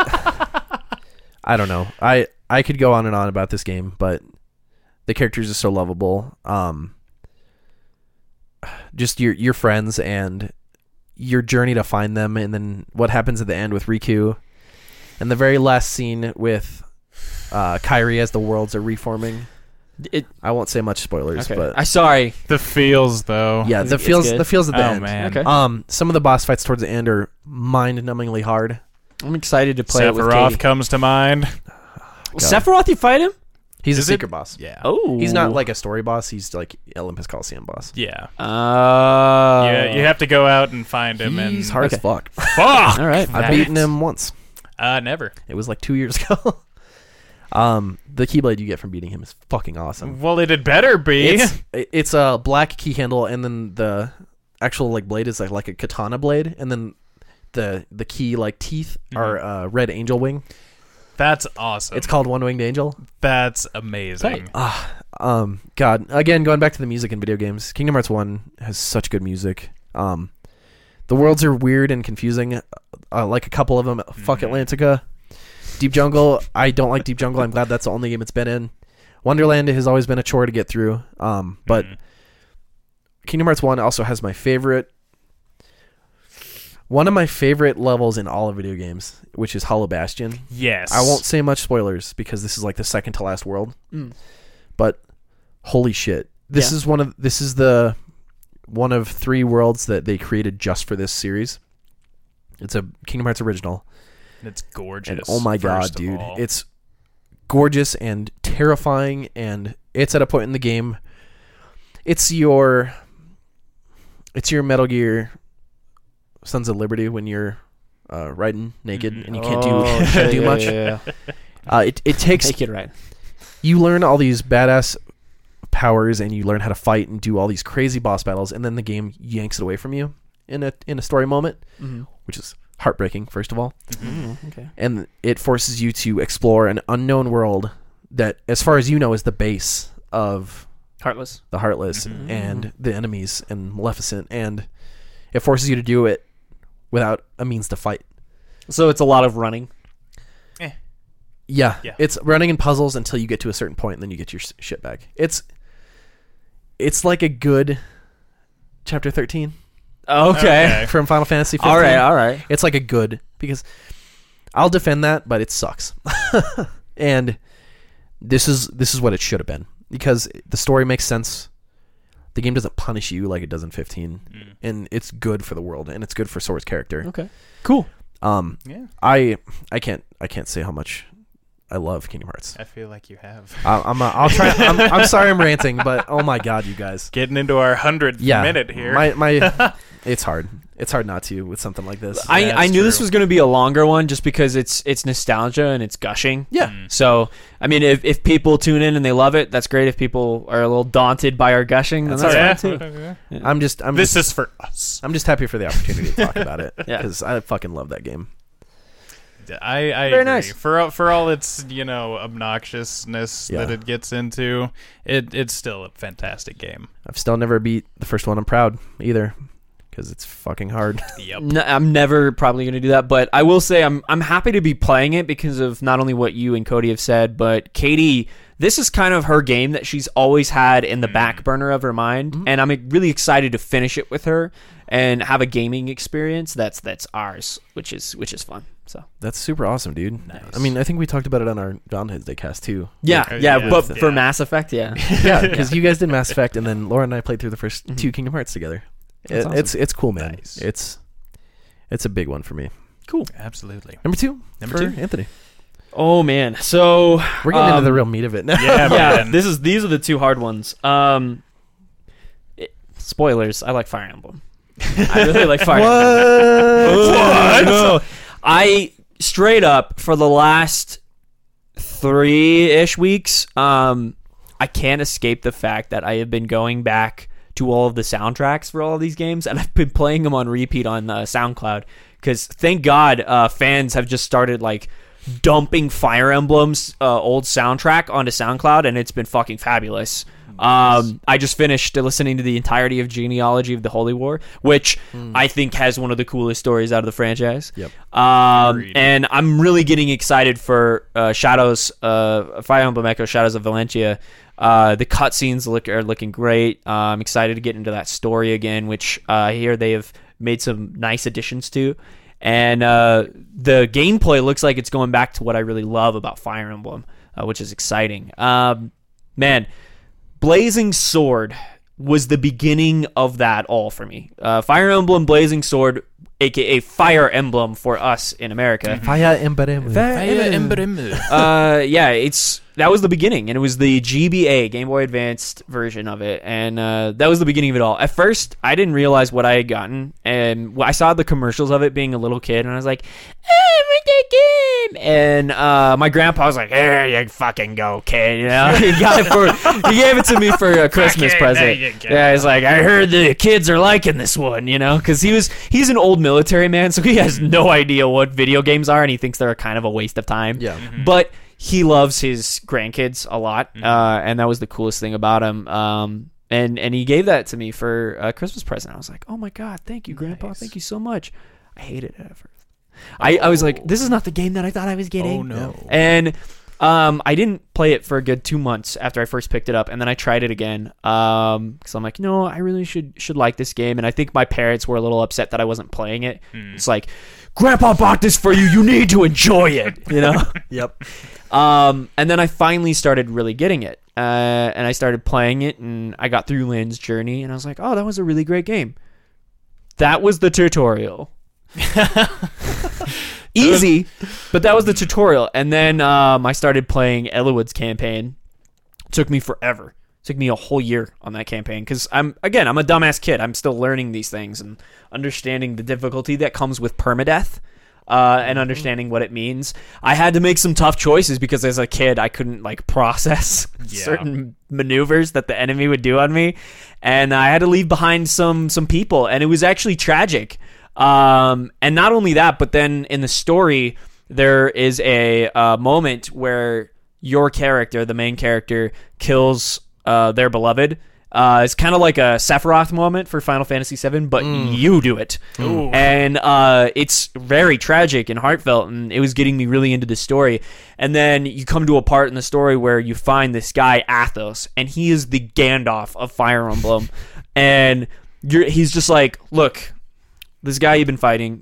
C: i don't know i i could go on and on about this game but the characters are so lovable um just your your friends and your journey to find them and then what happens at the end with Riku and the very last scene with uh Kyrie as the worlds are reforming
A: It,
C: I won't say much spoilers
A: okay.
C: but
A: I sorry.
B: The feels, though.
C: yeah the
A: It's
C: feels
A: good.
C: the feels at the
B: oh
C: end
B: man.
A: Okay.
C: um some of the boss fights towards the end are mind-numbingly hard
A: I'm excited to play it with
B: Sephiroth
A: Katie.
B: comes to mind.
A: Sephiroth, you fight him?
C: he's a
B: Is it-
C: secret boss
B: Yeah.
A: Oh,
C: He's not like a story boss. He's like Olympus Coliseum boss.
B: Yeah.
A: Oh, uh,
B: yeah, you have to go out and find him. and
C: Uh, He's hard as
A: Okay.
C: fuck.
B: Fuck.
A: All right.
C: I've
B: That-
C: beaten him once.
B: Uh, never.
C: It was like two years ago. um, the keyblade you get from beating him is fucking awesome.
B: Well, it had better be.
C: It's it- it's a black key handle, and then the actual like blade is like like a katana blade, and then the the key like teeth
B: Mm-hmm.
C: are uh, red angel wing.
B: That's awesome.
C: It's called one winged angel.
B: That's amazing.
C: Um, God, again, going back to the music in video games, Kingdom Hearts One has such good music. Um, the worlds are weird and confusing, uh, like a couple of them. Fuck Atlantica, Deep Jungle. I don't like Deep Jungle. I'm glad that's the only game it's been in. Wonderland has always been a chore to get through. Um, but
B: Mm-hmm. Mm.
C: Kingdom Hearts One also has my favorite, one of my favorite levels in all of video games, which is Hollow Bastion.
B: Yes.
C: I won't say much spoilers because this is like the second to last world.
A: Hmm.
C: But holy shit. This
A: Yeah.
C: is one of this is the one of three worlds that they created just for this series. It's a Kingdom Hearts original.
B: It's gorgeous.
C: And oh my
B: first
C: god,
B: of
C: dude.
B: all.
C: It's gorgeous and terrifying and it's at a point in the game it's your it's your Metal Gear Sons of Liberty when you're uh, riding naked
B: Mm-hmm.
D: Mhm.
C: and you can't
B: Oh,
C: do can't do much. Uh, it it takes
A: Take it right.
C: you learn all these badass powers and you learn how to fight and do all these crazy boss battles and then the game yanks it away from you in a in a story moment,
A: Mm-hmm.
C: which is heartbreaking first of all.
A: okay.
C: and it forces you to explore an unknown world that, as far as you know, is the base of
A: Heartless.
C: the Heartless
A: Mhm.
C: and the enemies and Maleficent, and it forces you to do it without a means to fight.
A: So it's a lot of running.
C: Yeah,
D: Yeah.
C: it's running in puzzles until you get to a certain point, and then you get your s- shit back. It's it's like a good chapter thirteen
A: Okay.
D: Okay.
C: from Final Fantasy. 15.
A: all right. All right.
C: It's like a good because I'll defend that, but it sucks. and this is this is what it should have been because the story makes sense. The game doesn't punish you like it does in 15,
D: Mm.
C: and it's good for the world and it's good for Sora's character.
A: Okay. Cool.
C: Um,
D: Yeah.
C: I I can't I can't say how much I love Kingdom Hearts.
D: I feel like you have.
C: I, I'm uh, I'll try. I'm, I'm sorry I'm ranting, but oh my god, you guys.
D: Getting into our hundredth
C: Yeah,
D: minute here.
C: My my, it's hard. It's hard not to with something like this.
A: I, I
D: That's
A: knew this
D: true.
A: was going to be a longer one just because it's it's nostalgia and it's gushing.
C: yeah,
A: So I mean, if, if people tune in and they love it, that's great. If people are a little daunted by our gushing, then that's,
C: That's
A: fine too.
D: Yeah.
C: I'm just I'm
D: This
C: just,
D: is for us.
C: I'm just happy for the opportunity to talk about it
A: Yeah.
C: because I fucking love that game.
D: I, I
A: Very
D: agree.
A: nice.
D: For all- for all its you know obnoxiousness that
C: Yeah.
D: it gets into, it it's still a fantastic game.
C: I've still never beat the first one. I'm proud either because it's fucking hard.
D: Yep.
A: N- I'm never probably going to do that, but I will say I'm I'm happy to be playing it because of not only what you and Cody have said, but Katie. This is kind of her game that she's always had in the back burner of her mind, and I'm really excited to finish it with her and have a gaming experience that's that's ours, which is which is fun. So
C: That's super awesome, dude.
D: Nice.
C: I mean, I think we talked about it on our Valentine's Day cast too.
A: yeah,
D: Okay,
A: yeah,
D: yeah.
A: but for
D: Yeah.
A: Mass Effect, yeah, Mm-hmm.
C: Yeah, because you guys did Mass Effect, and then Laura and I played through the 1st two Kingdom Hearts together.
A: That's
C: It-
A: awesome.
C: It's it's cool, man.
D: Nice.
C: It's it's a big one for me.
D: Absolutely.
C: Number two,
D: Number
C: for
D: two.
C: Anthony.
A: Oh man, so
C: We're getting
A: Um,
C: into the real meat of it now.
D: Yeah,
A: yeah,
D: man.
A: this is these are the two hard ones. Um, it- spoilers. I like Fire Emblem. I really like Fire Emblem.
C: Oh, what?
A: No. I straight up for the last three ish weeks, um, I can't escape the fact that I have been going back to all of the soundtracks for all of these games, and I've been playing them on repeat on uh, SoundCloud because thank God uh, fans have just started like dumping Fire Emblem's uh, old soundtrack onto SoundCloud, and it's been fucking fabulous. Um, I just finished listening to the entirety of Genealogy of the Holy War, which I think has one of the coolest stories out of the franchise.
C: Yep.
A: Um,
D: Agreed.
A: and I'm really getting excited for uh, Shadows, uh, Fire Emblem Echo, Shadows of Valentia. Uh, the cutscenes look are looking great. Uh, I'm excited to get into that story again, which uh, here they have made some nice additions to. And uh, the gameplay looks like it's going back to what I really love about Fire Emblem, uh, which is exciting. Um, man, Blazing Sword was the beginning of that all for me. Uh, Fire Emblem Blazing Sword, aka Fire Emblem for us in America.
C: Fire Emblem.
A: uh, yeah, it's that was the beginning, and it was the GBA Game Boy Advanced version of it, and uh, that was the beginning of it all. At first, I didn't realize what I had gotten, and wh- I saw the commercials of it being a little kid, and I was like, "Eh, where's that game?" And uh, my grandpa was like, "Here you fucking go, kid." You know, he got it for he gave it to me for a Christmas
D: Fucking- there
A: present.
D: you go.
A: Yeah, he's like, "I heard the kids are liking this one," you know, because he was he's an old military man, so he has no idea what video games are, and he thinks they're kind of a waste of time
C: Yeah.
D: Mm-hmm.
A: but he loves his grandkids a lot, uh, and that was the coolest thing about him. Um, and and he gave that to me for a Christmas present. I was like, oh my god, thank you, Grandpa,
D: Nice.
A: thank you so much. I hated it at first. I, I was like, this is not the game that I thought I was getting.
D: Oh no.
A: And um, I didn't play it for a good two months after I first picked it up, and then I tried it again because I'm like, no, I really should should like this game. And I think my parents were a little upset that I wasn't playing it. It's like, Grandpa bought this for you. You need to enjoy it. You know.
C: Yep.
A: Um, and then I finally started really getting it, uh, and I started playing it, and I got through Lynn's journey, and I was like, "Oh, that was a really great game." That was the tutorial. Easy, but that was the tutorial, and then um, I started playing Elwood's campaign. Took me forever. took me a whole year on that campaign because I'm again I'm a dumbass kid. I'm still learning these things and understanding the difficulty that comes with permadeath. Uh, and understanding what it means, I had to make some tough choices because as a kid I couldn't like process certain maneuvers that the enemy would do on me, and I had to leave behind some some people, and it was actually tragic. Um, and not only that, but then in the story, there is a uh, moment where your character, the main character, kills uh, their beloved. Uh, it's kind of like a Sephiroth moment for Final Fantasy VII, but you do it, and uh, it's very tragic and heartfelt, and it was getting me really into the story. And then you come to a part in the story where you find this guy Athos, and he is the Gandalf of Fire Emblem, and you're, he's just like, look, this guy you've been fighting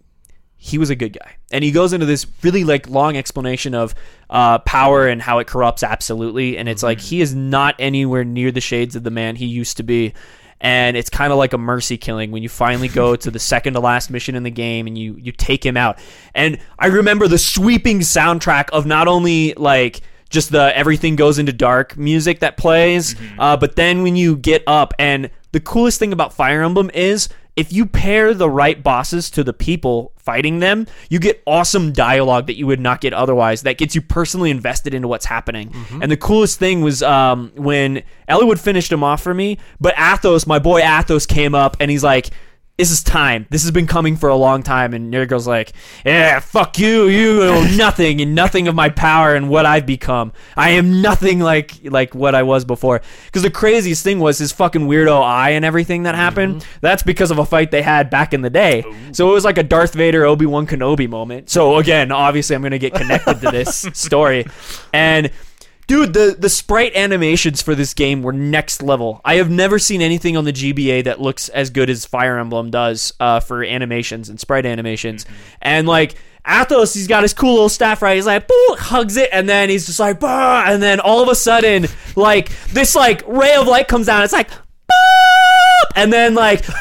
A: he was a good guy and he goes into this really like long explanation of uh, power and how it corrupts absolutely and it's like he is not anywhere near the shades of the man he used to be and it's kind of like a mercy killing when you finally go to the second to last mission in the game and you you take him out and i remember the sweeping soundtrack of not only like just the everything goes into dark music that plays uh, but then when you get up and the coolest thing about Fire Emblem is if you pair the right bosses to the people fighting them, you get awesome dialogue that you would not get otherwise. That gets you personally invested into what's happening. And the coolest thing was um, when Ellwood finished him off for me, but Athos, my boy Athos, came up and he's like, this is time. This has been coming for a long time. And Nerd Girl's like, yeah, fuck you. You know nothing and nothing of my power and what I've become. I am nothing like like what I was before. Because the craziest thing was his fucking weirdo eye and everything that happened. That's because of a fight they had back in the day. So it was like a Darth Vader, Obi Wan Kenobi moment. So again, obviously, I'm going to get connected to this story. And Dude, the, the sprite animations for this game were next level. I have never seen anything on the GBA that looks as good as Fire Emblem does uh, for animations and sprite animations. And like Athos, he's got his cool little staff right. He's like, boop, hugs it, and then he's just like, bah, and then all of a sudden, like this like ray of light comes down. It's like, boop, and then like.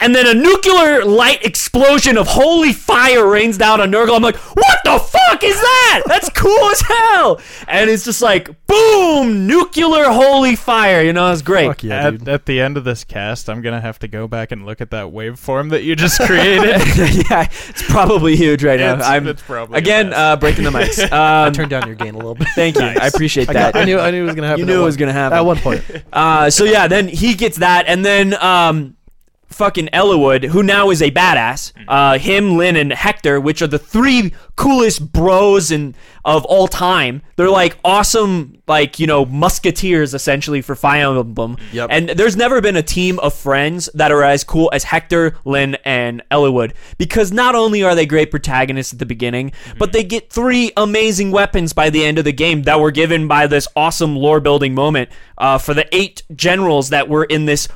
A: And then a nuclear light explosion of holy fire rains down on Nurgle. I'm like, what the fuck is that? That's cool as hell. And it's just like, boom, nuclelar holy fire. You know, it's great.
C: Fuck yeah, dude.
D: at, at the end of this cast, I'm gonna have to go back and look at that waveform that you just created.
A: yeah, it's probably huge right now.
D: It's-
A: I'm
D: it's probably a
A: again
D: mess.
A: uh, breaking the mics. Um,
C: Turn down your gain a little bit.
A: thank you. I appreciate
C: I,
A: that.
C: got- I knew I knew it was gonna happen.
A: you knew
C: at
A: it
C: one-
A: was gonna happen.
C: at one point.
A: Uh, so yeah, then he gets that, and then um, fucking Ellawood, who now is a badass. Uh, him, Lynn, and Hector, which are the three coolest bros and of all time. They're like awesome, like you know, musketeers essentially for Fire Emblem.
C: Yep.
A: And there's never been a team of friends that are as cool as Hector, Lynn, and Ellawood because not only are they great protagonists at the beginning, but they get three amazing weapons by the end of the game that were given by this awesome lore building moment uh, for the eight generals that were in this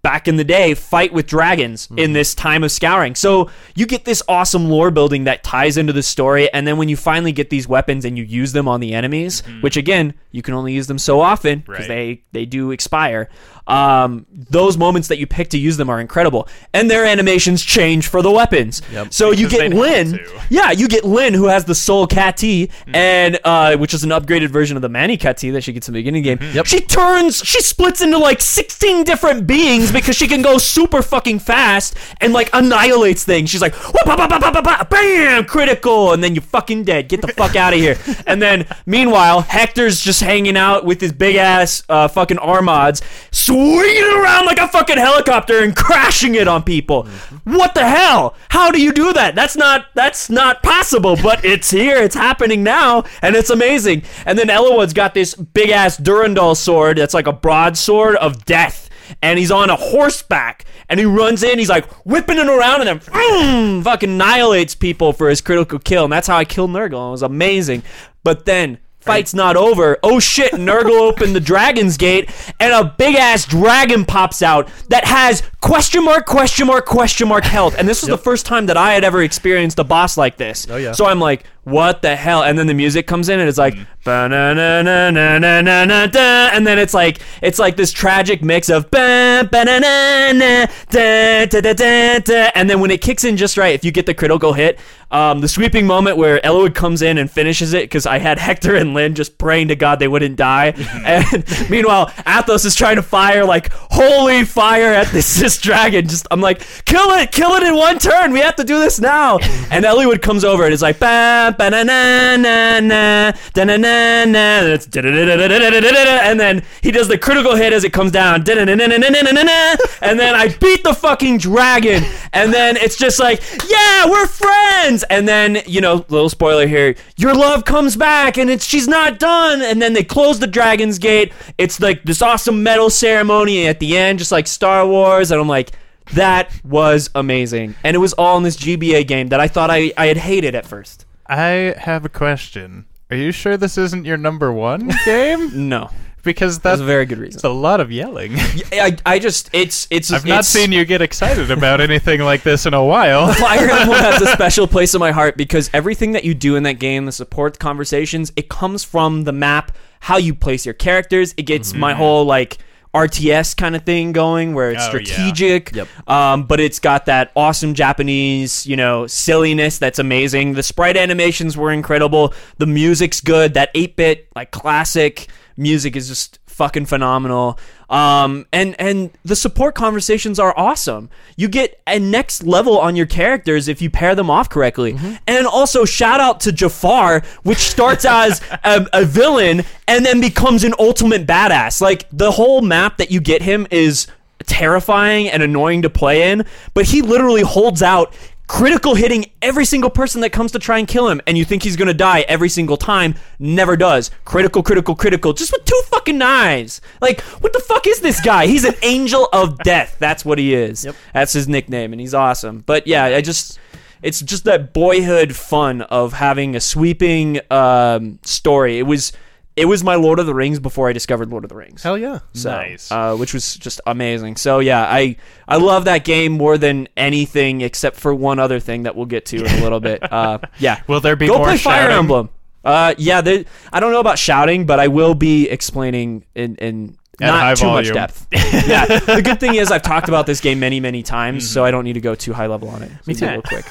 A: back in the day fight with dragons in this time of scouring. So you get this awesome lore building that ties into the story and then when you finally get these weapons and you use them on the enemies, which again, you can only use them so often because
D: Right.
A: they they do expire. Um, those moments that you pick to use them are incredible and their animations change for the weapons. So you
D: Because
A: get
D: they had
A: Lynn
D: to. Mm-hmm.
A: yeah, you get Lynn who has the Soul Cat T, and uh, which is an upgraded version of the Manny Cat T that she gets in the beginning
D: Mm-hmm.
A: game. Yep. She turns, she splits into like sixteen different beings because she can go super fucking fast and like annihilates things. She's like, "Whoop, ba, ba, ba, ba, ba, ba, bam, critical, and then you're fucking dead. Get the fuck out of here. And then meanwhile, Hector's just hanging out with his big ass uh, fucking armods, swinging around like a fucking helicopter and crashing it on people.
D: Mm-hmm.
A: What the hell? How do you do that? That's not that's not possible, but it's here. It's happening now, and it's amazing. And then Elowood's got this big ass Durandal sword that's like a broadsword of death. And he's on a horseback, and he runs in. He's like whipping it around, and then vroom, fucking annihilates people for his critical kill. And that's how I killed Nurgle. It was amazing. But then Fight's not over. Oh shit, Nurgle opened the dragon's gate and a big ass dragon pops out that has question mark, question mark, question mark health. And this was the first time that I had ever experienced a boss like this. Oh
C: yeah.
A: So I'm like, what the hell? And then the music comes in and it's like "Ba-na-na-na-na-na-na-na-da," and then it's like it's like this tragic mix of "Ba- ba-na-na-na, da- da- da- da- da," and then when it kicks in just right, if you get the critical hit, um, the sweeping moment where Elwood comes in and finishes it because I had Hector and Lynn just praying to God they wouldn't die, and meanwhile Athos is trying to fire like holy fire at this cis dragon. Just I'm like kill it, kill it in one turn. We have to do this now. And Elwood comes over and is like ba ba na na na na da na na na. And it's da da da da da da da da da. And then he does the critical hit as it comes down. Da da na na na na na na na. And then I beat the fucking dragon. And then it's just like yeah, we're friends. And then you know little spoiler here, your love comes back and it's she's not done. And then they close the dragon's gate. It's like this awesome medal ceremony at the end, just like Star Wars. And I'm like. That was amazing. And it was all in this GBA game that I thought I, I had hated at first.
B: I have a question. Are you sure this isn't your number one game?
A: No.
B: Because
A: That's
B: that's
A: a very good reason.
B: it's a lot of yelling.
A: I, I just, it's, it's,
B: I've not
A: it's-
B: seen you get excited about anything like this in a while.
A: Fire Emblem has a special place in my heart because everything that you do in that game, the support the conversations, it comes from the map, how you place your characters. It gets my whole like RTS kind of thing going where it's
B: Oh, yeah.
A: strategic, um, but it's got that awesome Japanese, you know, silliness that's amazing. The sprite animations were incredible. The music's good. That 8 bit, like classic music is just fucking phenomenal. Um, and and the support conversations are awesome. You get a next level on your characters if you pair them off correctly. And also shout out to Jafar, which starts as a, a villain and then becomes an ultimate badass. Like the whole map that you get him is terrifying and annoying to play in, but he literally holds out critical hitting every single person that comes to try and kill him and you think he's going to die every single time never does critical critical critical just with two fucking knives like what the fuck is this guy he's an angel of death that's what he is that's his nickname and he's awesome but yeah i just it's just that boyhood fun of having a sweeping um, story it was it was my lord of the rings before i discovered lord of the rings
C: Hell yeah.
A: so,
B: Nice.
A: uh, which was just amazing. So yeah, I I love that game more than anything except for one other thing that we'll get to in a little bit. Uh, yeah,
B: Will there be
A: go
B: more
A: play Fire
B: shouting?
A: Emblem. Uh, yeah, there, I don't know about shouting, but I will be explaining in in
B: At
A: not
B: high
A: too much
B: volume.
A: depth. yeah, the good thing is I've talked about this game many many times,
B: Mhm.
A: so I don't need to go too high level on it. Me
B: too.
A: Real quick.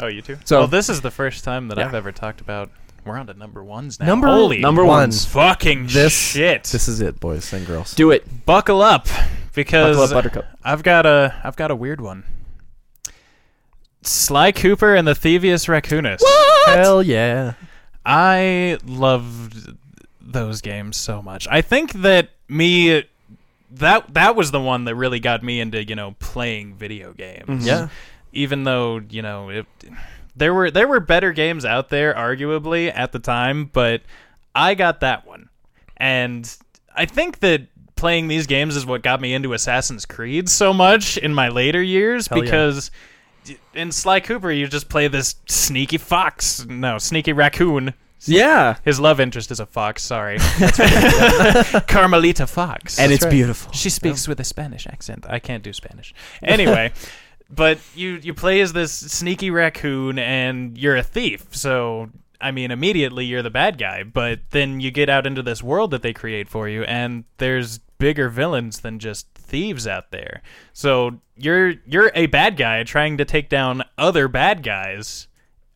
B: Oh, you too.
A: So-
B: well, this is the first time that
A: Yeah.
B: I've ever talked about. We're on to number ones now.
C: Number
B: Holy
A: Number
C: one.
A: ones.
B: fucking
C: This-
B: shit.
C: This is it, boys and girls.
A: Do it.
B: Buckle up, because
A: Buckle up, Buttercup.
B: I've got a I've got a weird one. Sly Cooper and the Thievius Raccoonus.
C: Hell yeah.
B: I loved those games so much. I think that me that that was the one that really got me into, you know, playing video games.
C: Yeah.
B: Even though, you know, it, there were there were better games out there arguably at the time, but I got that one. And I think that playing these games is what got me into Assassin's Creed so much in my later years
C: yeah.
B: because in Sly Cooper you just play this sneaky fox, no, sneaky raccoon
A: Yeah,
B: his love interest is a fox, sorry. Carmelita Fox.
A: and it's beautiful.
B: she speaks with a Spanish accent. I can't do Spanish. Anyway, but you you play as this sneaky raccoon and you're a thief. So, I mean, immediately you're the bad guy, but then you get out into this world that they create for you and there's bigger villains than just thieves out there. So, you're you're a bad guy trying to take down other bad guys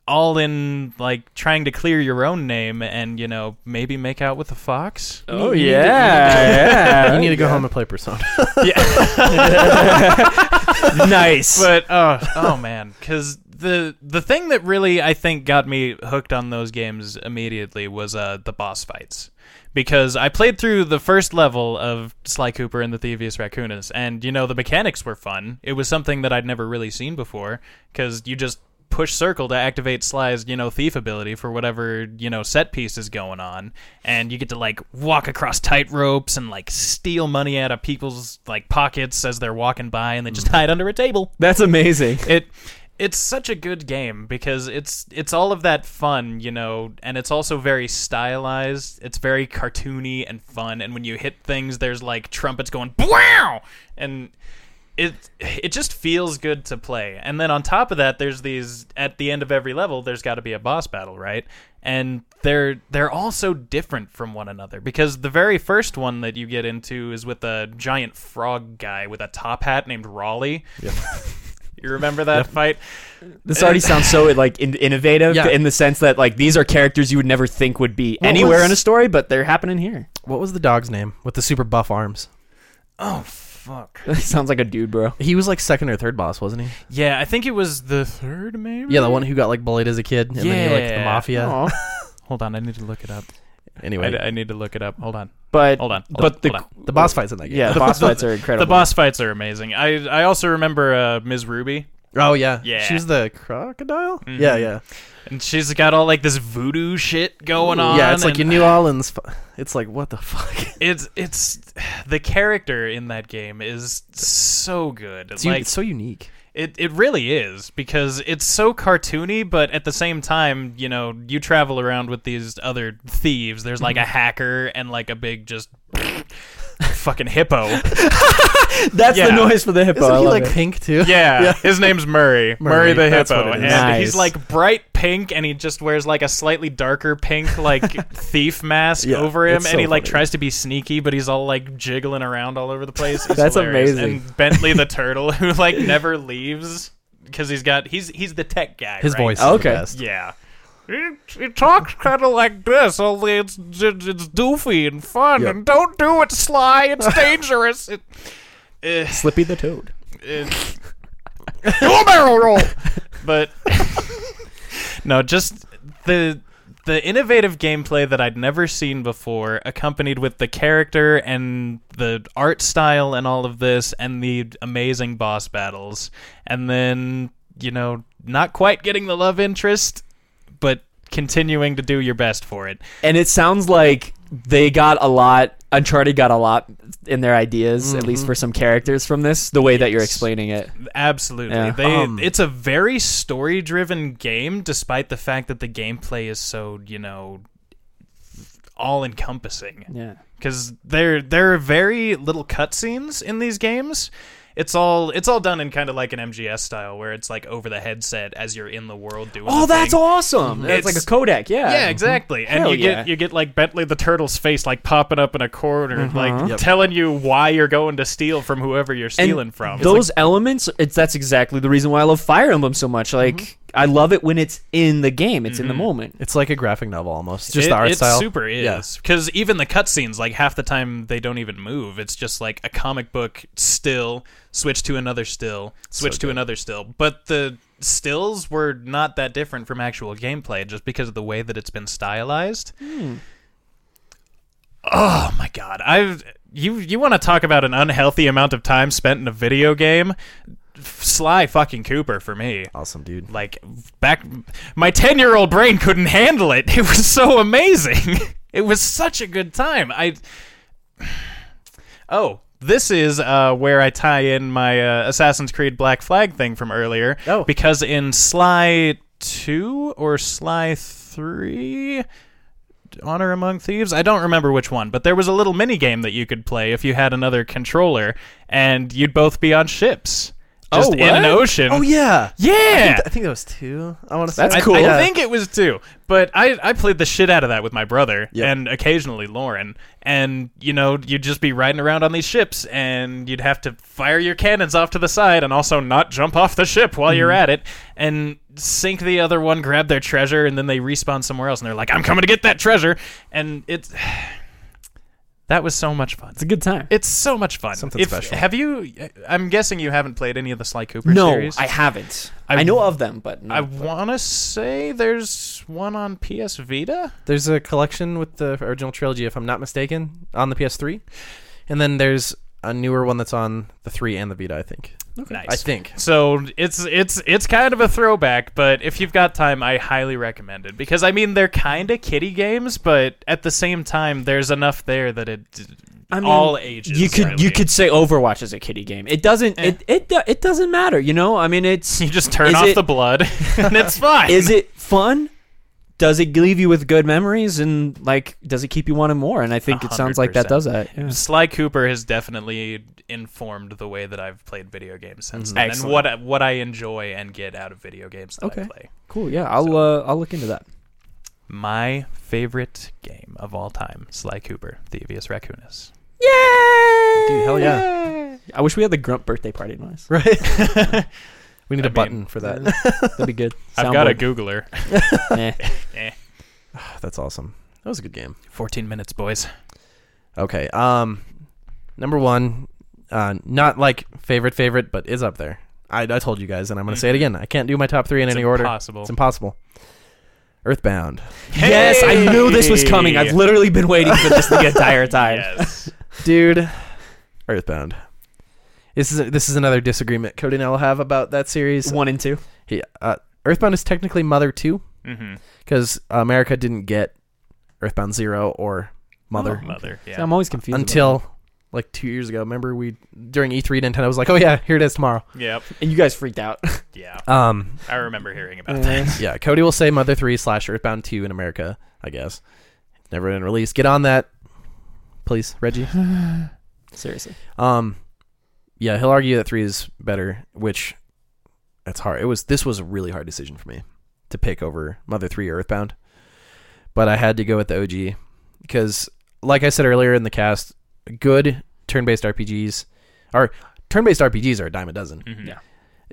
B: all in like trying to clear your own name and you know maybe make out with a fox
A: Oh yeah,
C: You need to go home and play Persona.
A: yeah. nice.
B: but oh, oh man, because the the thing that really I think got me hooked on those games immediately was uh, the boss fights because I played through the first level of Sly Cooper and the Thievius Raccoonus, and you know the mechanics were fun. It was something that I'd never really seen before because you just push circle to activate Sly's, you know, thief ability for whatever, you know, set piece is going on. And you get to like walk across tight ropes and like steal money out of people's like pockets as they're walking by and then just hide under a table
A: Mm-hmm. That's amazing.
B: it it's such a good game because it's it's all of that fun, you know, and it's also very stylized. It's very cartoony and fun, and when you hit things, there's like trumpets going wow, and it it just feels good to play. And then on top of that, there's these at the end of every level, there's got to be a boss battle, right? And they're they're all so different from one another because the very first one that you get into is with a giant frog guy with a top hat named Raleigh. you remember that fight?
A: This already sounds so like in- innovative
C: Yeah.
A: in the sense that like these are characters you would never think would be anywhere
C: was-
A: in a story, but they're happening here.
C: What was the dog's name with the super buff arms?
B: Oh fuck.
A: sounds like a dude, bro.
C: He was like second or third boss, wasn't he?
B: Yeah, I think it was the third maybe.
C: Yeah, the one who got like bullied as a kid, and then he liked the
B: Yeah.
C: mafia.
A: Aw.
B: Hold on, I need to look it up. I,
C: Anyway,
B: I need to look it up. Hold on.
A: But
B: Hold on. Hold
A: but
B: on,
A: the
B: hold on.
C: the boss fights in that game.
A: yeah, the boss fights are incredible.
B: The boss fights are amazing. I I also remember uh, Ms. Ruby,
C: Oh yeah.
B: Yeah.
C: She's the crocodile.
B: Mhm.
C: Yeah, yeah.
B: and she's got all like this voodoo shit going on.
C: yeah, it's like
B: and
C: in New Orleans. fu- It's like what the fuck.
B: It's it's the character in that game is so good.
C: It's, u-
B: like
C: it's so unique.
B: it it really is because it's so cartoony, but at the same time, you know, you travel around with these other thieves. There's
C: Mm-hmm.
B: like a hacker and like a big just fucking hippo.
A: That's
B: yeah.
A: the noise for the hippo.
C: Isn't
A: I
C: he
A: love
C: like
A: it.
C: pink too?
B: Yeah, his name's Murray.
C: Murray,
B: Murray, the
C: that's
B: hippo,
C: what
B: and
C: it
A: is. Nice.
B: he's like bright pink, and he just wears like a slightly darker pink like thief mask
C: Yeah,
B: over him, and
C: it's so
B: he like
C: funny.
B: tries to be sneaky, but he's all like jiggling around all over the place. He's
A: That's
B: hilarious.
A: amazing.
B: And Bentley the turtle, who like never leaves because he's got he's he's the tech guy.
C: His
B: right?
C: voice. Is
A: Okay.
C: The best.
B: Yeah. It, it talks kind of like this, only it's it's, it's doofy and fun,
C: Yeah.
B: and don't do it, Sly. It's dangerous. It, eh.
A: Slippy the Toad.
B: It's Go barrel roll. But no, just the the innovative gameplay that I'd never seen before, accompanied with the character and the art style and all of this, and the amazing boss battles, and then you know not quite getting the love interest, but continuing to do your best for it.
A: And it sounds like they got a lot. Uncharted got a lot in their ideas, at
B: Mm-hmm.
A: least for some characters from this. The way that you're
B: Yes.
A: explaining it,
B: Absolutely.
A: Yeah.
B: They
C: Um,
B: it's a very story driven game despite the fact that the gameplay is so, you know, all encompassing
A: yeah.
B: cuz there there are very little cutscenes in these games. It's all it's all done in kind of like an MGS style where it's like over the headset as you're in the world doing
A: Oh,
B: the
A: that's
B: thing. Mm-hmm.
A: awesome! It's,
B: It's-
A: like a codec, yeah.
B: Yeah, exactly. And
A: Hell
B: you
A: yeah.
B: get you get like Bentley the Turtle's face like popping up in a corner, like
C: Yep.
B: telling you why you're going to steal from whoever you're
A: Mm-hmm. And
B: stealing from. It's like-
A: those elements, it's that's exactly the reason why I love Fire Emblem so much. Like,
B: Mm-hmm.
A: I love it when it's in the game, it's in the moment.
C: It's like a graphic novel almost. Just
B: It-
C: the art
B: it
C: style.
B: super
C: Yeah.
B: is because even the cutscenes, like half the time they don't even move. It's just like a comic book still, switch to another still, switch to another still. But the stills were not that different from actual gameplay, just because of the way that it's been stylized. Oh my god, I've you you want to talk about an unhealthy amount of time spent in a video game? Sly fucking Cooper for me
C: Awesome, dude.
B: like back my 10 year old brain couldn't handle it it was so amazing it was such a good time i oh this is uh, where i tie in my uh, assassin's creed black flag thing from earlier
C: Oh.
B: because in sly 2 or sly 3 honor among thieves i don't remember which one but there was a little mini game that you could play if you had another controller and you'd both be on ships just
A: Oh,
B: in
A: what?
B: an ocean
C: Oh yeah.
B: yeah
C: I think, I think that was two. I want to say
A: That's
B: I,
A: cool.
B: I
C: Yeah.
B: think it was two, but I, I played the shit out of that with my brother
C: Yeah.
B: and occasionally Lauren. And, you know, you'd just be riding around on these ships and you'd have to fire your cannons off to the side and also not jump off the ship while you're at it and sink the other one, grab their treasure, and then they respawn somewhere else. And they're like, I'm coming to get that treasure. And it's. That was so much fun.
A: It's a good time.
B: It's so much fun.
C: Something
B: If-
C: special.
B: Have you? I'm guessing you haven't played any of the Sly Cooper
A: no,
B: series.
A: I haven't. I,
B: I-
A: know of them, but no.
B: I want to say there's one on PS Vita.
C: There's a collection with the original trilogy, if I'm not mistaken, on the PS3, and then there's a newer one that's on the three and the Vita. I think.
B: Nice.
C: I think.
B: So it's it's it's kind of a throwback, but if you've got time, I highly recommend it because I mean they're kind of kiddie games, but at the same time, there's enough there that it
A: I mean,
B: all ages.
A: you could
B: really.
A: you could say Overwatch is a kiddie game. It doesn't
B: Eh.
A: it it do- it doesn't matter. You know, I mean, it's
B: you just turn
A: Is
B: off
A: it-
B: the blood and it's fine.
A: is it fun? does it leave you with good memories and like does it keep you wanting more? And I think it sounds like that does that. yeah.
D: Sly Cooper has definitely informed the way that I've played video games since then,
A: Mm-hmm. Excellent.
D: and what I, what I enjoy and get out of video games that I
A: Okay.
D: play.
A: Cool. Yeah, I'll uh, I'll look into that.
D: My favorite game of all time, Sly Cooper, Thievius Raccoonus.
A: Yay! Dude, hell
C: yeah.
A: I wish we had the Grump birthday party noise.
C: Right. we need a
D: I mean,
C: button for that.
A: That'd be good.
D: I've got a Googler.
A: Soundboard. Eh.
C: That's awesome. That was a good game.
D: 14 minutes, boys.
C: Okay. Um, number one, uh, not like favorite favorite, but is up there. I, I told you guys, and I'm gonna say it again. I can't do my top three in
D: It's
C: any order.
D: impossible.
C: It's impossible. Earthbound.
A: Yes, I knew this was coming. I've literally been waiting for this the entire time.
D: Yes.
C: dude. Earthbound. This is this is another disagreement Cody and I will have about that series.
A: One and two.
C: He, uh, Earthbound is technically Mother Two
D: mm-hmm.
C: because America didn't get Earthbound Zero or Mother
D: Oh, Mother. Yeah.
A: I'm always confused. about
C: until like two years ago. Remember we during E3 Nintendo was like, oh yeah, here it is tomorrow.
D: Yep.
A: that. and you guys freaked out.
D: Yeah.
C: Um,
D: I remember hearing about that.
A: Eh.
C: yeah, Cody will say Mother Three slash Earthbound Two in America. I guess never been released. Get on that, please, Reggie.
A: Seriously.
C: Um, yeah, he'll argue that three is better, which that's hard. It was this was a really hard decision for me to pick over Mother Three or Earthbound, but I had to go with the OG because, like I said earlier in the cast, good turn-based RPGs or turn-based RPGs are a dime a dozen,
D: Mhm.
A: Yeah.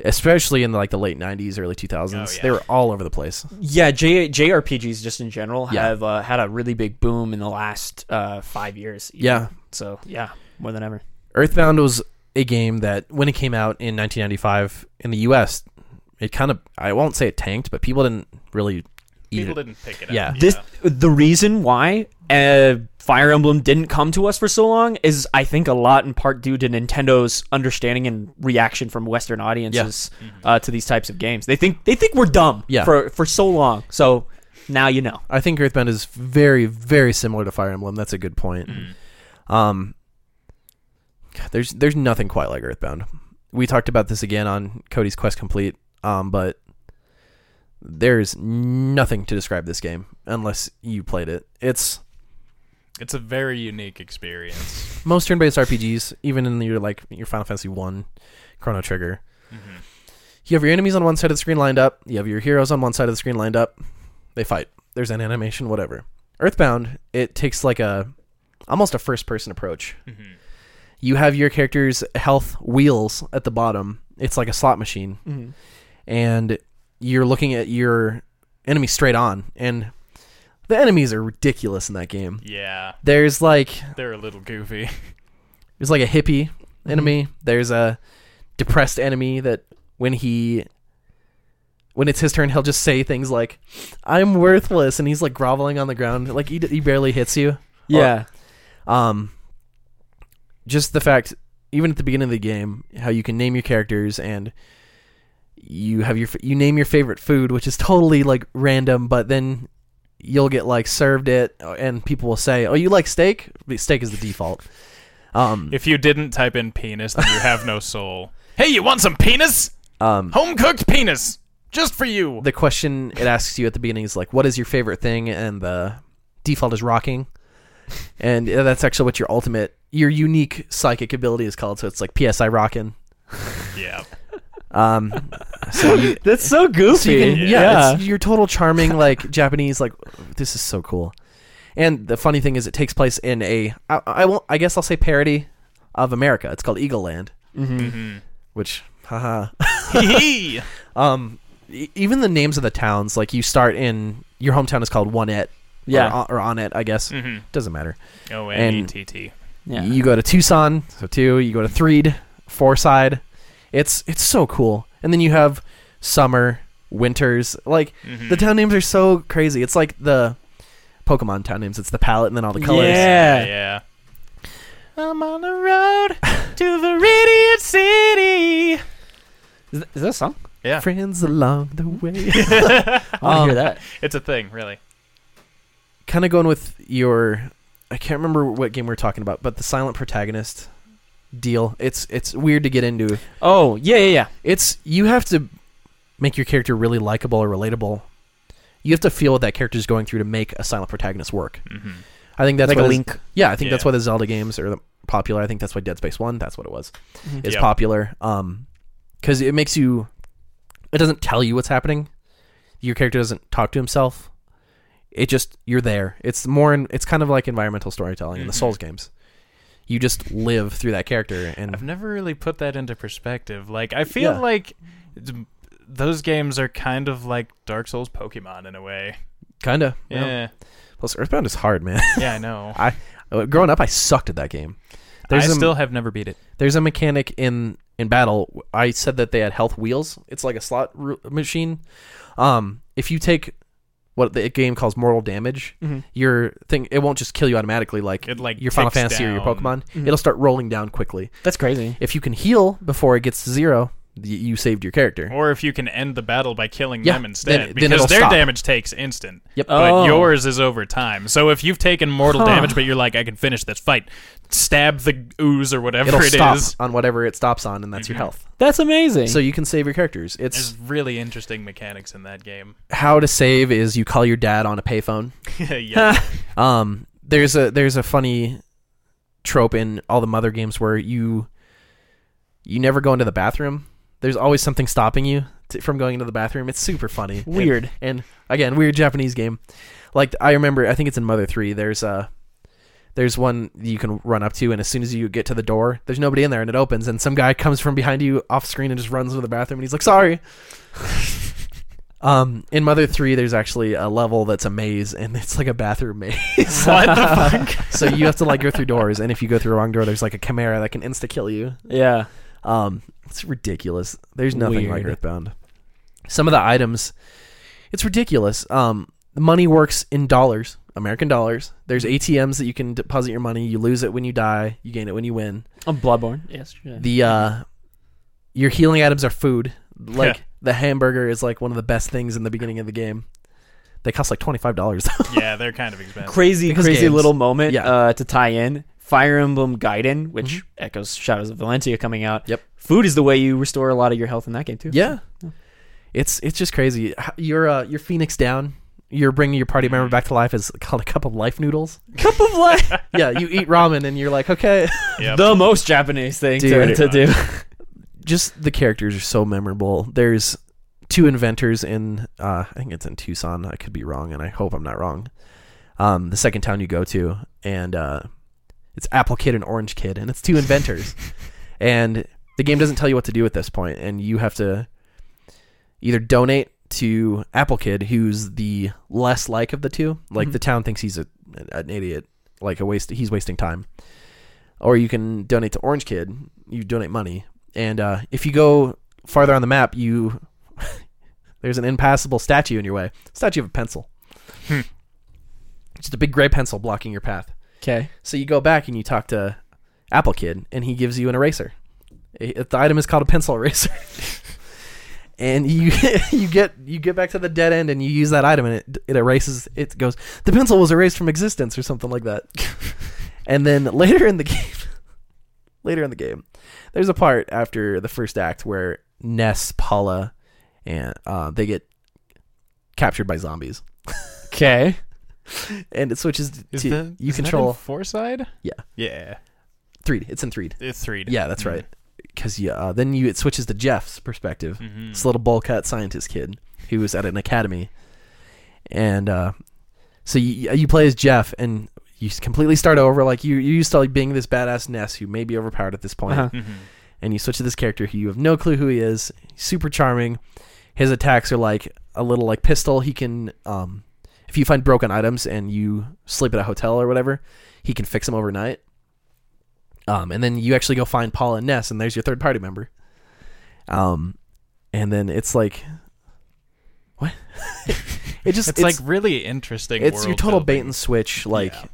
C: especially in like the late '90s, early 2000s.
D: Oh, yeah.
C: They were all over the place.
A: Yeah, J- JRPGs just in general
C: Yeah.
A: have uh, had a really big boom in the last uh, five years. even.
C: Yeah,
A: So yeah, more than ever.
C: Earthbound was a game that when it came out in 1995 in the U.S., it kind of I won't say it tanked, but people didn't really eat
D: People
C: it.
D: didn't pick it
C: Yeah.
D: up.
A: This the reason why uh, Fire Emblem didn't come to us for so long is I think a lot in part due to Nintendo's understanding and reaction from Western audiences uh, to these types of games. They think they think we're dumb
C: Yeah.
A: for for so long. So now you know.
C: I think Earthbound is very, very similar to Fire Emblem. That's a good point.
D: Mm-hmm.
C: Um, God, there's there's nothing quite like Earthbound. We talked about this again on Cody's Quest Complete, um, but there's nothing to describe this game unless you played it. It's
D: It's a very unique experience.
C: most turn-based RPGs, even in your like your Final Fantasy One, Chrono Trigger.
D: Mm-hmm.
C: You have your enemies on one side of the screen lined up. You have your heroes on one side of the screen lined up. They fight. There's an animation, whatever. Earthbound, it takes like a almost a first-person approach.
D: Mhm.
C: You have your character's health wheels at the bottom. It's like a slot machine,
A: Mm-hmm.
C: and you're looking at your enemy straight on. And the enemies are ridiculous in that game.
D: Yeah.
C: There's like
D: They're a little goofy.
C: there's like a hippie enemy. There's a depressed enemy that when he when it's his turn, he'll just say things like "I'm worthless," and he's like groveling on the ground, like he, he barely hits you.
A: Yeah,
C: Um, just the fact, even at the beginning of the game, how you can name your characters and you have your f- you name your favorite food, which is totally like random, but then you'll get like served it, uh, and people will say, "Oh, you like steak?" Steak is the default. Um,
D: If you didn't type in penis, then you have no soul. Hey, you want some penis?
C: um,
D: Home cooked penis! Just for you!
C: the question it asks you at the beginning is like, "What is your favorite thing?" and the default is rocking, and uh, that's actually what your ultimate, your unique psychic ability is called. So it's like PSI rocking.
D: yeah.
C: Um, so you,
A: that's so
C: so you
A: goofy.
C: can- yeah, It's your total charming like Japanese like this is so cool. And the funny thing is, it takes place in a I, I won't I guess I'll say parody of America. It's called Eagle Land,
A: Mm-hmm.
D: Mm-hmm.
C: which haha.
D: Hee hee!
C: Um, e- even the names of the towns, like you start in your hometown is called One It,
A: Yeah.
C: or, or On It, I guess.
D: Mhm.
C: Doesn't matter.
D: O N E T T.
A: yeah.
C: You go to Tucson, so two. You go to Threed, four side. It's it's so cool. And then you have summer, winters. Like
D: Mm-hmm.
C: the town names are so crazy. It's like the Pokemon town names. It's the palette and then all the colors.
A: Yeah.
D: Yeah.
B: I'm on the road to Viridian City.
A: Is, that a song?
D: Yeah.
C: Friends along the way.
A: I want to
D: Um,
A: hear that.
D: It's a thing, really.
C: kind of going with your I can't remember what game we are talking about, but the silent protagonist deal. It's it's weird to get into.
A: Oh yeah, yeah, yeah.
C: It's you have to make your character really likable or relatable you have to feel what that character is going through to make a silent protagonist work.
D: Mm-hmm.
C: I think that's
A: Like
C: why
A: a
C: this-
A: Link.
C: Yeah, I think that's
D: Yeah.
C: why the Zelda games are the- popular. I think that's why Dead Space One. That's what it was.
A: Mhm.
C: Is
D: Mm-hmm. Yep.
C: popular. Um, because it makes you. It doesn't tell you what's happening. Your character doesn't talk to himself. It just you're there. It's more. In, it's kind of like environmental storytelling in the
D: Mhm.
C: Souls games. You just live through that character, and
D: I've never really put that into perspective. Like I
C: Yeah.
D: feel like it's- those games are kind of like Dark Souls Pokemon in a way.
C: kind of.
D: Yeah.
C: Plus, Earthbound is hard, man.
D: Yeah, I know.
C: Oh, Growing up, I sucked at that game. There's
D: I
C: a-
D: still have never beat it.
C: There's a mechanic in in battle. I said that they had health wheels. It's like a slot ru- machine. Um, if you take what the game calls mortal damage,
A: Mhm.
C: your thing it won't just kill you automatically like
D: Mm-hmm. It like
C: your Final
D: ticks
C: Fantasy or your
D: down. Mm-hmm.
C: Pokemon.
A: Mhm.
C: It'll start rolling down quickly.
A: That's crazy.
C: If you can heal before it gets to zero, y- you saved your character.
D: Or if you can end the battle by killing
C: Yeah,
D: them
C: then-
D: instead,
C: then
D: because
C: it'll
D: their
C: stop.
D: damage takes instant,
C: Yep.
A: Oh.
D: but yours is over time. So if you've taken mortal
A: Huh.
D: damage, but you're like, I can finish this fight, stab the ooze or whatever
C: It'll
D: it
C: stop
D: is. Mm-hmm.
C: on whatever it stops on, and that's your health.
A: That's amazing.
C: So you can save your characters. It's
D: There's really interesting mechanics in that game.
C: how to save is you call your dad on a payphone.
D: yeah,
C: Um, there's a there's a funny trope in all the mother games where you you never go into the bathroom. There's always something stopping you t from going into the bathroom. It's super funny.
A: Weird.
C: And, and again, weird Japanese game. Like I remember, I think it's in Mother Three. There's a there's one that you can run up to, and as soon as you get to the door, there's nobody in there, and it opens, and some guy comes from behind you off screen and just runs into the bathroom, and he's like, "Sorry." um, in Mother Three, there's actually a level that's a maze, and it's like a bathroom maze.
D: what the fuck?
C: so you have to like go through doors, and if you go through the wrong door, there's like a chimera that can insta kill you.
A: yeah.
C: Um, it's ridiculous. There's nothing like
A: Weird.
C: Earthbound. Some of the items, it's ridiculous. Um, the money works in dollars, American dollars. There's ATMs that you can deposit your money. You lose it when you die. You gain it when you win.
A: I'm Oh, Bloodborne. Yes.
C: The uh, your healing items are food. Like the hamburger is like one of the best things in the beginning of the game. They cost like twenty five dollars.
D: yeah, they're kind of expensive.
A: crazy,
C: Because
A: crazy
C: games.
A: little moment
C: Yeah.
A: uh, to tie in Fire Emblem Gaiden, which
C: Mhm.
A: echoes Shadows of Valencia coming out.
C: Yep.
A: Food is the way you restore a lot of your health in that game too.
C: Yeah.
A: Yeah.
C: It's it's just crazy. H- Your uh, your phoenix down. You're bringing your party member back to life is called a cup of life noodles.
A: Cup of life.
C: yeah, you eat ramen and you're like, okay.
D: Yep.
A: The most Japanese thing to,
C: Dude.
A: to do.
C: Just the characters are so memorable. There's two inventors in uh, I think it's in Tucson. I could be wrong, and I hope I'm not wrong. Um, the second town you go to, and uh, it's Apple Kid and Orange Kid, and it's two inventors. and the game doesn't tell you what to do at this point, and you have to either donate to Apple Kid, who's the less like of the two. Like
A: Mhm.
C: the town thinks he's a, an idiot, like a waste. He's wasting time. Or you can donate to Orange Kid. You donate money, and uh, if you go farther on the map, you there's an impassable statue in your way. Statue of a pencil.
D: Hmm.
C: Just a big gray pencil blocking your path.
A: Okay.
C: So you go back and you talk to Apple Kid, and he gives you an eraser. It- the item is called a pencil eraser. and you you get you get back to the dead end, and you use that item, and it it erases. It goes. The pencil was erased from existence, or something like that. and then later in the game, later in the game, there's a part after the first act where Ness, Paula, and uh, they get captured by zombies,
A: Okay.
C: and it switches
D: Is
C: to
D: the-
C: you
D: is that in
C: control
D: four side.
C: Yeah.
D: yeah,
C: three. It's in three.
D: it's three.
C: Yeah, that's
B: Mm.
C: right. Because yeah, uh, then you it switches to Jeff's perspective.
B: Mm.
D: Mm-hmm.
C: This little bowl cut scientist kid who was at an academy, and uh, so you you play as Jeff, and you s- completely start over. Like you you used to like being this badass Ness who may be overpowered at this point,
A: Uh-huh.
D: Mm-hmm.
C: and you switch to this character who you have no clue who he is. Super charming. His attacks are like a little like pistol. He can um, if you find broken items and you sleep at a hotel or whatever, he can fix them overnight. Um, and then you actually go find Paul and Ness, and there's your third party member. Um, and then it's like, what? it just
D: It's, like really interesting.
C: it's your
D: world
C: total bait
D: building.
C: and switch, like
D: Yeah.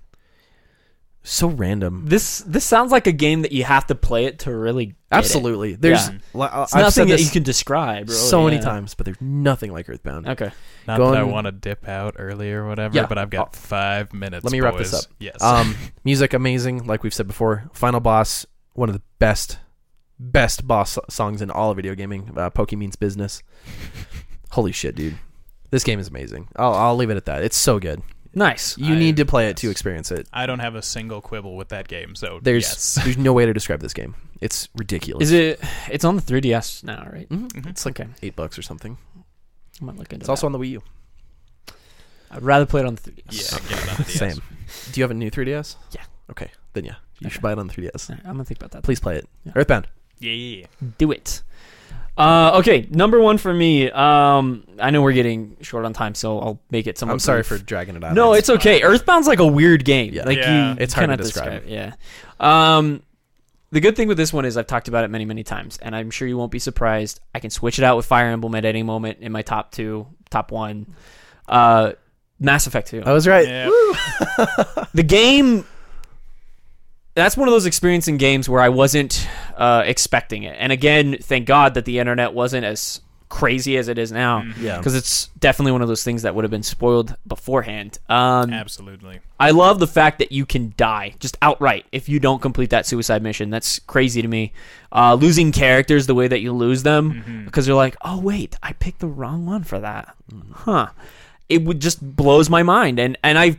C: so random.
A: This this sounds like a game that you have to play it to really. get it.
C: Absolutely, there's
A: Yeah.
C: li- I-
A: It's
C: I've
A: nothing
C: said
A: that
C: this
A: you can describe. Really.
C: so many
A: yeah.
C: times, but there's nothing like Earthbound.
A: Okay.
D: Not that I
C: Going-
D: want to dip out early or whatever,
C: Yeah. Uh,
D: but I've got five minutes.
C: Let me wrap this
D: boys.
C: up.
D: Yes.
C: Um, music amazing, like we've said before. Final boss, one of the best, best boss songs in all of video gaming. Uh, Poke means business. Holy shit, dude! This game is amazing. I'll, I'll leave it at that. It's so good.
A: Nice.
C: You need to play it to experience it.
D: I don't have a single quibble with that game, so
C: There's
D: yes.
C: there's no way to describe this game. It's ridiculous.
A: Is it? It's on the 3DS now, right?
D: Mm-hmm.
C: It's like
A: Okay.
C: eight bucks or something.
A: I might look into
C: It's also on the Wii U.
A: I'd rather play it on the 3DS.
D: Yeah, get it on the DS.
C: Same. Do you have a new 3DS?
A: Yeah.
C: Okay. Then yeah, you
A: Okay.
C: should buy it on the 3DS.
A: Alright, I'm gonna think about that.
C: Please play it.
A: Yeah.
C: Earthbound.
D: Yeah.
A: do it. Uh, okay, number one for me. Um, I know we're getting short on time, so I'll make it. Somewhat
C: I'm sorry for
A: brief.
C: dragging it out.
A: No,
C: It's-
A: it's okay. Earthbound's like a weird game.
C: Yeah.
A: Like
D: Yeah.
A: you,
C: It's
A: you
C: hard to
A: cannot it.
C: describe.
A: Yeah. Um, the good thing with this one is I've talked about it many, many times, and I'm sure you won't be surprised. I can switch it out with Fire Emblem at any moment in my top two, top one. Uh, Mass Effect Two.
C: I was right.
D: Yeah.
A: The game. That's one of those experience in games where I wasn't uh, expecting it, and again, thank God that the internet wasn't as crazy as it is now,
C: Yeah.
A: because it's definitely one of those things that would have been spoiled beforehand. Um,
D: Mm. Absolutely.
A: I love the fact that you can die just outright if you don't complete that suicide mission. That's crazy to me. Uh, losing characters the way that you lose them because you're like, oh wait, I picked the wrong one for that, huh? It would just blows my mind, and and I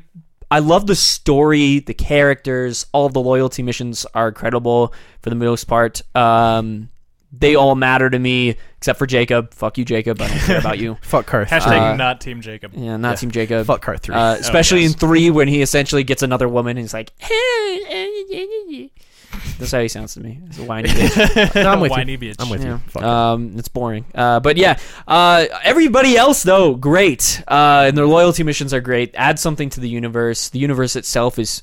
A: I love the story, the characters, all of the loyalty missions are credible for the most part. Um, they all matter to me except for Jacob. Fuck you, Jacob. I don't care about you.
C: Fuck car. Three.
D: Hashtag
A: Uh,
D: not Team Jacob.
A: Yeah, not Team Jacob.
C: Fuck car three.
A: Uh, especially
D: yes.
A: in three when he essentially gets another woman and he's like, that's how he sounds to me. It's a whiny bitch.
C: no, I'm with
D: Whiny
C: you.
D: bitch.
C: I'm with
A: Yeah.
C: you. Fuck
A: Um, it's boring. Uh, but yeah, uh, everybody else though, great. Uh, and their loyalty missions are great. Add something to the universe. The universe itself is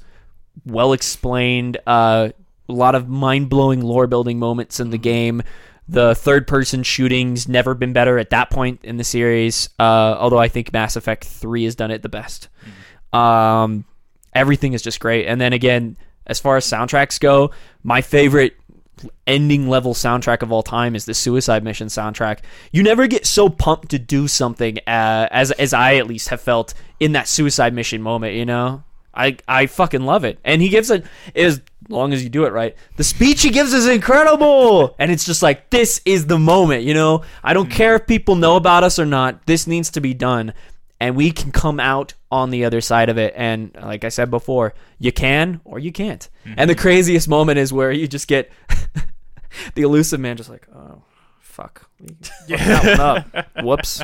A: well explained. Uh, a lot of mind blowing lore building moments in the
C: Mm-hmm.
A: game. The third person shootings never been better at that point in the series. Uh, although I think Mass Effect Three has done it the best.
C: Mm-hmm.
A: Um, everything is just great. And then again, as far as soundtracks go, my favorite ending level soundtrack of all time is the Suicide Mission soundtrack. You never get so pumped to do something uh, as as I at least have felt in that Suicide Mission moment. You know, I I fucking love it. And he gives it as long as you do it right. The speech he gives is incredible, and it's just like this is the moment. You know, I don't care if people know about us or not. This needs to be done and we can come out on the other side of it. And like I said before, you can or you can't. And
D: Mm-hmm.
A: the craziest moment is where you just get the elusive man, just like, oh, fuck, We fucked that one up. whoops.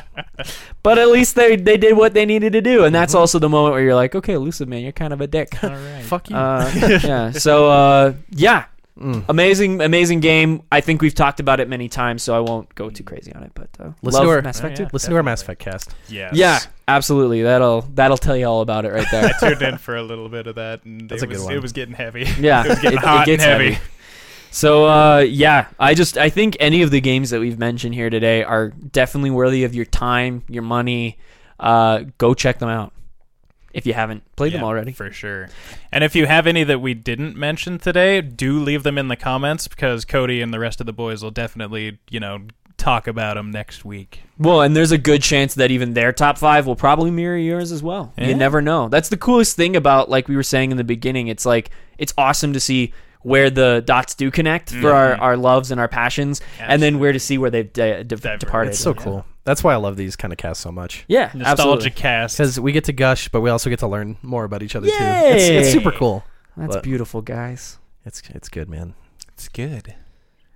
A: But at least they they did what they needed to do, and that's
D: Mm-hmm.
A: also the moment where you're like, okay, elusive man, you're kind of a dick.
D: All right.
C: Fuck you.
A: Uh, yeah. So uh, yeah,
C: Mm.
A: amazing, amazing game. I think we've talked about it many times, so I won't go too crazy on it. But uh,
C: Listen
A: love
C: to her.
A: Mass Effect
D: Mm. Oh, yeah.
A: 2.
C: Listen to our Mass Effect cast.
D: Yes.
A: Yeah, absolutely. That'll that'll tell you all about it right there.
D: Tuned in for a little bit of that, and
C: That's
D: it
C: a good
D: was
C: one.
D: it was getting heavy.
A: Yeah,
D: it was getting hot and heavy.
A: So uh, yeah, I just I think any of the games that we've mentioned here today are definitely worthy of your time, your money. Uh, go check them out if you haven't played them
D: Yeah,
A: already.
D: For sure. And if you have any that we didn't mention today, do leave them in the comments because Cody and the rest of the boys will definitely, you know, talk about them next week.
A: Well, and there's a good chance that even their top five will probably mirror yours as well.
D: Yeah.
A: You never know. That's the coolest thing about, like we were saying in the beginning, it's like it's awesome to see where the dots do connect
D: Mm-hmm.
A: for our, our loves and our passions, and then where to see where they've de- de-
D: Diverged.
A: departed.
C: It's so cool. That's why I love these kind of casts so much.
A: yeah,
D: Nostalgia
A: absolutely.
D: cast.
C: Because we get to gush, but we also get to learn more about each other too.
A: Yay!
C: It's, it's super cool.
A: That's
C: But-
A: beautiful, guys.
C: It's it's good, man.
D: It's good.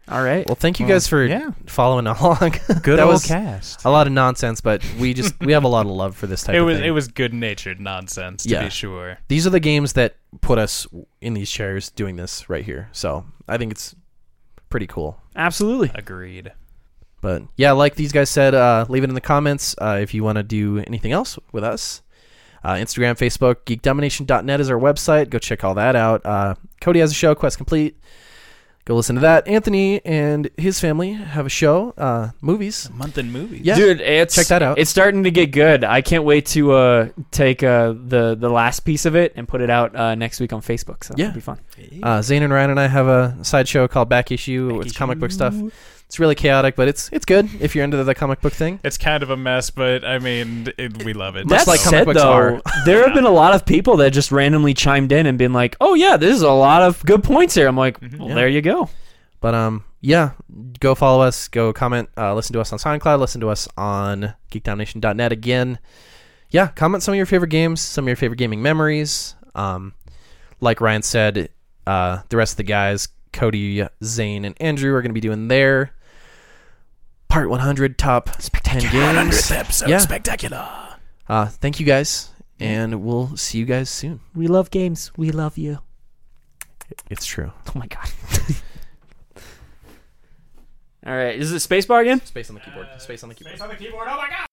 A: All right.
C: Well, thank you
D: Well,
C: guys for
D: yeah.
C: following along.
D: Good
C: That
D: old
C: was
D: cast.
C: a lot of nonsense, but we just we have a lot of love for this type
D: It
C: of
D: was
C: thing.
D: it was good natured nonsense to
C: Yeah.
D: be sure.
C: these are the games that put us in these chairs doing this right here. So I think it's pretty cool.
A: Absolutely.
D: Agreed.
C: But yeah, like these guys said, uh, leave it in the comments uh, if you want to do anything else with us. Uh, Instagram, Facebook, geekdomination.net is our website. Go check all that out. Uh, Cody has a show, Quest Complete. Go listen to that. Anthony and his family have a show, uh, movies.
D: Month in movies.
C: Yeah.
A: Dude, it's
C: Check that out.
A: It's starting to get good. I can't wait to uh, take uh, the the last piece of it and put it out uh, next week on Facebook. So
C: Yeah.
A: it'll be fun.
C: Uh, Zane and Ryan and I have a side show called Back Issue. it's comic book stuff. It's really chaotic, but it's it's good if you're into the comic book thing.
D: It's kind of a mess, but I mean, it, we love it.
C: Much
A: That
C: like comic
A: said,
C: books
A: though, there have been a lot of people that just randomly chimed in and been like, "Oh yeah, there's a lot of good points here." I'm like, "Well,
C: Mm-hmm. Yeah.
A: there you go."
C: But um, yeah, go follow us, go comment, uh, listen to us on SoundCloud, listen to us on geekdomination.net again. Yeah, comment some of your favorite games, some of your favorite gaming memories. Um, like Ryan said, uh, the rest of the guys, Cody, Zane, and Andrew, are going to be doing their part 100 top 10 games.
D: episode
C: Yeah.
D: spectacular.
C: Uh, thank you guys, and we'll see you guys soon.
A: We love games. We love you.
C: It's true.
A: Oh my god. All right, is it spacebar again?
C: Space on the keyboard. Space on the keyboard.
D: on the keyboard. Oh my god.